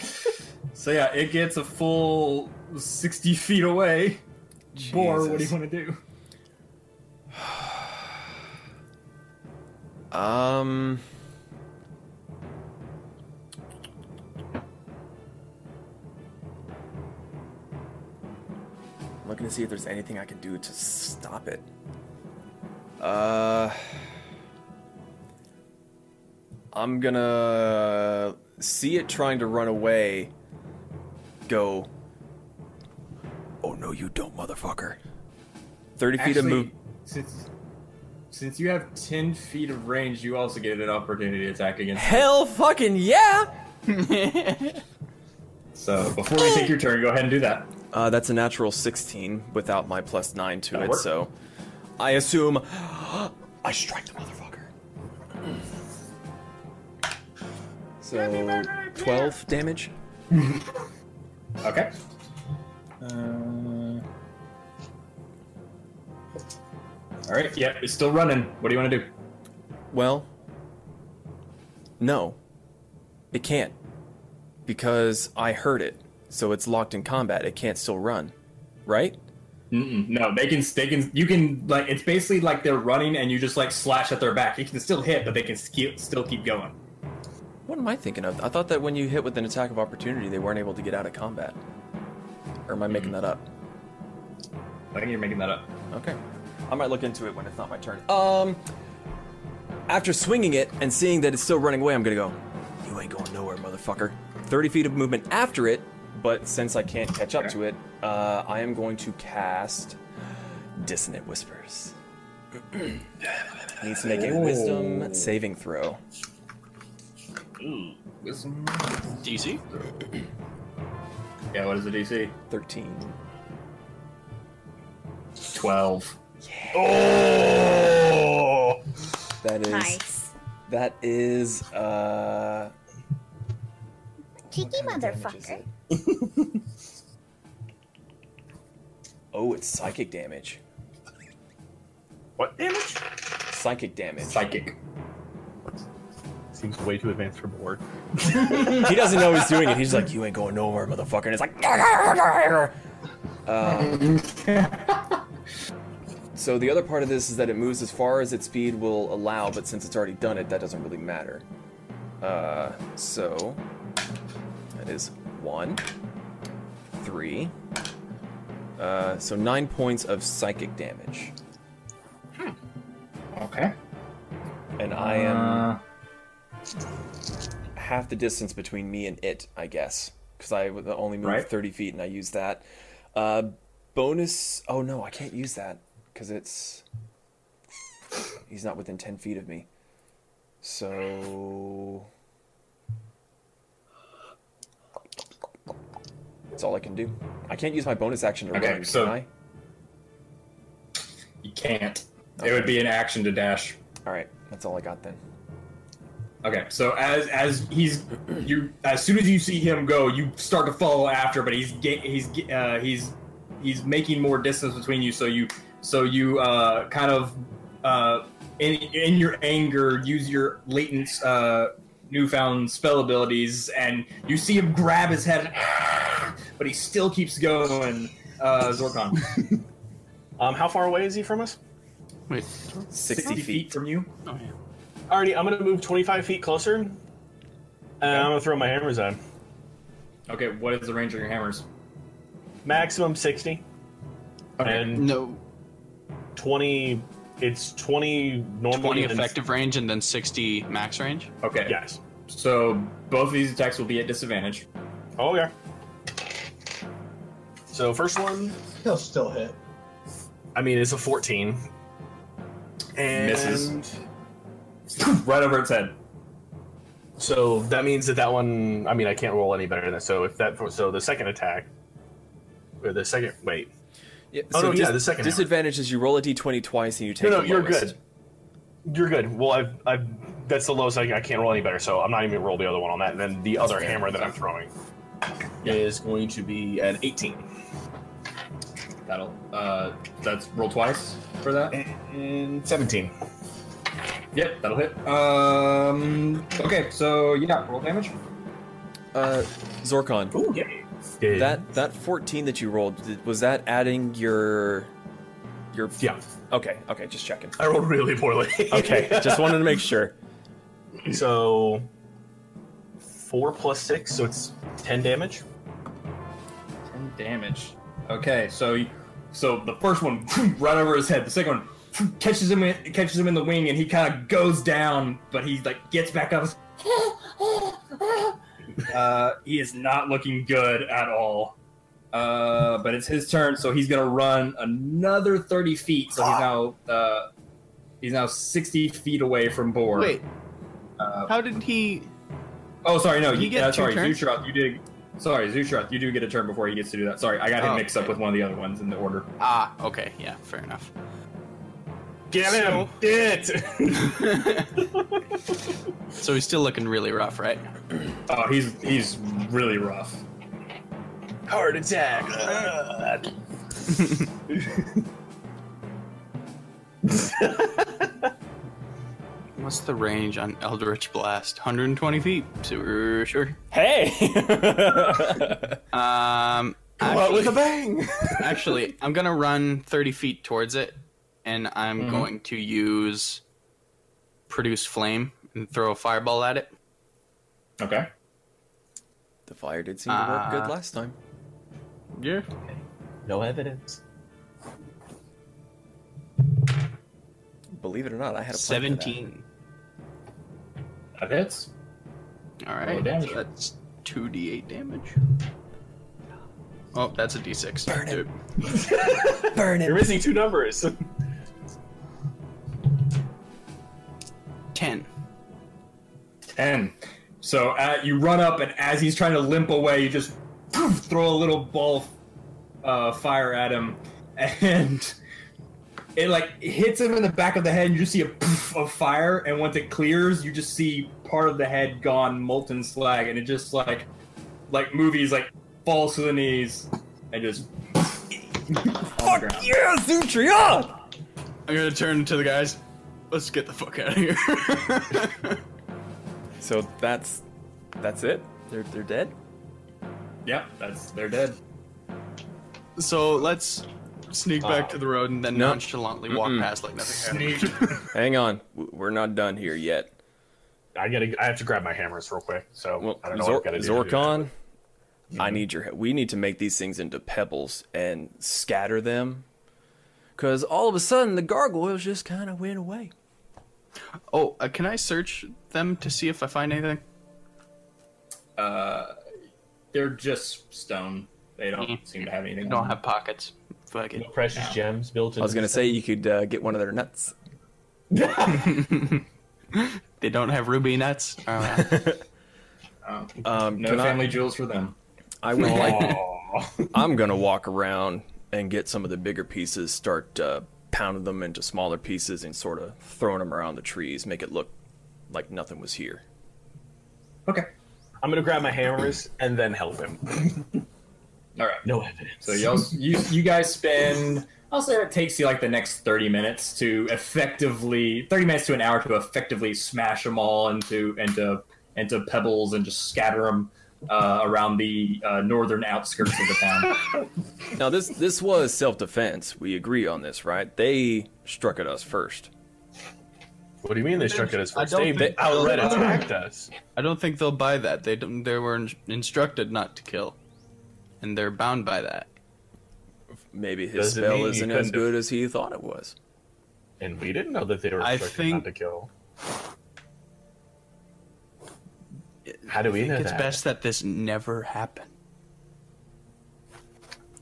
Speaker 7: [laughs]
Speaker 2: So yeah, it gets a full sixty feet away. Boar, what do you
Speaker 5: Jesus.
Speaker 2: want to do?
Speaker 5: Um. I'm looking to see if there's anything I can do to stop it. Uh. I'm gonna see it trying to run away. Go. Oh no, you don't, motherfucker. 30 feet of
Speaker 2: Actually,
Speaker 5: move.
Speaker 2: Since, since you have ten feet of range, you also get an opportunity attack against.
Speaker 5: Hell fucking yeah!
Speaker 2: So before you take your turn, go ahead and do that.
Speaker 5: Uh, that's a natural 16 without my plus 9 to
Speaker 2: That'll
Speaker 5: it,
Speaker 2: work.
Speaker 5: so I assume [gasps] I strike the motherfucker. So 12 damage.
Speaker 2: Okay. Uh, all right. Yep, it's still running. What do you want to do?
Speaker 5: Well, no, it can't because I heard it, so it's locked in combat. It can't still run, right?
Speaker 2: Mm-mm, no, they can. They can. You can like. It's basically like they're running, and you just like slash at their back. You can still hit, but they can ski- still keep going.
Speaker 5: What am I thinking of? I thought that when you hit with an attack of opportunity, they weren't able to get out of combat. Or am I making that up?
Speaker 2: I think you're making that up.
Speaker 5: Okay. I might look into it when it's not my turn. Um, after swinging it and seeing that it's still running away, I'm gonna go. You ain't going nowhere, motherfucker. Thirty feet of movement after it, but since I can't catch up to it, uh, I am going to cast Dissonant Whispers. [clears throat] Needs to make a
Speaker 2: Ooh.
Speaker 5: Wisdom saving throw.
Speaker 2: Ooh, wisdom.
Speaker 7: DC.
Speaker 2: Yeah, what is the DC?
Speaker 5: Thirteen.
Speaker 2: Twelve.
Speaker 5: Oh, that is
Speaker 3: Nice.
Speaker 5: that is uh.
Speaker 3: Cheeky motherfucker.
Speaker 5: Oh, it's psychic damage.
Speaker 10: What damage?
Speaker 5: Psychic damage.
Speaker 2: Psychic.
Speaker 10: Seems way too advanced for board.
Speaker 5: he doesn't know he's doing it. He's like, "You ain't going nowhere, motherfucker." And it's like, Um, so the other part of this is that it moves as far as its speed will allow, but since it's already done it, that doesn't really matter. Uh, so that is one, three. Uh, so nine points of psychic damage,
Speaker 2: Okay. Uh,
Speaker 5: and I am half the distance between me and it, I guess, because I w- only moved
Speaker 2: Right.
Speaker 5: thirty feet, and I used that. Uh, bonus. Oh no, I can't use that because it's he's not within ten feet of me. So that's all I can do. I can't use my bonus action to
Speaker 2: Okay,
Speaker 5: run.
Speaker 2: so-
Speaker 5: can I?
Speaker 2: You can't. It would be an action to dash.
Speaker 5: All right, that's all I got then.
Speaker 2: Okay, so as as he's you as soon as you see him go, you start to follow after, but he's ga- he's ga- uh, he's he's making more distance between you. So you so you uh, kind of uh, in in your anger use your latent uh, newfound spell abilities, and you see him grab his head, [sighs] but he still keeps going. Uh, Zorkon,
Speaker 10: Um, how far away is he from us?
Speaker 7: Wait,
Speaker 2: [laughs] sixty feet from you.
Speaker 7: Oh yeah.
Speaker 10: Alrighty, I'm gonna move 25 feet closer, and I'm gonna throw my hammers at him.
Speaker 2: Okay, what is the range on your hammers?
Speaker 10: Maximum 60. And
Speaker 7: no.
Speaker 10: 20. It's 20 normal.
Speaker 7: 20
Speaker 10: and then-
Speaker 7: effective range and then 60 max range.
Speaker 2: Okay.
Speaker 10: Yes.
Speaker 2: So both of these attacks will be at disadvantage. [laughs]
Speaker 10: Oh yeah. So first one.
Speaker 8: He'll still hit.
Speaker 10: I mean, it's a 14. And
Speaker 2: Misses.
Speaker 10: right over its head. So that means that that one. I mean, I can't roll any better than that. So if that. So the second attack. Or the second. Wait.
Speaker 5: Yeah,
Speaker 10: oh,
Speaker 5: so
Speaker 10: no, yeah,
Speaker 5: dis-
Speaker 10: the second. hammer.
Speaker 5: disadvantage is you roll a d20 twice and you take
Speaker 10: No, no,
Speaker 5: the
Speaker 10: you're
Speaker 5: lowest.
Speaker 10: good. You're good. Well, I've, I've, that's the lowest I, I can't roll any better, so I'm not even gonna roll the other one on that. And then the other hammer that I'm throwing is going to be an 18.
Speaker 2: That'll uh, that's roll twice for that.
Speaker 10: And 17.
Speaker 2: Yep, that'll hit. Um, okay, so yeah, roll damage.
Speaker 5: Uh, Zorkon.
Speaker 10: Ooh, yeah. Yeah.
Speaker 5: That that 14 that you rolled did- was that adding your your
Speaker 10: yeah.
Speaker 5: Okay, okay, just checking.
Speaker 10: I rolled really poorly.
Speaker 5: [laughs]
Speaker 10: [laughs]
Speaker 5: okay, just wanted to make sure.
Speaker 10: So four plus six, so it's ten damage.
Speaker 2: Ten damage. Okay, so y- so the first one [laughs] right over his head. The second one [laughs] catches him in, catches him in the wing, and he kind of goes down, but he like gets back up. [laughs] Uh, he is not looking good at all. Uh, but it's his turn, so he's gonna run another thirty feet. So he's now uh, he's now sixty feet away from board.
Speaker 7: Wait.
Speaker 2: Uh,
Speaker 7: How did he?
Speaker 2: Oh, sorry, no.
Speaker 7: Did
Speaker 2: You
Speaker 7: he get
Speaker 2: uh,
Speaker 7: two
Speaker 2: sorry,
Speaker 7: turns?
Speaker 2: Zushiroth, you did. Sorry, Zushiroth, you do get a turn before he gets to do that. Sorry, I got him
Speaker 7: Oh,
Speaker 2: mixed up
Speaker 7: okay.
Speaker 2: with one of the other ones in the order.
Speaker 7: Ah, okay, yeah, fair enough. [laughs]
Speaker 10: Get him! Get
Speaker 5: [laughs]
Speaker 7: So he's still looking really rough, right?
Speaker 2: Oh, he's he's really rough.
Speaker 5: [laughs]
Speaker 10: Heart [laughs] attack. Ugh.
Speaker 7: What's the range on Eldritch Blast? 120 feet. Sure, sure.
Speaker 17: Hey!
Speaker 7: um,
Speaker 17: Go out with a
Speaker 10: bang.
Speaker 7: [laughs] actually, I'm gonna run 30 feet towards it, and I'm
Speaker 2: Mhm.
Speaker 7: going to use produce flame and throw a fireball at it.
Speaker 2: Okay.
Speaker 5: The fire did seem to work
Speaker 7: Uh,
Speaker 5: good last time.
Speaker 7: Yeah.
Speaker 10: No evidence.
Speaker 5: Believe it or not, I had a plan for that.
Speaker 7: 17.
Speaker 2: That hits.
Speaker 7: All
Speaker 2: Roll
Speaker 7: right.
Speaker 2: damage.
Speaker 7: So that's 2d8 damage. Oh, that's a d6. Dude.
Speaker 5: Burn
Speaker 10: You're missing two numbers. [laughs]
Speaker 7: 10.
Speaker 2: 10. So uh, you run up, and as he's trying to limp away, you just poof, throw a little ball of uh, fire at him, and [laughs] it like hits him in the back of the head. And you just see a poof of fire, and once it clears, you just see part of the head gone molten slag, and it just like like movies like falls to the knees and just [laughs] on the ground.
Speaker 17: yeah, Zutrion!
Speaker 7: I'm gonna turn to the guys. Let's get the fuck out of here.
Speaker 5: So that's that's it. They're they're dead.
Speaker 2: Yep, that's they're dead.
Speaker 7: [laughs] so let's sneak back to the road and then
Speaker 5: No.
Speaker 7: nonchalantly walk
Speaker 5: Mm-mm.
Speaker 7: past like nothing happened.
Speaker 5: Hang on, W- we're not done here yet.
Speaker 10: I gotta. I have to grab my hammers real quick. So
Speaker 5: Well,
Speaker 10: I don't know
Speaker 5: Zor-
Speaker 10: what I've gotta do. Mm-hmm. to do that.
Speaker 5: Zorkon, I need your. he- We need to make these things into pebbles and scatter them, because all of a sudden the gargoyles just kind of went away.
Speaker 7: Oh, uh, can I search them to see if I find anything?
Speaker 2: Uh, they're just stone. They don't seem to have anything.
Speaker 7: They
Speaker 2: on
Speaker 7: Mm-hmm. don't
Speaker 2: them.
Speaker 7: have pockets. Fuck it.
Speaker 10: precious gems built
Speaker 5: I was gonna say you could uh, get one of their nuts.
Speaker 7: [laughs] They don't have ruby nuts. Uh,
Speaker 5: Um,
Speaker 2: No
Speaker 5: can I-
Speaker 2: family jewels for them.
Speaker 5: I would like. [laughs] I'm gonna walk around and get some of the bigger pieces, start uh, pounding them into smaller pieces, and sort of throwing them around the trees, make it look like nothing was here.
Speaker 10: I'm gonna grab my hammers and then help him.
Speaker 2: All right.
Speaker 10: No evidence.
Speaker 2: So y'all, you you guys spend. I'll say it takes you like the next thirty minutes to effectively thirty minutes to an hour to effectively smash them all into into into pebbles and just scatter them uh, around the uh, northern outskirts of the
Speaker 7: [laughs]
Speaker 2: town.
Speaker 5: Now this this was self defense. We agree on this, right? They struck at us first.
Speaker 10: What do you mean they struck at us
Speaker 7: I
Speaker 10: first?
Speaker 7: don't
Speaker 10: They, they
Speaker 7: think-
Speaker 10: outright attacked us.
Speaker 7: [laughs] I don't think they'll buy that. They don't, they were in- instructed not to kill, and they're bound by that.
Speaker 5: Maybe his
Speaker 10: Doesn't mean
Speaker 5: spell
Speaker 10: you
Speaker 5: isn't
Speaker 10: couldn't
Speaker 5: as
Speaker 10: do-
Speaker 5: good as he thought it was.
Speaker 10: And we didn't know that they were
Speaker 7: I
Speaker 10: instructed
Speaker 7: think-
Speaker 10: not to kill. How do
Speaker 7: I
Speaker 10: we
Speaker 7: think
Speaker 10: know
Speaker 7: it's
Speaker 10: that?
Speaker 7: best that this never happened.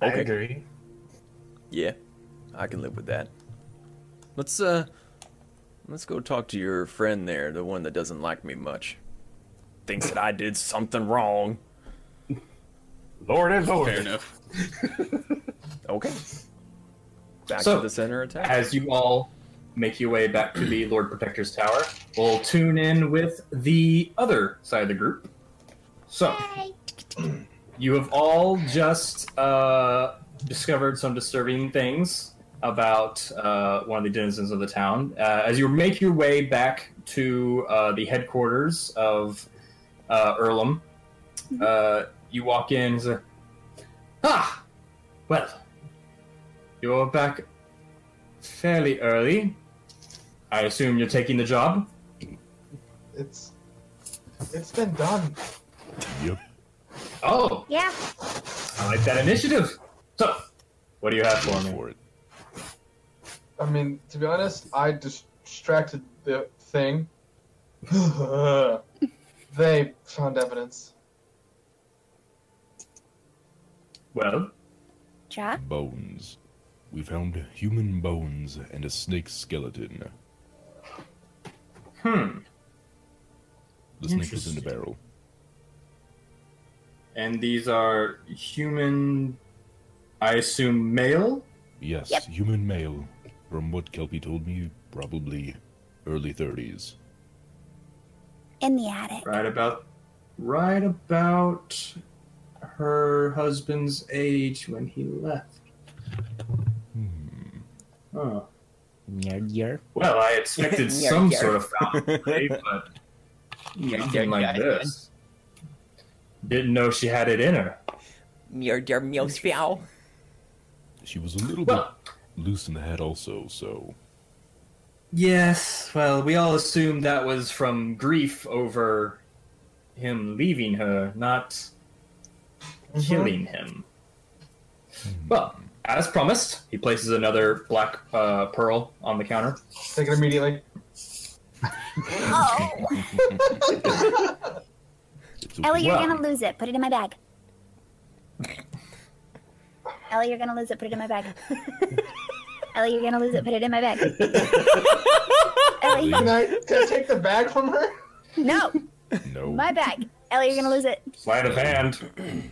Speaker 10: I agree.
Speaker 5: Yeah. I can live with that. Let's uh let's go talk to your friend there, the one that doesn't like me much. Thinks that I did something wrong.
Speaker 10: Lord and Lord.
Speaker 5: Fair enough. okay. Back
Speaker 2: So,
Speaker 5: to the center attack.
Speaker 2: As you all make your way back to the Lord Protector's Tower, we'll tune in with the other side of the group. So, you have all just uh, discovered some disturbing things about uh, one of the denizens of the town. Uh, as you make your way back to uh, the headquarters of uh, Earlham, uh, you walk in and say, Ah! Well, you're back fairly early. I assume you're taking the job?
Speaker 8: It's it's been done.
Speaker 2: Oh,
Speaker 3: Yeah.
Speaker 2: I like that initiative. So, what do you have for me?
Speaker 8: I mean, to be honest, I dis- distracted the thing. [laughs] they found evidence.
Speaker 2: Well,
Speaker 3: Jack?
Speaker 9: Bones. We found human bones and a snake skeleton.
Speaker 2: Hmm.
Speaker 9: The snake was in the barrel.
Speaker 2: And these are human, I assume male?
Speaker 9: Yes, human male. From what Kelpie told me, probably early 30s.
Speaker 3: In the attic.
Speaker 2: Right about right about her husband's age when he left.
Speaker 9: Hmm.
Speaker 2: Oh. Well, I expected [laughs] some sort of foul play, but nothing like this. Didn't know she had it in her.
Speaker 18: Mjordur Mjosfjall.
Speaker 9: She was a little bit loose in the head, also, so.
Speaker 2: Yes, well, we all assumed that was from grief over him leaving her, not
Speaker 8: Mm-hmm.
Speaker 2: killing him.
Speaker 9: hmm.
Speaker 2: Well, as promised, he places another black uh, pearl on the counter.
Speaker 8: Take it immediately.
Speaker 3: Oh. Ellie, you're
Speaker 2: Well.
Speaker 3: gonna lose it. Put it in my bag. Ellie, you're gonna lose it. Put it in my bag. Ellie, you're gonna lose it. Put it in my bag. Ellie,
Speaker 8: Can I, can I take the bag from her?
Speaker 3: no, my bag. Ellie, you're gonna lose it.
Speaker 2: Sleight of hand.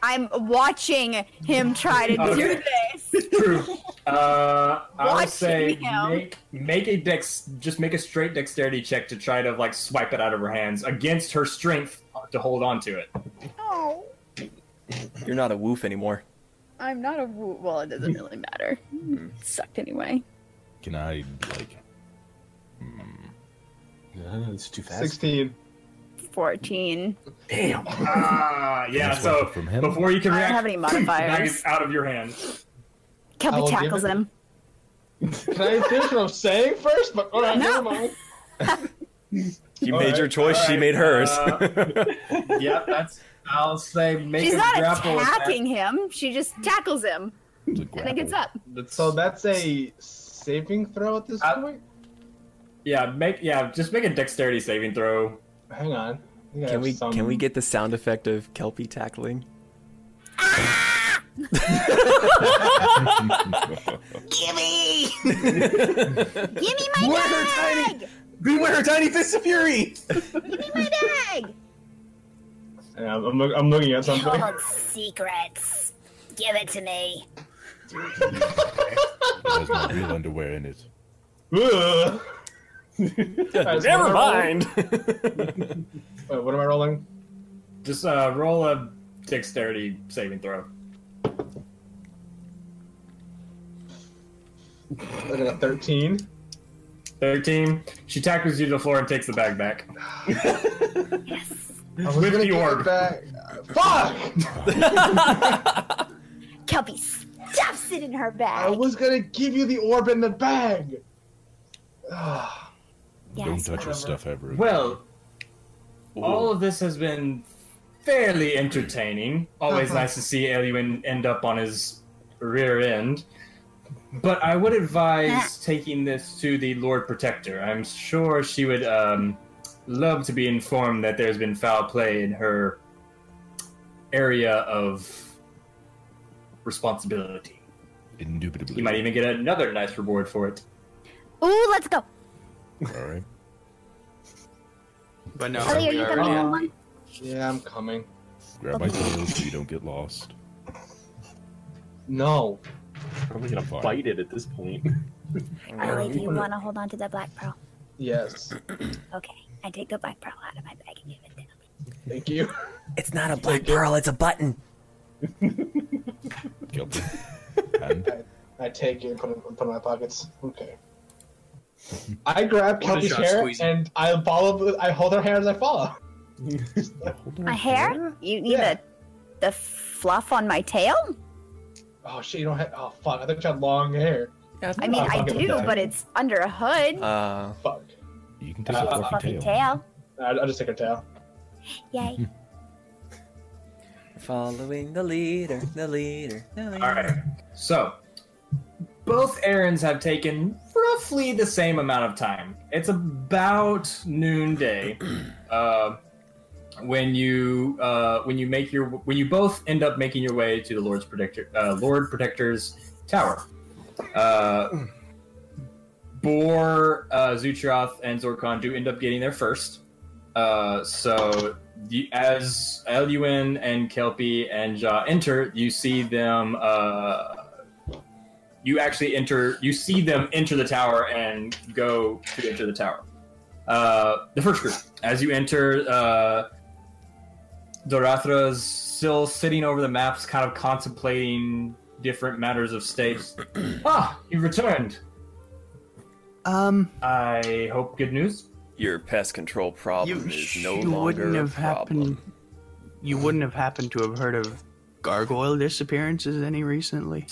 Speaker 18: I'm watching him try to do
Speaker 2: Okay.
Speaker 18: this.
Speaker 2: [laughs] True. Uh, I
Speaker 18: Watching
Speaker 2: would say
Speaker 18: him.
Speaker 2: make, make a dex, just make a straight dexterity check to try to like swipe it out of her hands against her strength to hold on to it.
Speaker 18: Oh,
Speaker 5: You're not a woof anymore.
Speaker 18: I'm not a woo. Well, it doesn't really matter. It sucked anyway.
Speaker 9: Can I, like. Hmm. It's too fast.
Speaker 8: 16.
Speaker 18: 14.
Speaker 2: [laughs]
Speaker 9: Damn.
Speaker 5: [laughs]
Speaker 2: Ah, yeah.
Speaker 9: That's
Speaker 2: So
Speaker 9: what- from him?
Speaker 2: before you can
Speaker 18: I don't
Speaker 2: react,
Speaker 18: have any
Speaker 2: the [laughs] bag
Speaker 18: modifiers.
Speaker 2: is out of your hands.
Speaker 8: I will
Speaker 18: Kelpie
Speaker 8: give
Speaker 18: tackles
Speaker 8: it-
Speaker 18: him.
Speaker 8: Can I finish what I'm saying first? But all right, never mind.
Speaker 5: You
Speaker 2: All
Speaker 5: made
Speaker 2: right,
Speaker 5: your choice,
Speaker 2: all
Speaker 5: she
Speaker 2: right,
Speaker 5: made hers. [laughs]
Speaker 2: uh, [laughs] yep, that's. I'll say make
Speaker 18: She's
Speaker 2: a
Speaker 18: not
Speaker 2: grapple attack.
Speaker 18: attacking him. She just tackles him. And then
Speaker 9: [laughs]
Speaker 18: gets up.
Speaker 8: So that's a saving throw at this point.
Speaker 2: Yeah, make yeah, just make a dexterity saving throw.
Speaker 8: Hang on. I think I
Speaker 5: Can
Speaker 8: have
Speaker 5: we
Speaker 8: some-
Speaker 5: can we get the sound effect of Kelpie tackling?
Speaker 2: [laughs]
Speaker 18: Gimme!
Speaker 3: Give me my
Speaker 14: Beware
Speaker 3: bag.
Speaker 14: her tiny, beware her tiny fists of fury.
Speaker 3: Give me my bag.
Speaker 8: Yeah, I'm, look, I'm looking at something.
Speaker 3: secrets. Give it to me.
Speaker 9: It has my real underwear in it.
Speaker 8: [laughs]
Speaker 5: [laughs]
Speaker 8: Ugh.
Speaker 17: Never
Speaker 8: Guys, what am I rolling?
Speaker 17: mind.
Speaker 8: Wait, what am I rolling?
Speaker 2: Just uh, roll a dexterity saving throw.
Speaker 8: I got a 13.
Speaker 2: 13. She tackles you to the floor and takes the bag back.
Speaker 8: I was
Speaker 2: With
Speaker 8: gonna
Speaker 2: the
Speaker 8: give it
Speaker 2: orb.
Speaker 8: back. Fuck!
Speaker 3: Kelpie stuffs it in her
Speaker 8: I
Speaker 3: bag.
Speaker 8: was gonna give you the orb in the bag. Ah,
Speaker 9: Don't touch her stuff ever.
Speaker 2: Well, all of this has been fairly entertaining. Always
Speaker 8: Uh-huh.
Speaker 2: nice to see Elwin end up on his rear end. But I would advise taking this to the Lord Protector. I'm sure she would um, love to be informed that there's been foul play in her area of responsibility.
Speaker 9: Indubitably.
Speaker 2: You might even get another nice reward for it.
Speaker 3: Ooh, let's go.
Speaker 9: All right.
Speaker 7: But
Speaker 3: no, Ellie, are you gonna hold one?
Speaker 8: Yeah, I'm coming.
Speaker 9: Grab my tail so you don't get lost.
Speaker 8: No.
Speaker 10: Probably gonna
Speaker 9: Fine.
Speaker 10: bite it at this point.
Speaker 3: Ellie, do you want to hold on to that black pearl?
Speaker 8: Yes.
Speaker 3: Okay, I take the black pearl out of my bag and give it to him.
Speaker 8: Thank you.
Speaker 17: It's not a black pearl, it's a button.
Speaker 3: [laughs]
Speaker 9: Guilty.
Speaker 8: I take it and put it, put it in my pockets. [laughs] Okay. I grab
Speaker 7: What a
Speaker 8: Kelly's
Speaker 7: shot
Speaker 8: hair
Speaker 7: squeeze.
Speaker 8: and I follow. I hold her hair as I [laughs] follow.
Speaker 3: My hair? You need the the fluff on my tail?
Speaker 8: Oh shit! You don't have. Oh fuck! I thought you had long hair.
Speaker 3: I mean, I
Speaker 8: fucking
Speaker 3: do,
Speaker 8: die.
Speaker 3: but it's under a hood.
Speaker 5: Uh,
Speaker 8: Fuck.
Speaker 9: You can
Speaker 8: take
Speaker 3: It's
Speaker 2: Uh,
Speaker 3: a fucking tail.
Speaker 8: I'll just take her tail.
Speaker 3: Yay.
Speaker 5: Following the leader, the leader, the leader.
Speaker 2: All right. So, both errands have taken roughly the same amount of time. It's about noonday [clears throat] uh, when you uh, when you make your when you both end up making your way to the Lord's Protector uh, Lord Protector's tower. Uh, Boar, uh, Zutroth, and Zorkon do end up getting there first. Uh, so the, as Eluin and Kelpie and Ja enter, you see them. Uh, you actually enter. You see them enter the tower and go to enter the tower. Uh, the first group. As you enter, uh, Dorathra's still sitting over the maps, kind of contemplating different matters of
Speaker 7: [clears throat]
Speaker 2: state. ah, you returned.
Speaker 15: Um,
Speaker 2: I hope good news.
Speaker 5: Your pest control problem is no
Speaker 7: you
Speaker 5: longer
Speaker 7: wouldn't
Speaker 5: a
Speaker 7: have
Speaker 5: problem.
Speaker 7: happened. You wouldn't have happened to have heard of gargoyle disappearances any recently.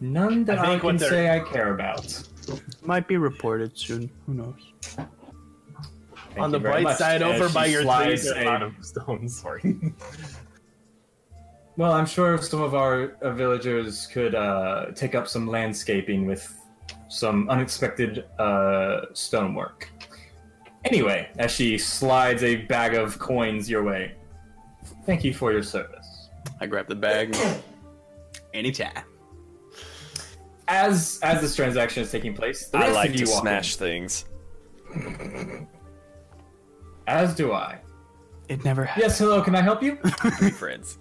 Speaker 2: None that
Speaker 7: I
Speaker 2: I,
Speaker 7: think what
Speaker 2: can
Speaker 7: they're-
Speaker 2: say I care about.
Speaker 7: Might be reported soon. Who knows?
Speaker 2: Thank
Speaker 10: On the
Speaker 2: you very
Speaker 10: bright
Speaker 2: much.
Speaker 10: side,
Speaker 2: As
Speaker 10: over
Speaker 2: she
Speaker 10: by your
Speaker 2: slides
Speaker 10: trees, there
Speaker 2: a-
Speaker 10: are a lot of stones. Sorry. [laughs]
Speaker 2: Well, I'm sure some of our uh, villagers could uh, take up some landscaping with some unexpected uh, stonework. Anyway, as she slides a bag of coins your way, thank you for your service.
Speaker 7: I grab the bag anytime.
Speaker 2: As as this transaction is taking place, the
Speaker 5: I
Speaker 2: rest
Speaker 5: like
Speaker 2: of you
Speaker 5: to
Speaker 2: walk in.
Speaker 5: smash things. [laughs]
Speaker 2: As do I.
Speaker 7: It never happened.
Speaker 2: Yes, hello. Can I help you?
Speaker 5: Be friends.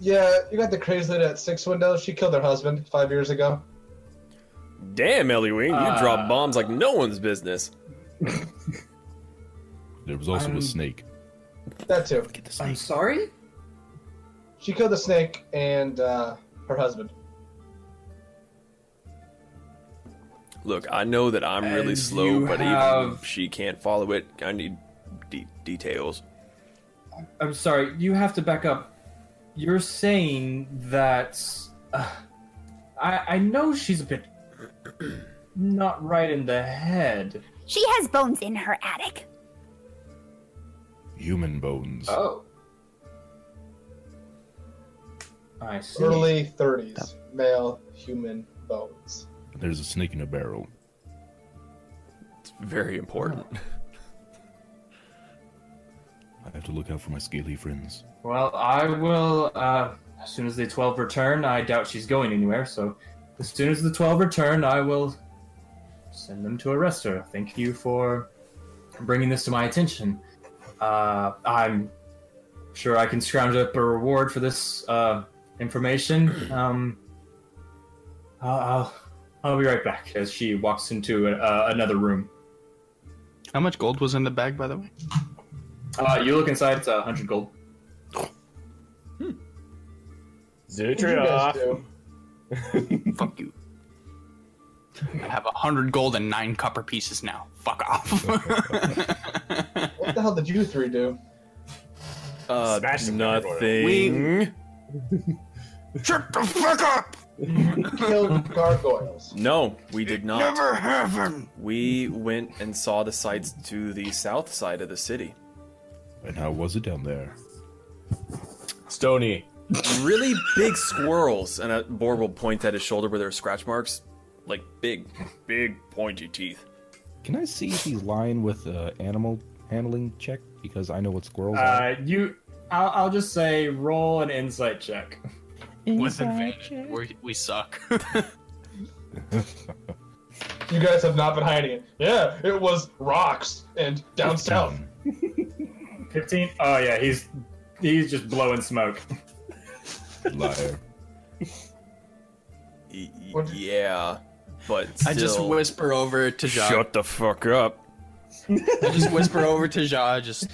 Speaker 8: Yeah, you got the crazy lady at Six Window. She killed her husband five years ago.
Speaker 5: Damn, Eluine, you
Speaker 8: Uh,
Speaker 5: drop bombs like no one's business.
Speaker 9: There was also
Speaker 2: Um,
Speaker 8: I'm-
Speaker 9: a snake.
Speaker 8: That too.
Speaker 2: I'm sorry.
Speaker 8: She killed the snake and uh, her husband.
Speaker 5: Look, I know that I'm really
Speaker 2: And
Speaker 5: slow,
Speaker 2: you
Speaker 5: but even
Speaker 2: have-
Speaker 5: if she can't follow it, I need de- details.
Speaker 2: I'm sorry, you have to back up. You're saying that. Uh, I, I know she's a bit [clears throat] not right in the head.
Speaker 3: She has bones in her attic.
Speaker 9: Human bones.
Speaker 2: Oh. I see.
Speaker 8: Early 30s. Male human bones.
Speaker 9: There's a snake in a barrel.
Speaker 5: It's very
Speaker 10: [laughs]
Speaker 5: important.
Speaker 9: I have to look out for my scaly friends.
Speaker 2: Well, I will. Uh, as soon as the 12 return, I doubt she's going anywhere, so as soon as the 12 return, I will send them to arrest her. Thank you for bringing this to my attention. Uh, I'm sure I can scrounge up a reward for this uh, information. Um, I'll, I'll, I'll be right back as she walks into uh, another room.
Speaker 7: How much gold was in the bag, by the way?
Speaker 2: Uh, you look inside, it's uh, 100 gold.
Speaker 8: What you guys do?
Speaker 7: Fuck you. I have a hundred gold and nine copper pieces now. Fuck
Speaker 5: [laughs]
Speaker 7: off.
Speaker 8: What the hell did you three do?
Speaker 5: Uh,
Speaker 10: Smash the
Speaker 5: nothing.
Speaker 7: We- Shut the fuck up!
Speaker 8: [laughs] Killed gargoyles.
Speaker 5: No, we did not.
Speaker 7: Never happened.
Speaker 5: We went and saw the sights to the south side of the city.
Speaker 9: And how was it down there?
Speaker 10: Stony.
Speaker 5: Really big squirrels, and a boar will point at his shoulder where there are scratch marks, like big, big pointy teeth.
Speaker 9: Can I see if he's lying with uh, animal handling check? Because I know what squirrels are.
Speaker 2: Uh, you, I'll, I'll just say roll an insight check.
Speaker 7: With advantage, we we
Speaker 10: [laughs]
Speaker 7: suck.
Speaker 8: You guys have not been hiding it. Yeah, it was rocks and down south.
Speaker 2: 15? Oh, yeah, he's he's just blowing smoke.
Speaker 9: Liar.
Speaker 5: Y- y- yeah, but
Speaker 7: I just
Speaker 5: still-
Speaker 7: whisper over to Ja.
Speaker 5: Shut the fuck up.
Speaker 7: I just whisper over to Ja. [clears throat] Just
Speaker 15: It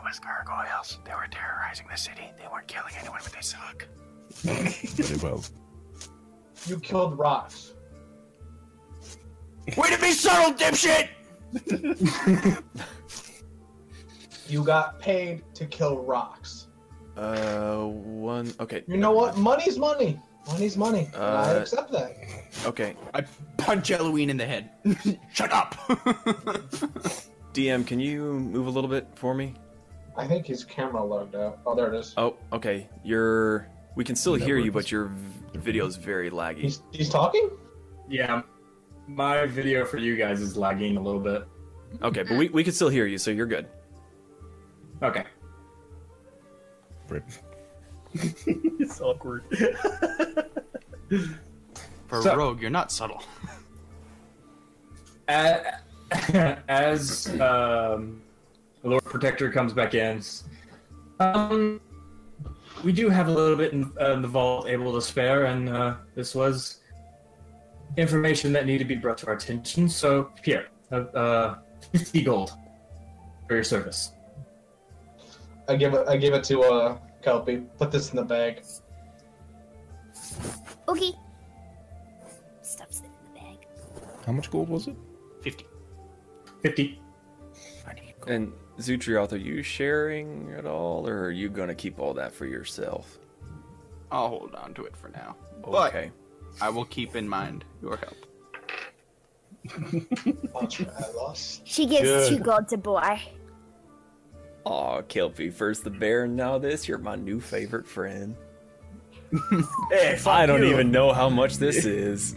Speaker 15: was gargoyles. They were terrorizing the city. They weren't killing anyone, but they suck.
Speaker 9: Very well.
Speaker 8: You killed rocks.
Speaker 15: Way to be subtle, dipshit!
Speaker 8: You got paid to kill rocks.
Speaker 5: Uh, one. Okay.
Speaker 8: You know what? Money's money. Money's money. And I
Speaker 5: Uh,
Speaker 8: accept that.
Speaker 5: Okay.
Speaker 7: I punch Halloween in the head. [laughs] Shut up.
Speaker 5: DM, can you move a little bit for me?
Speaker 8: I think his camera logged out. Oh, there it is.
Speaker 5: Oh, okay. You're. We can still
Speaker 8: That
Speaker 5: hear you,
Speaker 8: works.
Speaker 5: but your v- video is very laggy.
Speaker 8: He's talking?
Speaker 2: Yeah, my video for you guys is lagging a little bit.
Speaker 5: Okay, but we, we can still hear you, so you're good.
Speaker 2: Okay.
Speaker 9: Rip.
Speaker 7: it's awkward. For
Speaker 2: So-
Speaker 7: rogue, you're not subtle.
Speaker 2: A- [laughs] As um, the Lord Protector comes back in, um, we do have a little bit in, uh, in the vault able to spare, and uh, this was information that needed to be brought to our attention. So here, uh, uh, fifty gold for your service.
Speaker 8: I give it. I give it to uh, Kelpie. Put this in the bag.
Speaker 19: Okay. Stuff's in the bag.
Speaker 9: How much gold was it?
Speaker 7: 50.
Speaker 2: 50.
Speaker 5: And Zutrioth, are you sharing at all, or are you going to keep all that for yourself?
Speaker 7: [laughs] I'll hold on to it for now.
Speaker 5: Okay.
Speaker 7: But I will keep in mind your help.
Speaker 5: [laughs]
Speaker 19: She gives
Speaker 5: Good.
Speaker 19: two gold to Boar.
Speaker 5: Aw, Kelpie, first the bear, now this. You're my new favorite [laughs] friend. I don't
Speaker 10: you.
Speaker 5: even know how much this is.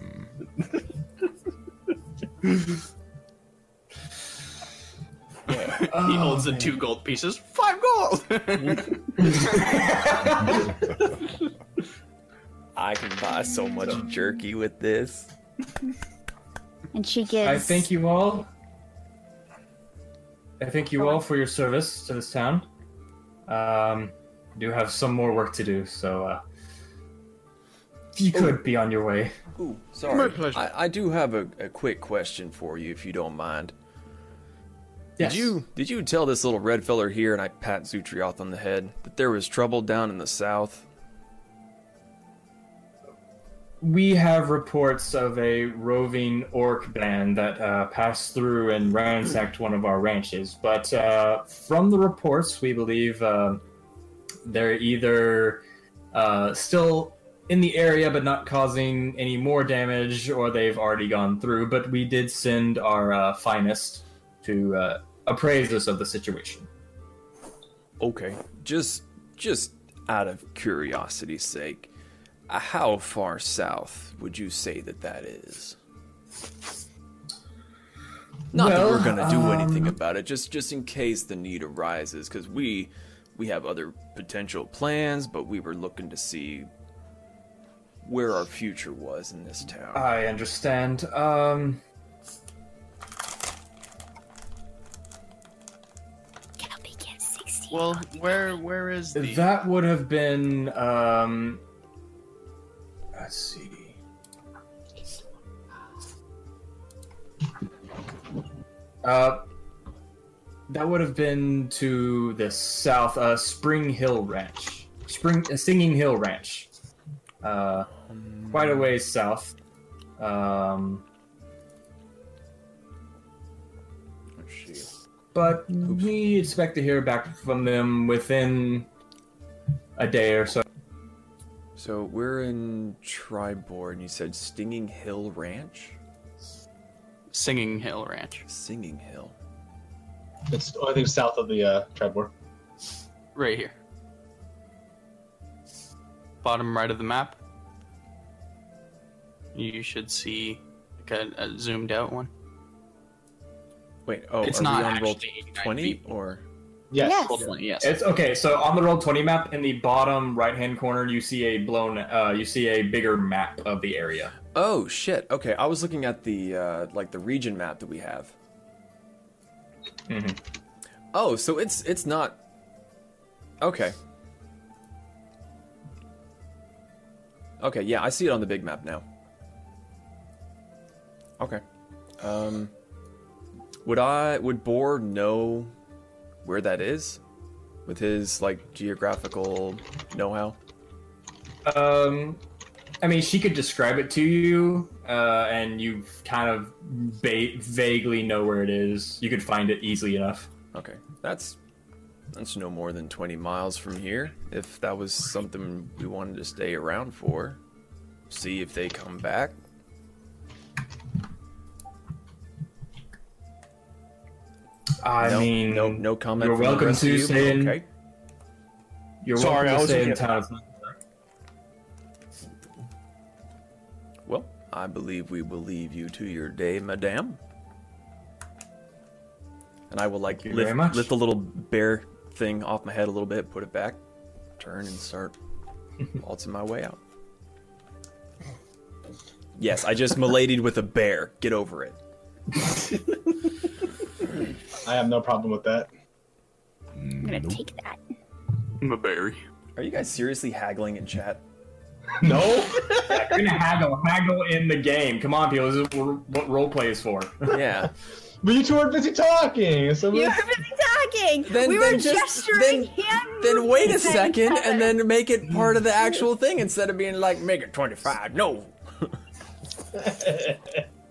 Speaker 7: he holds the two gold pieces. Five gold.
Speaker 5: I can buy so much jerky with this.
Speaker 19: And she gives.
Speaker 2: I thank you all. I thank you all for your service to this town. Um, we do have some more work to do, so uh, if you could be on your way.
Speaker 5: Ooh, sorry.
Speaker 2: My pleasure.
Speaker 5: I, I do have a, a quick question for you, if you don't mind.
Speaker 2: Yes.
Speaker 5: Did you did you tell this little red feller here, and I pat Zutrioth on the head, that there was trouble down in the south?
Speaker 2: We have reports of a roving orc band that uh, passed through and ransacked one of our ranches, but uh, from the reports, we believe uh, they're either uh, still in the area but not causing any more damage, or they've already gone through. But we did send our uh, finest to uh, appraise us of the situation.
Speaker 5: Okay. Just just out of curiosity's sake, uh, how far south would you say that that is? Not that we're
Speaker 2: Well,
Speaker 5: gonna do anything
Speaker 2: um,
Speaker 5: about it, just just in case the need arises, because we we have other potential plans, but we were looking to see where our future was in this town.
Speaker 2: I understand. Um,
Speaker 7: well, where where is the
Speaker 2: That would have been. Um, let's see. Uh, that would have been to the south, uh, Spring Hill Ranch, Spring uh, Singing Hill Ranch, uh, quite
Speaker 5: Hmm.
Speaker 2: a ways south. Um, but we expect to hear back from them within a day or so.
Speaker 5: So we're in Tribor, and you said Stinging Hill Ranch?
Speaker 7: Singing Hill Ranch?
Speaker 5: Singing Hill.
Speaker 8: It's oh, I think south of the uh, tribe war.
Speaker 7: Right here. Bottom right of the map. You should see like a, a zoomed out one.
Speaker 5: Wait, oh,
Speaker 7: It's
Speaker 5: are
Speaker 7: not
Speaker 5: we on roll
Speaker 7: actually
Speaker 5: 20 or?
Speaker 2: Yes.
Speaker 7: Yes. Roll 20, yes.
Speaker 2: It's okay. So on the roll twenty map, in the bottom right hand corner, you see a blown. Uh, you see a bigger map of the area.
Speaker 5: Oh shit. Okay, I was looking at the uh, like the region map that we have. Oh, so it's it's not. Okay. Okay, yeah, I see it on the big map now. Okay. Um, would I would Boar know where that is with his like geographical know-how?
Speaker 2: Um, I mean, she could describe it to you, uh, and you kind of ba- vaguely know where it is. You could find it easily enough.
Speaker 5: Okay, that's that's no more than 20 miles from here. If that was something we wanted to stay around for, see if they come back.
Speaker 2: I
Speaker 5: No-
Speaker 2: mean,
Speaker 5: no, no comment.
Speaker 2: you're
Speaker 5: from the
Speaker 2: welcome
Speaker 5: rest of
Speaker 2: to
Speaker 5: you,
Speaker 2: stay in-
Speaker 5: Okay.
Speaker 2: You're
Speaker 5: Sorry, I was
Speaker 2: welcome to stay
Speaker 5: looking
Speaker 2: in
Speaker 5: at-
Speaker 2: town.
Speaker 5: Well, I believe we will leave you to your day, madame. And I will like
Speaker 2: you
Speaker 5: lift,
Speaker 2: very much.
Speaker 5: lift the little bear thing off my head a little bit, put it back, turn and
Speaker 2: [laughs]
Speaker 5: start waltzing my way out. Yes, I just miladied with a bear. Get over it.
Speaker 8: I have no problem with that.
Speaker 19: I'm gonna take that.
Speaker 5: I'm a berry. Are you guys seriously haggling in chat?
Speaker 2: No, you're gonna haggle, haggle in the game. Come on, people. This is what what role play is for. [laughs]
Speaker 5: Yeah.
Speaker 8: But you two are busy talking. So
Speaker 18: You
Speaker 8: we'll-
Speaker 18: were busy talking.
Speaker 5: Then-
Speaker 18: we
Speaker 5: then
Speaker 18: were
Speaker 5: just-
Speaker 18: gesturing hand
Speaker 5: [laughs] Then wait a
Speaker 18: movements at
Speaker 5: second
Speaker 18: each other.
Speaker 5: and then make it part of the actual thing instead of being like, make it 25. No.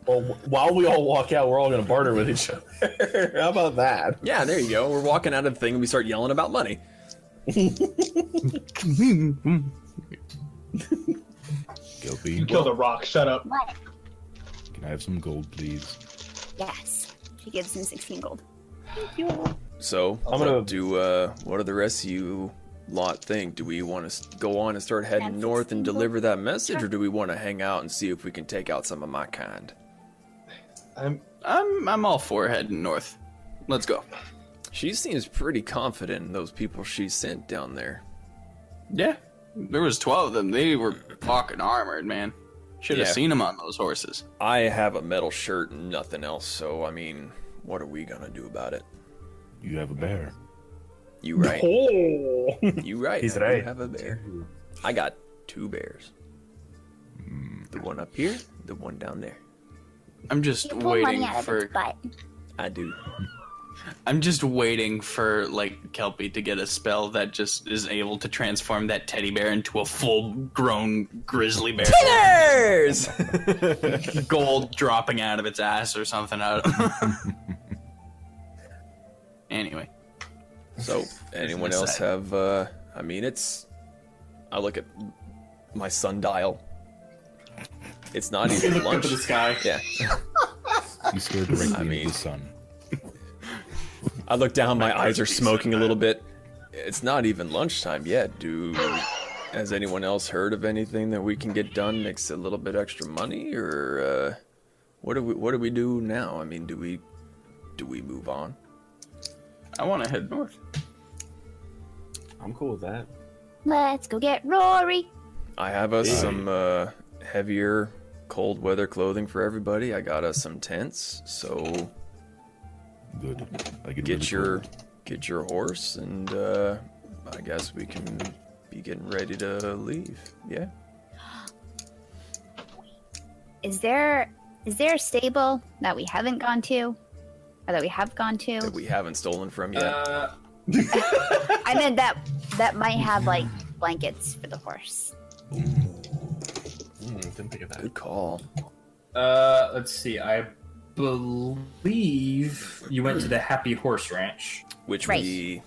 Speaker 10: Well, wh- while we all walk out, we're all gonna barter with each other. [laughs]
Speaker 5: How about that? Yeah, there you go. We're walking out of the thing and we start yelling about money.
Speaker 9: Guilty.
Speaker 8: you killed a rock. Shut up.
Speaker 19: What?
Speaker 9: Can I have some gold, please?
Speaker 19: Yes. She gives him 16 gold.
Speaker 18: Thank you.
Speaker 5: So I'm gonna do. Uh, what do the rest of you lot think? Do we want to go on and start heading north and deliver that message, or do we want to hang out and see if we can take out some of my kind?
Speaker 8: I'm
Speaker 7: I'm I'm all for heading north. Let's go.
Speaker 5: She seems pretty confident in those people she sent down there.
Speaker 7: Yeah, there was twelve of them. They were fucking armored, man. Should have
Speaker 5: Yeah.
Speaker 7: 'em seen them on those horses.
Speaker 5: I have a metal shirt and nothing else, so I mean, what are we gonna do about it?
Speaker 9: You have a bear.
Speaker 5: You right?
Speaker 10: Oh.
Speaker 5: You right?
Speaker 10: He's
Speaker 5: I do
Speaker 10: right.
Speaker 5: Have a bear. I got two bears. The one up here, the one down there.
Speaker 7: I'm just
Speaker 19: You pull money
Speaker 7: waiting
Speaker 19: out of
Speaker 7: for.
Speaker 19: its butt.
Speaker 5: I do.
Speaker 7: I'm just waiting for like Kelpie to get a spell that just is able to transform that teddy bear into a full-grown grizzly bear.
Speaker 5: Tinners!
Speaker 7: Gold dropping out of its ass or something. I don't-
Speaker 10: [laughs]
Speaker 7: anyway,
Speaker 5: [laughs] So, anyone else
Speaker 7: aside.
Speaker 5: have? uh I mean, it's. I look at my sundial. It's not
Speaker 2: [laughs] You
Speaker 5: even
Speaker 2: look up
Speaker 5: lunch.
Speaker 2: at the sky.
Speaker 5: [laughs] Yeah.
Speaker 9: You stare directly into the sun.
Speaker 5: I look down. My eyes are smoking a little bit. It's not even lunchtime yet. Do has anyone else heard of anything that we can get done? Makes a little bit extra money, or uh, what do we what do we do now? I mean, do we do we move on?
Speaker 7: I want to head north.
Speaker 10: I'm cool with that.
Speaker 19: Let's go get Rory.
Speaker 5: I have us some uh, heavier cold weather clothing for everybody. I got us some tents, so
Speaker 9: good. I get,
Speaker 5: your get your horse, and uh, I guess we can be getting ready to leave. Yeah.
Speaker 19: Is there is there a stable that we haven't gone to? Or that we have gone to?
Speaker 5: [laughs] That we haven't stolen from yet.
Speaker 19: I meant that that might have like blankets for the horse.
Speaker 10: Hmm, didn't think of that.
Speaker 5: Good call.
Speaker 2: Uh, let's see. I believe you went to the Happy Horse Ranch.
Speaker 5: Which
Speaker 19: Right.
Speaker 5: we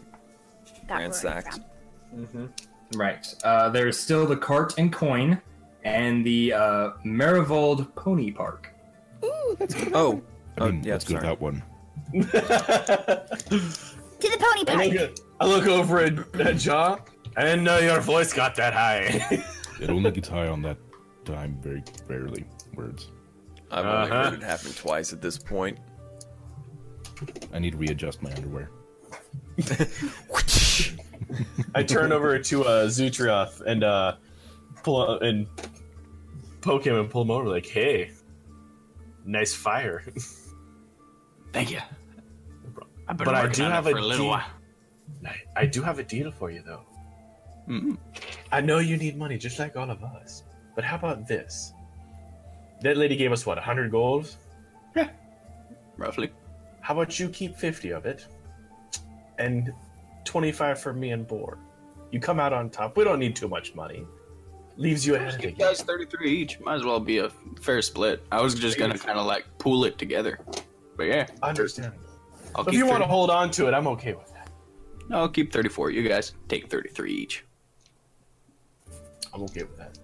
Speaker 19: Got
Speaker 5: ransacked.
Speaker 2: Right. Uh, there's still the cart and coin, and the uh, Marivold Pony Park.
Speaker 5: Oh,
Speaker 9: I mean, let's go to that one.
Speaker 10: [laughs]
Speaker 19: To the pony
Speaker 10: Mm-hmm. I
Speaker 19: park.
Speaker 10: look, I look over at, at Jaw. I didn't know your voice got that high. [laughs]
Speaker 9: It only gets high on that time very rarely. Words.
Speaker 5: I've only
Speaker 9: Uh-huh.
Speaker 5: heard it happen twice at this point.
Speaker 9: I need to readjust my underwear.
Speaker 10: I turn over to uh, Zutrioth and uh, pull uh, and poke him and pull him over. Like, hey, nice fire. [laughs]
Speaker 7: Thank you. I've been
Speaker 10: but I
Speaker 7: working
Speaker 10: do
Speaker 7: on it
Speaker 10: have
Speaker 7: for a little
Speaker 10: deal-
Speaker 7: while.
Speaker 10: I, I do have a deal for you, though.
Speaker 7: Mm-hmm.
Speaker 10: I know you need money, just like all of us. But how about this? That lady gave us what, hundred gold? Yeah,
Speaker 7: roughly.
Speaker 10: How about you keep fifty of it, and twenty-five for me and Boar. You come out on top. We don't need too much money. Leaves you ahead of the
Speaker 7: You guys 33 each. Might as well be a fair split. I was just going to kind of like pool it together. But yeah.
Speaker 10: Understandable.
Speaker 7: I'll
Speaker 10: if
Speaker 7: keep
Speaker 10: you want to
Speaker 7: 30
Speaker 10: hold on to it, I'm okay with it.
Speaker 7: No, I'll keep 34. You guys take 33 each.
Speaker 10: I'm okay with that.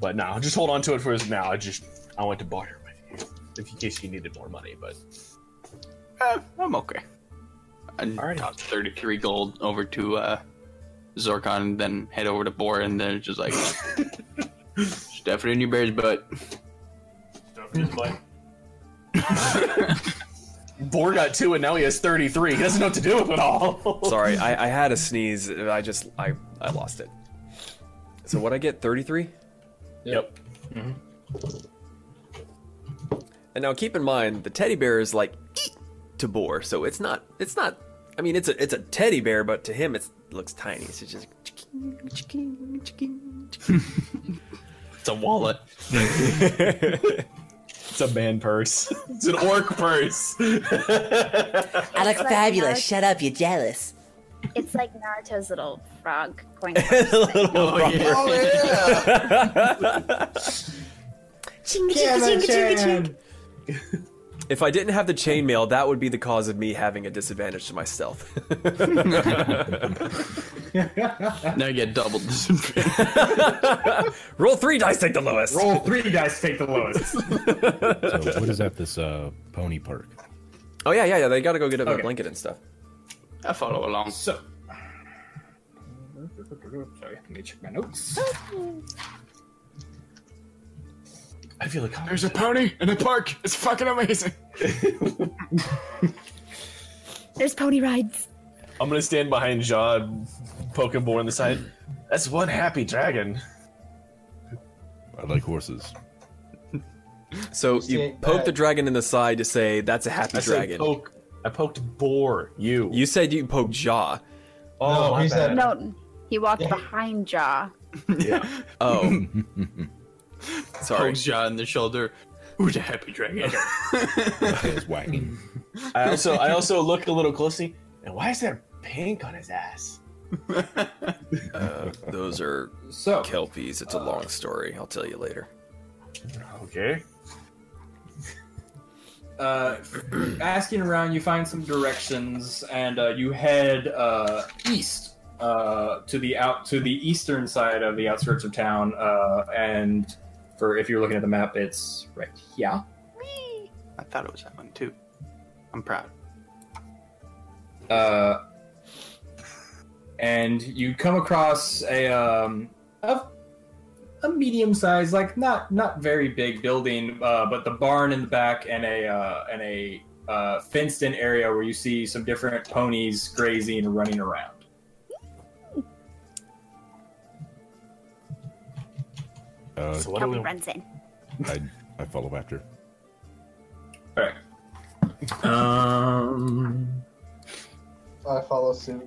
Speaker 10: But no, just hold on to it for us now. I just I want to barter with you, if in case you needed more money. But
Speaker 7: Uh, I'm okay. I toss 33 gold over to uh, Zorkon, then head over to Bor, and then it's just [laughs] like, stuff it in your bear's butt.
Speaker 10: [laughs] Boar got two, and now he has thirty-three. He doesn't know what to do with it all.
Speaker 7: [laughs]
Speaker 5: Sorry, I, I had a sneeze. and I just I I lost it. So what I get? Thirty three.
Speaker 10: Yep.
Speaker 5: And now keep in mind the teddy bear is like eek to boar, so it's not it's not. I mean it's a it's a teddy bear, but to him it's, it looks tiny. So it's just
Speaker 7: it's a wallet.
Speaker 10: [laughs] it's a man purse. It's an orc [laughs] purse.
Speaker 20: I look
Speaker 19: Like
Speaker 20: fabulous.
Speaker 19: Naruto-
Speaker 20: Shut up, you're jealous.
Speaker 19: It's like Naruto's little frog
Speaker 5: [laughs]
Speaker 19: coin.
Speaker 20: little
Speaker 19: yeah. Oh,
Speaker 5: If I didn't have the chainmail, that would be the cause of me having a disadvantage to myself. [laughs]
Speaker 7: now you get double [laughs] disadvantage.
Speaker 5: Roll three dice, take the lowest.
Speaker 2: Roll three dice, take the lowest.
Speaker 9: So what is that? This uh, pony perk.
Speaker 5: Oh yeah, yeah, yeah. They gotta go get a
Speaker 2: Okay.
Speaker 5: blanket and stuff.
Speaker 7: I follow along.
Speaker 2: So. Sorry, let me check my notes.
Speaker 10: I feel like
Speaker 16: There's a pony in the park. It's fucking amazing.
Speaker 19: There's pony rides.
Speaker 10: I'm gonna stand behind Ja, and poke him Boar in the side. That's one happy dragon.
Speaker 9: I like horses.
Speaker 5: So you
Speaker 10: ain't
Speaker 5: poke
Speaker 10: bad.
Speaker 5: the dragon in the side to say that's a happy
Speaker 10: uh, I said
Speaker 5: dragon.
Speaker 10: poke. I poked Boar. You.
Speaker 5: You said you poked jaw.
Speaker 10: Oh, my
Speaker 3: [laughs]
Speaker 10: bad.
Speaker 19: No, he walked behind Jaw.
Speaker 10: [laughs]
Speaker 5: Oh. Sorry.
Speaker 7: Pokes Jaw in the shoulder. Who's a happy [laughs] dragon?
Speaker 9: wagging.
Speaker 10: I also I also look a little closely. And why is there pink on his ass?
Speaker 5: Uh, those are
Speaker 2: so,
Speaker 5: kelpies. It's a long story. I'll tell you later.
Speaker 10: Okay.
Speaker 2: uh, asking around, you find some directions, and uh, you head uh, east uh, to the out to the eastern side of the outskirts of town. Uh, and for if you're looking at the map, it's right here.
Speaker 7: I thought it was that one too. I'm proud.
Speaker 2: Uh, and you come across a um, a, a medium sized, like not not very big building, uh, but the barn in the back and a uh, and a uh, fenced in area where you see some different ponies grazing and running around.
Speaker 9: Uh,
Speaker 19: Kelpie runs in.
Speaker 9: I, I follow after.
Speaker 2: All right. Um.
Speaker 6: I follow suit.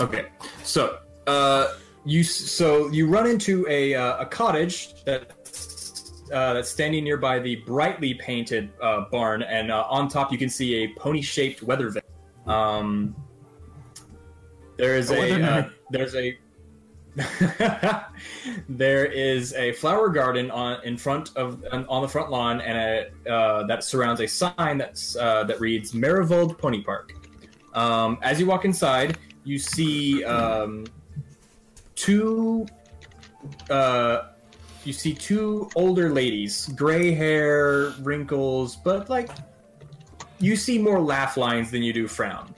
Speaker 2: Okay, so uh, you s- so you run into a uh, a cottage that's uh, that's standing nearby the brightly painted uh, barn, and uh, on top you can see a pony shaped weather vane. Um, there is
Speaker 11: A
Speaker 2: a,
Speaker 11: weather
Speaker 2: uh,
Speaker 11: vane.
Speaker 2: there's a [laughs] there is a flower garden on in front of on on the front lawn, and a, uh, that surrounds a sign that's uh, that reads Marivold Pony Park. Um, as you walk inside, you see um, two. Uh, you see two older ladies, gray hair, wrinkles, but like you see more laugh lines than you do frown.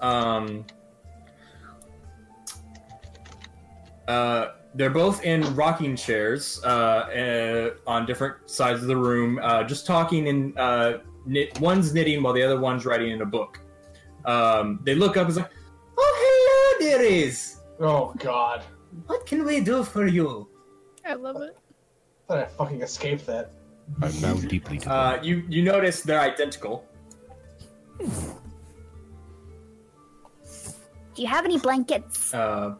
Speaker 2: Um, uh, they're both in rocking chairs uh, uh, on different sides of the room, uh, just talking and uh, knit, one's knitting while the other one's writing in a book.
Speaker 21: Um, they look up and like,
Speaker 2: Oh, hello, dearies.
Speaker 8: Oh God.
Speaker 2: What can we do for you?
Speaker 22: I love it.
Speaker 8: I thought I fucking escaped that.
Speaker 9: I'm now deeply.
Speaker 21: uh, you you notice they're identical.
Speaker 3: Do you have any blankets?
Speaker 21: Uh,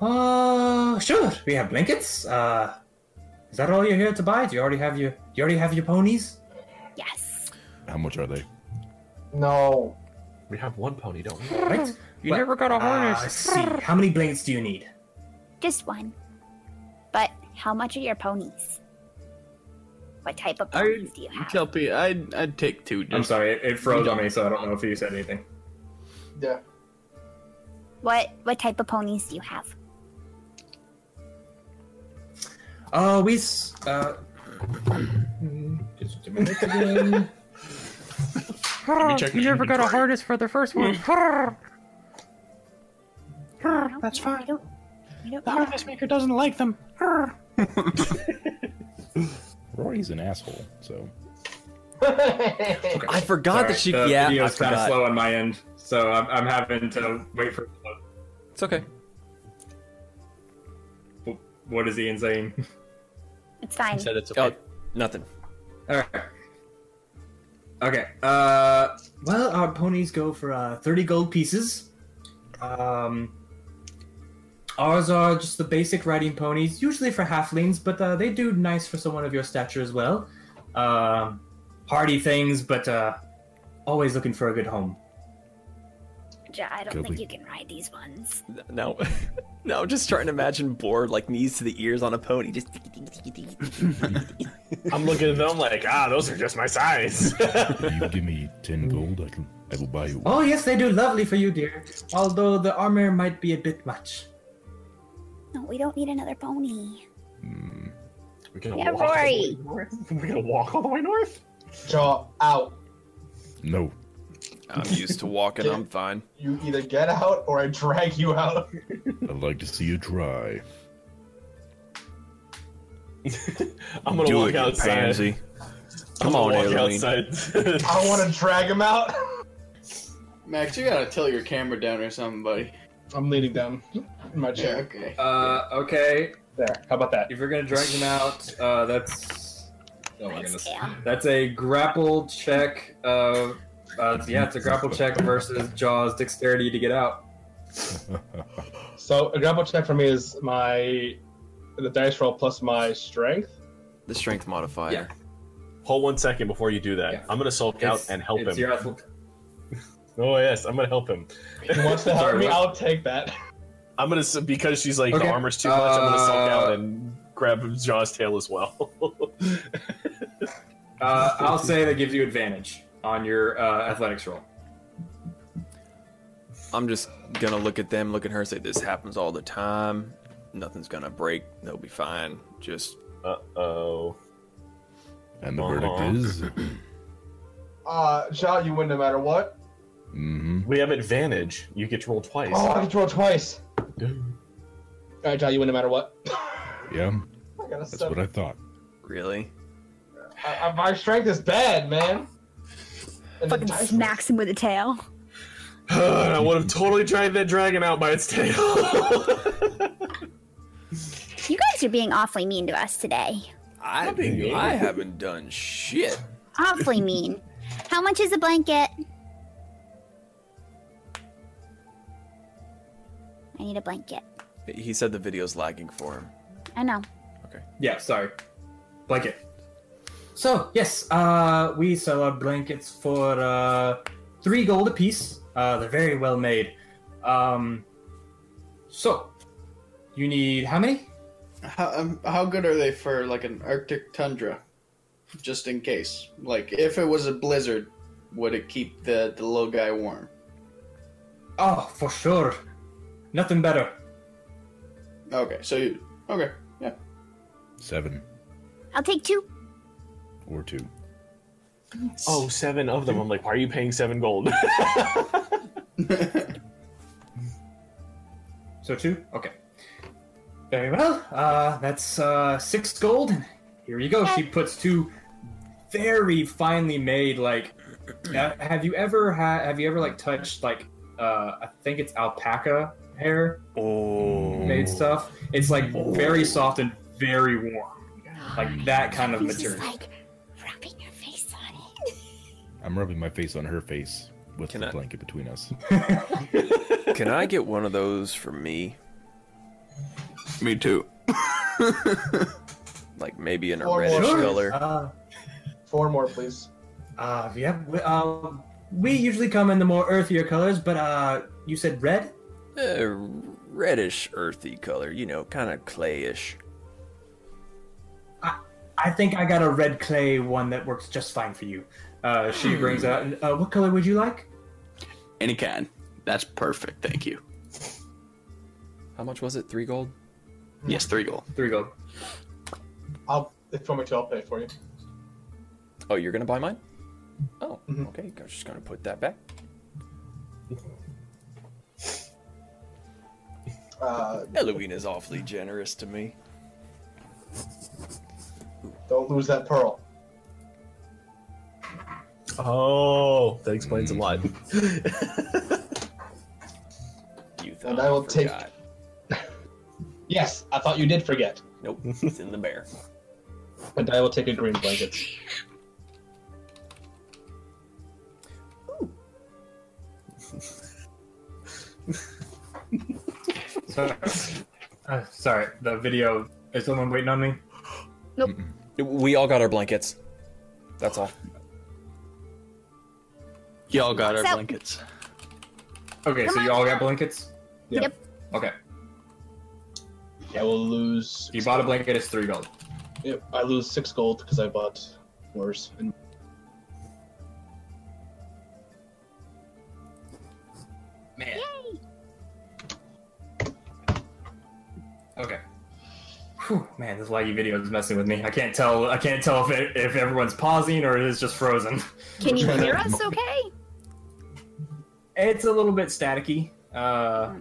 Speaker 2: Uh, sure. We have blankets. Uh, is that all you're here to buy? Do you already have your? Do you already have your ponies?
Speaker 3: Yes.
Speaker 9: How much are they?
Speaker 8: No.
Speaker 10: We have one pony, don't we?
Speaker 2: Right.
Speaker 10: You
Speaker 2: never got a harness. let's uh, see. How many blankets do you need?
Speaker 3: Just one. But how much are your ponies? What type of
Speaker 7: I
Speaker 3: ponies do you have?
Speaker 7: Kelpie, I'd I'd take two.
Speaker 2: Um,
Speaker 21: I'm sorry, it, it froze on me, so I don't know if you said anything.
Speaker 8: Yeah.
Speaker 3: What what type of ponies do you have?
Speaker 2: Uh, we. s- Uh, just a minute again.
Speaker 7: check You my never got a inventory.
Speaker 23: harness for the first one.
Speaker 8: Mm. [laughs]
Speaker 24: That's fine.
Speaker 3: The
Speaker 24: harness maker doesn't like them.
Speaker 9: Rory's an asshole, so.
Speaker 5: I forgot
Speaker 21: Sorry,
Speaker 5: that she.
Speaker 21: The
Speaker 5: yeah, I
Speaker 21: video's kind of
Speaker 5: forgot.
Speaker 21: slow on my end, so I'm, I'm having to wait for.
Speaker 5: It's okay.
Speaker 21: What is Ian saying?
Speaker 3: It's fine.
Speaker 7: it's
Speaker 5: okay. Oh, nothing.
Speaker 21: All right. Okay. Uh,
Speaker 2: well, our ponies go for uh, thirty gold pieces. Um, ours are just the basic riding ponies, usually for halflings, but uh, they do nice for someone of your stature as well. Um, hardy things, but uh, always looking for a good home.
Speaker 3: Ja, I don't
Speaker 5: Could
Speaker 3: think
Speaker 5: we-
Speaker 3: you can ride these ones.
Speaker 5: No. [laughs] No, just trying to imagine bored, like knees to the ears on a pony. [laughs] Just
Speaker 10: [laughs] I'm looking at them like, ah, those are just my size. [laughs]
Speaker 9: You give [laughs] me ten gold, I can. I will buy you.
Speaker 2: Oh yes, they do lovely for you, dear. Although the armor might be a bit much.
Speaker 3: No, we don't need another pony.
Speaker 9: Mm,
Speaker 10: We're
Speaker 3: Yeah, Rory.
Speaker 10: We're gonna walk all the way north.
Speaker 8: Jaw out.
Speaker 9: No.
Speaker 5: I'm used to walking. I'm fine.
Speaker 8: You either get out or I drag you out.
Speaker 9: I'd like to see you try. [laughs]
Speaker 10: I'm gonna
Speaker 5: Do
Speaker 10: walk
Speaker 5: it, you
Speaker 10: outside.
Speaker 5: pansy.
Speaker 10: I'm
Speaker 5: Come
Speaker 10: gonna
Speaker 5: on,
Speaker 10: walk
Speaker 5: Aileen.
Speaker 10: outside.
Speaker 8: I want to drag him out.
Speaker 7: Max, you gotta tilt your camera down or something, buddy.
Speaker 8: I'm leaning down in my
Speaker 7: Yeah,
Speaker 8: chair.
Speaker 7: okay.
Speaker 21: uh, okay.
Speaker 8: There. How about that?
Speaker 21: If you're gonna drag them out, uh, that's. Oh my goodness.
Speaker 3: Damn.
Speaker 21: That's a grapple check. Uh, uh, yeah, it's a grapple check versus Jaw's dexterity to get out.
Speaker 8: So a grapple check for me is my the dice roll plus my strength.
Speaker 5: The strength modifier.
Speaker 10: [laughs] Hold one second before you do that. I'm gonna sulk out and help
Speaker 21: it's
Speaker 10: him.
Speaker 21: Your athlete.
Speaker 10: Oh yes, I'm gonna help him.
Speaker 8: If he wants to help
Speaker 10: Sorry,
Speaker 8: me,
Speaker 10: what?
Speaker 8: I'll take that.
Speaker 10: I'm gonna s- because she's like
Speaker 8: Okay.
Speaker 10: the armor's too much. I'm gonna sulk
Speaker 21: Uh,
Speaker 10: out and grab Jaw's tail as well. [laughs]
Speaker 21: Uh, I'll say that gives you advantage on your uh, athletics roll.
Speaker 5: I'm just gonna look at them, look at her, and say this happens all the time. Nothing's gonna break. They'll be fine. Just
Speaker 10: uh oh.
Speaker 9: And the
Speaker 10: Uh-huh.
Speaker 9: verdict is.
Speaker 8: Uh, Jaw, you win no matter what.
Speaker 9: mm-hmm,
Speaker 10: We have advantage. You get to roll twice.
Speaker 8: Oh, I get to roll twice. All right, Jaw, you win no matter what. [laughs]
Speaker 9: Yeah,
Speaker 8: I gotta
Speaker 9: that's
Speaker 8: step-
Speaker 9: what I thought.
Speaker 5: really.
Speaker 8: I- I- my strength is bad, man. And the
Speaker 5: [laughs]
Speaker 3: Fucking
Speaker 8: dice-
Speaker 3: smacks him with a tail.
Speaker 10: [sighs] I would have totally dragged that dragon out by its tail.
Speaker 3: You guys are being awfully mean to us today.
Speaker 5: I I haven't done shit.
Speaker 3: Awfully mean. How much is a blanket? I need a blanket.
Speaker 5: He said the video's lagging for him.
Speaker 3: I know.
Speaker 21: Yeah, sorry. Blanket.
Speaker 2: So yes, uh, we sell our blankets for uh, three gold apiece. Uh, they're very well made. Um, so you need how many?
Speaker 7: How um, how good are they for like an Arctic tundra? Just in case, like if it was a blizzard, would it keep the the little guy warm?
Speaker 2: Oh, for sure, nothing better.
Speaker 7: Okay, so you okay, yeah.
Speaker 9: Seven
Speaker 3: I'll take two.
Speaker 9: or two.
Speaker 10: [laughs] oh, seven of them. I'm like, why are you paying seven gold?
Speaker 2: So two. Okay. Very well. Uh, that's uh, six gold. Here you go. She puts two very finely made, like [clears throat] Now, have you ever had? Have you ever like touched like uh, I think it's alpaca hair made stuff? It's like very soft and very warm, [laughs] like that kind of
Speaker 25: This is
Speaker 2: material.
Speaker 25: like rubbing your face on it.
Speaker 9: I'm rubbing my face on her face with the blanket between us. [laughs]
Speaker 5: Can I get one of those for me?
Speaker 7: Me too.
Speaker 5: like maybe in a
Speaker 8: Or
Speaker 5: reddish
Speaker 8: more.
Speaker 5: color.
Speaker 26: Uh,
Speaker 8: Four more, please.
Speaker 26: uh, yeah. We, uh,
Speaker 2: um,
Speaker 26: we usually come in the more earthier colors, but uh, you said red.
Speaker 5: Eh, reddish, earthy color. You know, kind of clayish.
Speaker 26: I think I got a red clay one that works just fine for you. Uh,
Speaker 2: Hmm.
Speaker 26: she brings out. Uh, what color would you like?
Speaker 7: Any can. That's perfect. Thank you.
Speaker 5: How much was it? Three gold.
Speaker 7: Yes, three gold.
Speaker 2: Three gold.
Speaker 8: I'll if you want me to, I'll pay for you.
Speaker 5: Oh, you're gonna buy mine? Oh,
Speaker 8: Mm-hmm.
Speaker 5: okay. I'm just gonna put that back.
Speaker 8: Uh,
Speaker 5: Halloween is awfully generous to me.
Speaker 8: Don't lose that pearl.
Speaker 10: Oh, that explains a lot.
Speaker 5: You
Speaker 8: and I will take. yes, I thought you did forget.
Speaker 5: Nope, it's in the bear.
Speaker 8: And I will take a green blanket.
Speaker 2: Sorry. [laughs] Uh, sorry, the video. Is someone waiting on me?
Speaker 27: Nope.
Speaker 5: We all got our blankets. That's all.
Speaker 7: Y'all got our
Speaker 27: So-
Speaker 7: blankets.
Speaker 2: Okay, so
Speaker 27: Come
Speaker 2: you all got blankets.
Speaker 27: Yep.
Speaker 2: Okay.
Speaker 8: Yeah, we'll lose.
Speaker 2: You bought a blanket. It's three gold.
Speaker 8: Yep, I lose six gold because I bought worse. And
Speaker 2: Man. Okay. Whew, man, this laggy video is messing with me. I can't tell. I can't tell if it, if everyone's pausing or it is just frozen. [laughs]
Speaker 3: Can you hear us okay?
Speaker 2: It's a little bit staticky. Uh,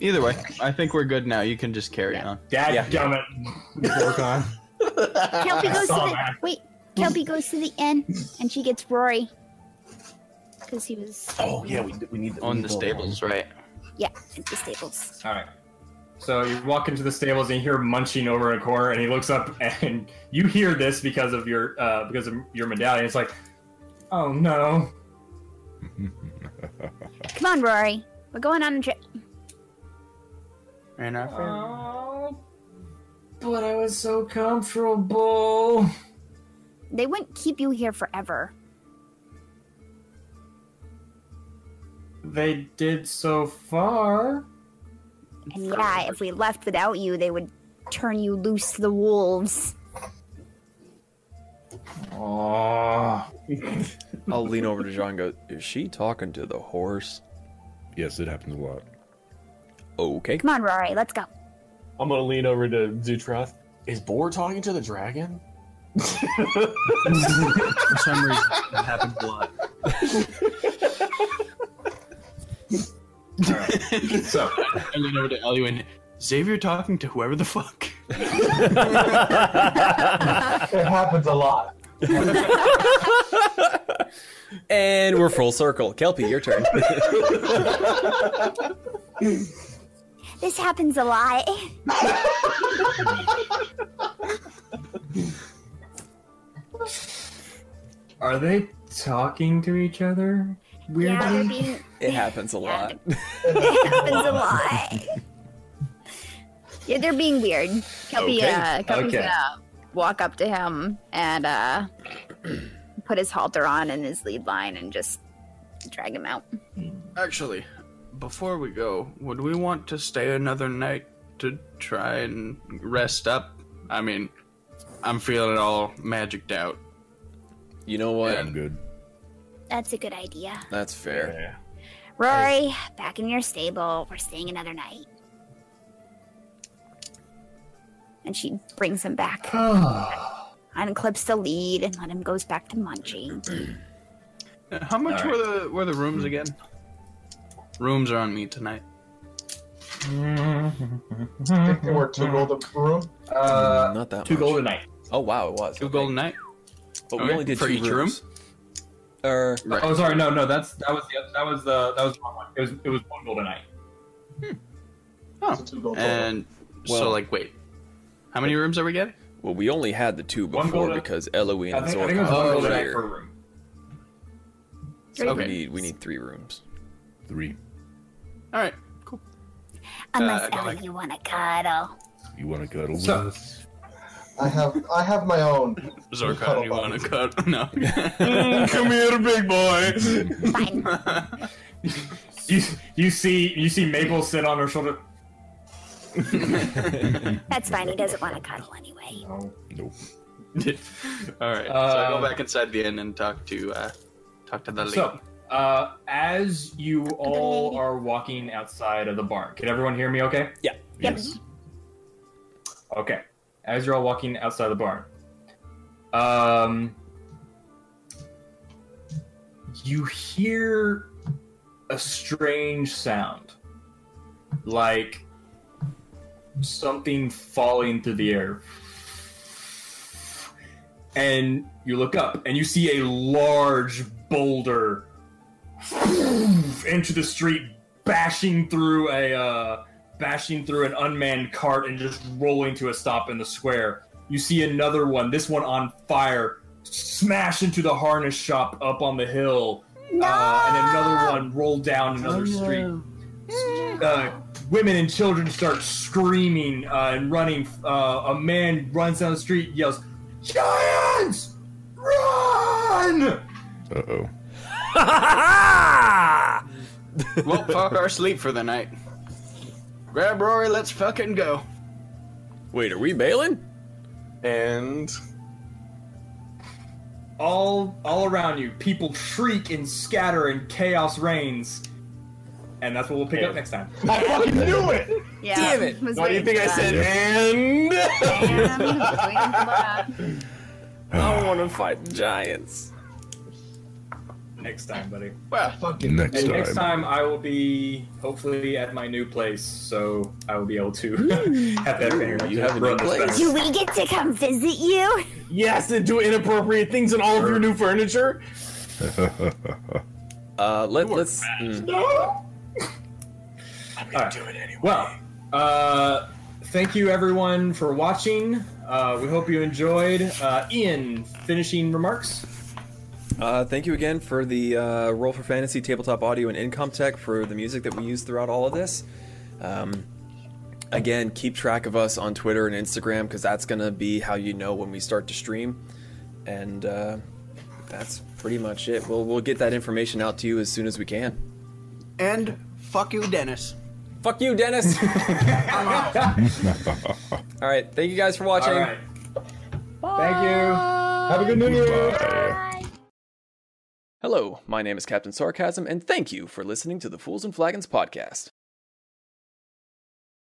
Speaker 7: Either way, I think we're good now. You can just carry on.
Speaker 2: Dad, damn it. Work on.
Speaker 3: Kelpie
Speaker 7: I
Speaker 3: goes to
Speaker 7: saw
Speaker 3: the
Speaker 7: that.
Speaker 3: wait. Kelpie goes to the end, and she gets Rory because he was
Speaker 28: Oh yeah, we, we need
Speaker 7: On the stables, right?
Speaker 3: yeah at the stables.
Speaker 2: All right. So you walk into the stables and you hear munching over a corner, and he looks up, [laughs] and you hear this because of your uh, because of your medallion. It's like, oh no,
Speaker 3: Come on, Rory. We're going on a trip.
Speaker 7: And
Speaker 26: Oh, but I was so comfortable.
Speaker 3: They wouldn't keep you here forever.
Speaker 2: they did so far.
Speaker 3: And yeah, if we left without you, they would turn you loose to the wolves.
Speaker 2: Oh.
Speaker 5: [laughs] I'll lean over to John and go, Is she talking to the horse?
Speaker 9: Yes, it happens a lot.
Speaker 5: Okay.
Speaker 3: Come on, Rory. Let's go.
Speaker 10: I'm gonna lean over to Zutroth. Is Boar talking to the dragon?
Speaker 7: For some reason, it happens a lot. [laughs]
Speaker 2: so,
Speaker 7: I lean over to Elwin. Xavier talking to whoever the fuck.
Speaker 8: it happens a lot.
Speaker 5: And we're full circle. Kelpie, your turn. [laughs]
Speaker 3: This happens a lot.
Speaker 2: Are they talking to each other?
Speaker 3: Yeah, they're
Speaker 2: Weirdly?
Speaker 3: being
Speaker 5: it happens a lot.
Speaker 3: [laughs] it happens a lot.
Speaker 27: Yeah, they're being weird.
Speaker 3: Kelpie,
Speaker 5: Okay.
Speaker 3: uh, Kelpie's
Speaker 5: Okay.
Speaker 3: gonna walk up to him and uh, put his halter on and his lead line and just drag him out.
Speaker 7: Actually, before we go, would we want to stay another night to try and rest up? I mean, I'm feeling all magicked out.
Speaker 5: You know what? I'm
Speaker 9: good.
Speaker 3: That's a good idea.
Speaker 5: That's fair.
Speaker 3: Rory, back in your stable. We're staying another night. And she brings him
Speaker 10: [sighs]
Speaker 3: back. Unclips the lead and let him goes back to munching.
Speaker 10: Uh,
Speaker 7: How much
Speaker 3: All
Speaker 7: were the were the rooms again? Rooms are on me tonight.
Speaker 8: I
Speaker 28: Mm-hmm.
Speaker 2: Mm-hmm.
Speaker 8: think
Speaker 2: [laughs]
Speaker 8: there were two gold a room.
Speaker 2: Uh,
Speaker 5: Not that
Speaker 2: two
Speaker 5: much.
Speaker 2: gold a night.
Speaker 5: Oh, wow, it was.
Speaker 7: Two gold a night?
Speaker 5: But we
Speaker 7: Okay,
Speaker 5: only did
Speaker 7: for
Speaker 5: two
Speaker 7: each room?
Speaker 5: rooms. Or
Speaker 2: Oh, sorry. No, no. That's that was the that was the that was the wrong one. It was it was one golden night.
Speaker 7: Oh.
Speaker 28: Uh,
Speaker 7: And so,
Speaker 2: Well-
Speaker 7: like, wait. How many rooms are we getting?
Speaker 1: Well, we only had the two
Speaker 7: One
Speaker 1: before
Speaker 7: golden-
Speaker 1: because Eloise and
Speaker 7: I think- I think
Speaker 1: Zorka
Speaker 7: it was one golden
Speaker 1: were
Speaker 7: egg
Speaker 1: here.
Speaker 7: per
Speaker 1: So
Speaker 7: Okay.
Speaker 1: we need we need three rooms.
Speaker 9: Three.
Speaker 7: All right.
Speaker 19: Unless
Speaker 7: Uh,
Speaker 19: Ellie, you want to cuddle.
Speaker 9: You want to cuddle
Speaker 8: So-
Speaker 9: with us?
Speaker 8: I have I have my own.
Speaker 7: Zorka, you want to cut? No.
Speaker 10: Mm,
Speaker 8: Come here, big boy.
Speaker 9: Mm-hmm.
Speaker 7: [laughs]
Speaker 2: You you see you see Maple sit on her shoulder.
Speaker 19: That's fine. He doesn't want to cuddle anyway.
Speaker 9: [laughs] Nope.
Speaker 7: All right. so I go back inside the inn and talk to uh, talk to the lady.
Speaker 2: So, uh, as you all are walking outside of the barn, can everyone hear me okay?
Speaker 1: Yeah.
Speaker 9: Yes.
Speaker 2: Okay. As you're all walking outside the barn, um, you hear a strange sound. Like something falling through the air. And you look up and you see a large boulder into the street, bashing through a uh, bashing through an unmanned cart and just rolling to a stop in the square. You see another one, this one on fire, smash into the harness shop up on the hill, uh, and another one roll down
Speaker 8: Oh,
Speaker 2: another street. Uh, women and children start screaming uh, and running. Uh, a man runs down the street, yells, "Giants, run!"
Speaker 9: Uh oh.
Speaker 7: [laughs] well, fuck our sleep for the night. Grab Rory, let's fucking go.
Speaker 1: Wait, are we bailing?
Speaker 10: And
Speaker 2: all all around you people shriek and scatter and chaos reigns and that's what we'll pick up next time
Speaker 10: I fucking knew it.
Speaker 19: Yeah.
Speaker 10: Damn it.
Speaker 19: was
Speaker 10: Why do you
Speaker 19: waiting
Speaker 10: think I
Speaker 19: for
Speaker 10: said
Speaker 19: that.
Speaker 10: and? [laughs]
Speaker 19: Damn, he was waiting for that.
Speaker 1: I
Speaker 9: Ah,
Speaker 5: Ah,
Speaker 1: want to fight the giants.
Speaker 2: next time buddy
Speaker 7: well
Speaker 2: fucking
Speaker 9: Next
Speaker 2: and next
Speaker 9: time.
Speaker 2: time i will be hopefully at my new place so i will be able to [laughs] have that interview
Speaker 1: you have a new
Speaker 2: run this
Speaker 1: place.
Speaker 2: back.
Speaker 19: Do we get to come visit you?
Speaker 4: Yes, and do inappropriate things in all of your new furniture.
Speaker 1: Uh, let, let's. mm.
Speaker 2: I'm gonna do it anyway. Well, uh, thank you everyone for watching. Uh, we hope you enjoyed. Uh, Ian, finishing remarks.
Speaker 5: Uh, thank you again for the uh, Roll for Fantasy tabletop audio and Income Tech for the music that we used throughout all of this. Um, again, keep track of us on Twitter and Instagram because that's going to be how you know when we start to stream. And uh, that's pretty much it. We'll, we'll get that information out to you as soon as we can.
Speaker 7: And fuck you, Dennis.
Speaker 1: Fuck you, [laughs] Dennis.
Speaker 9: [laughs]
Speaker 5: All right. Thank you guys for watching.
Speaker 1: All right.
Speaker 2: Thank you. Have a good new year.
Speaker 1: Hello, my name is Captain Sarcasm, and thank you for listening to the Fools and Flagons podcast.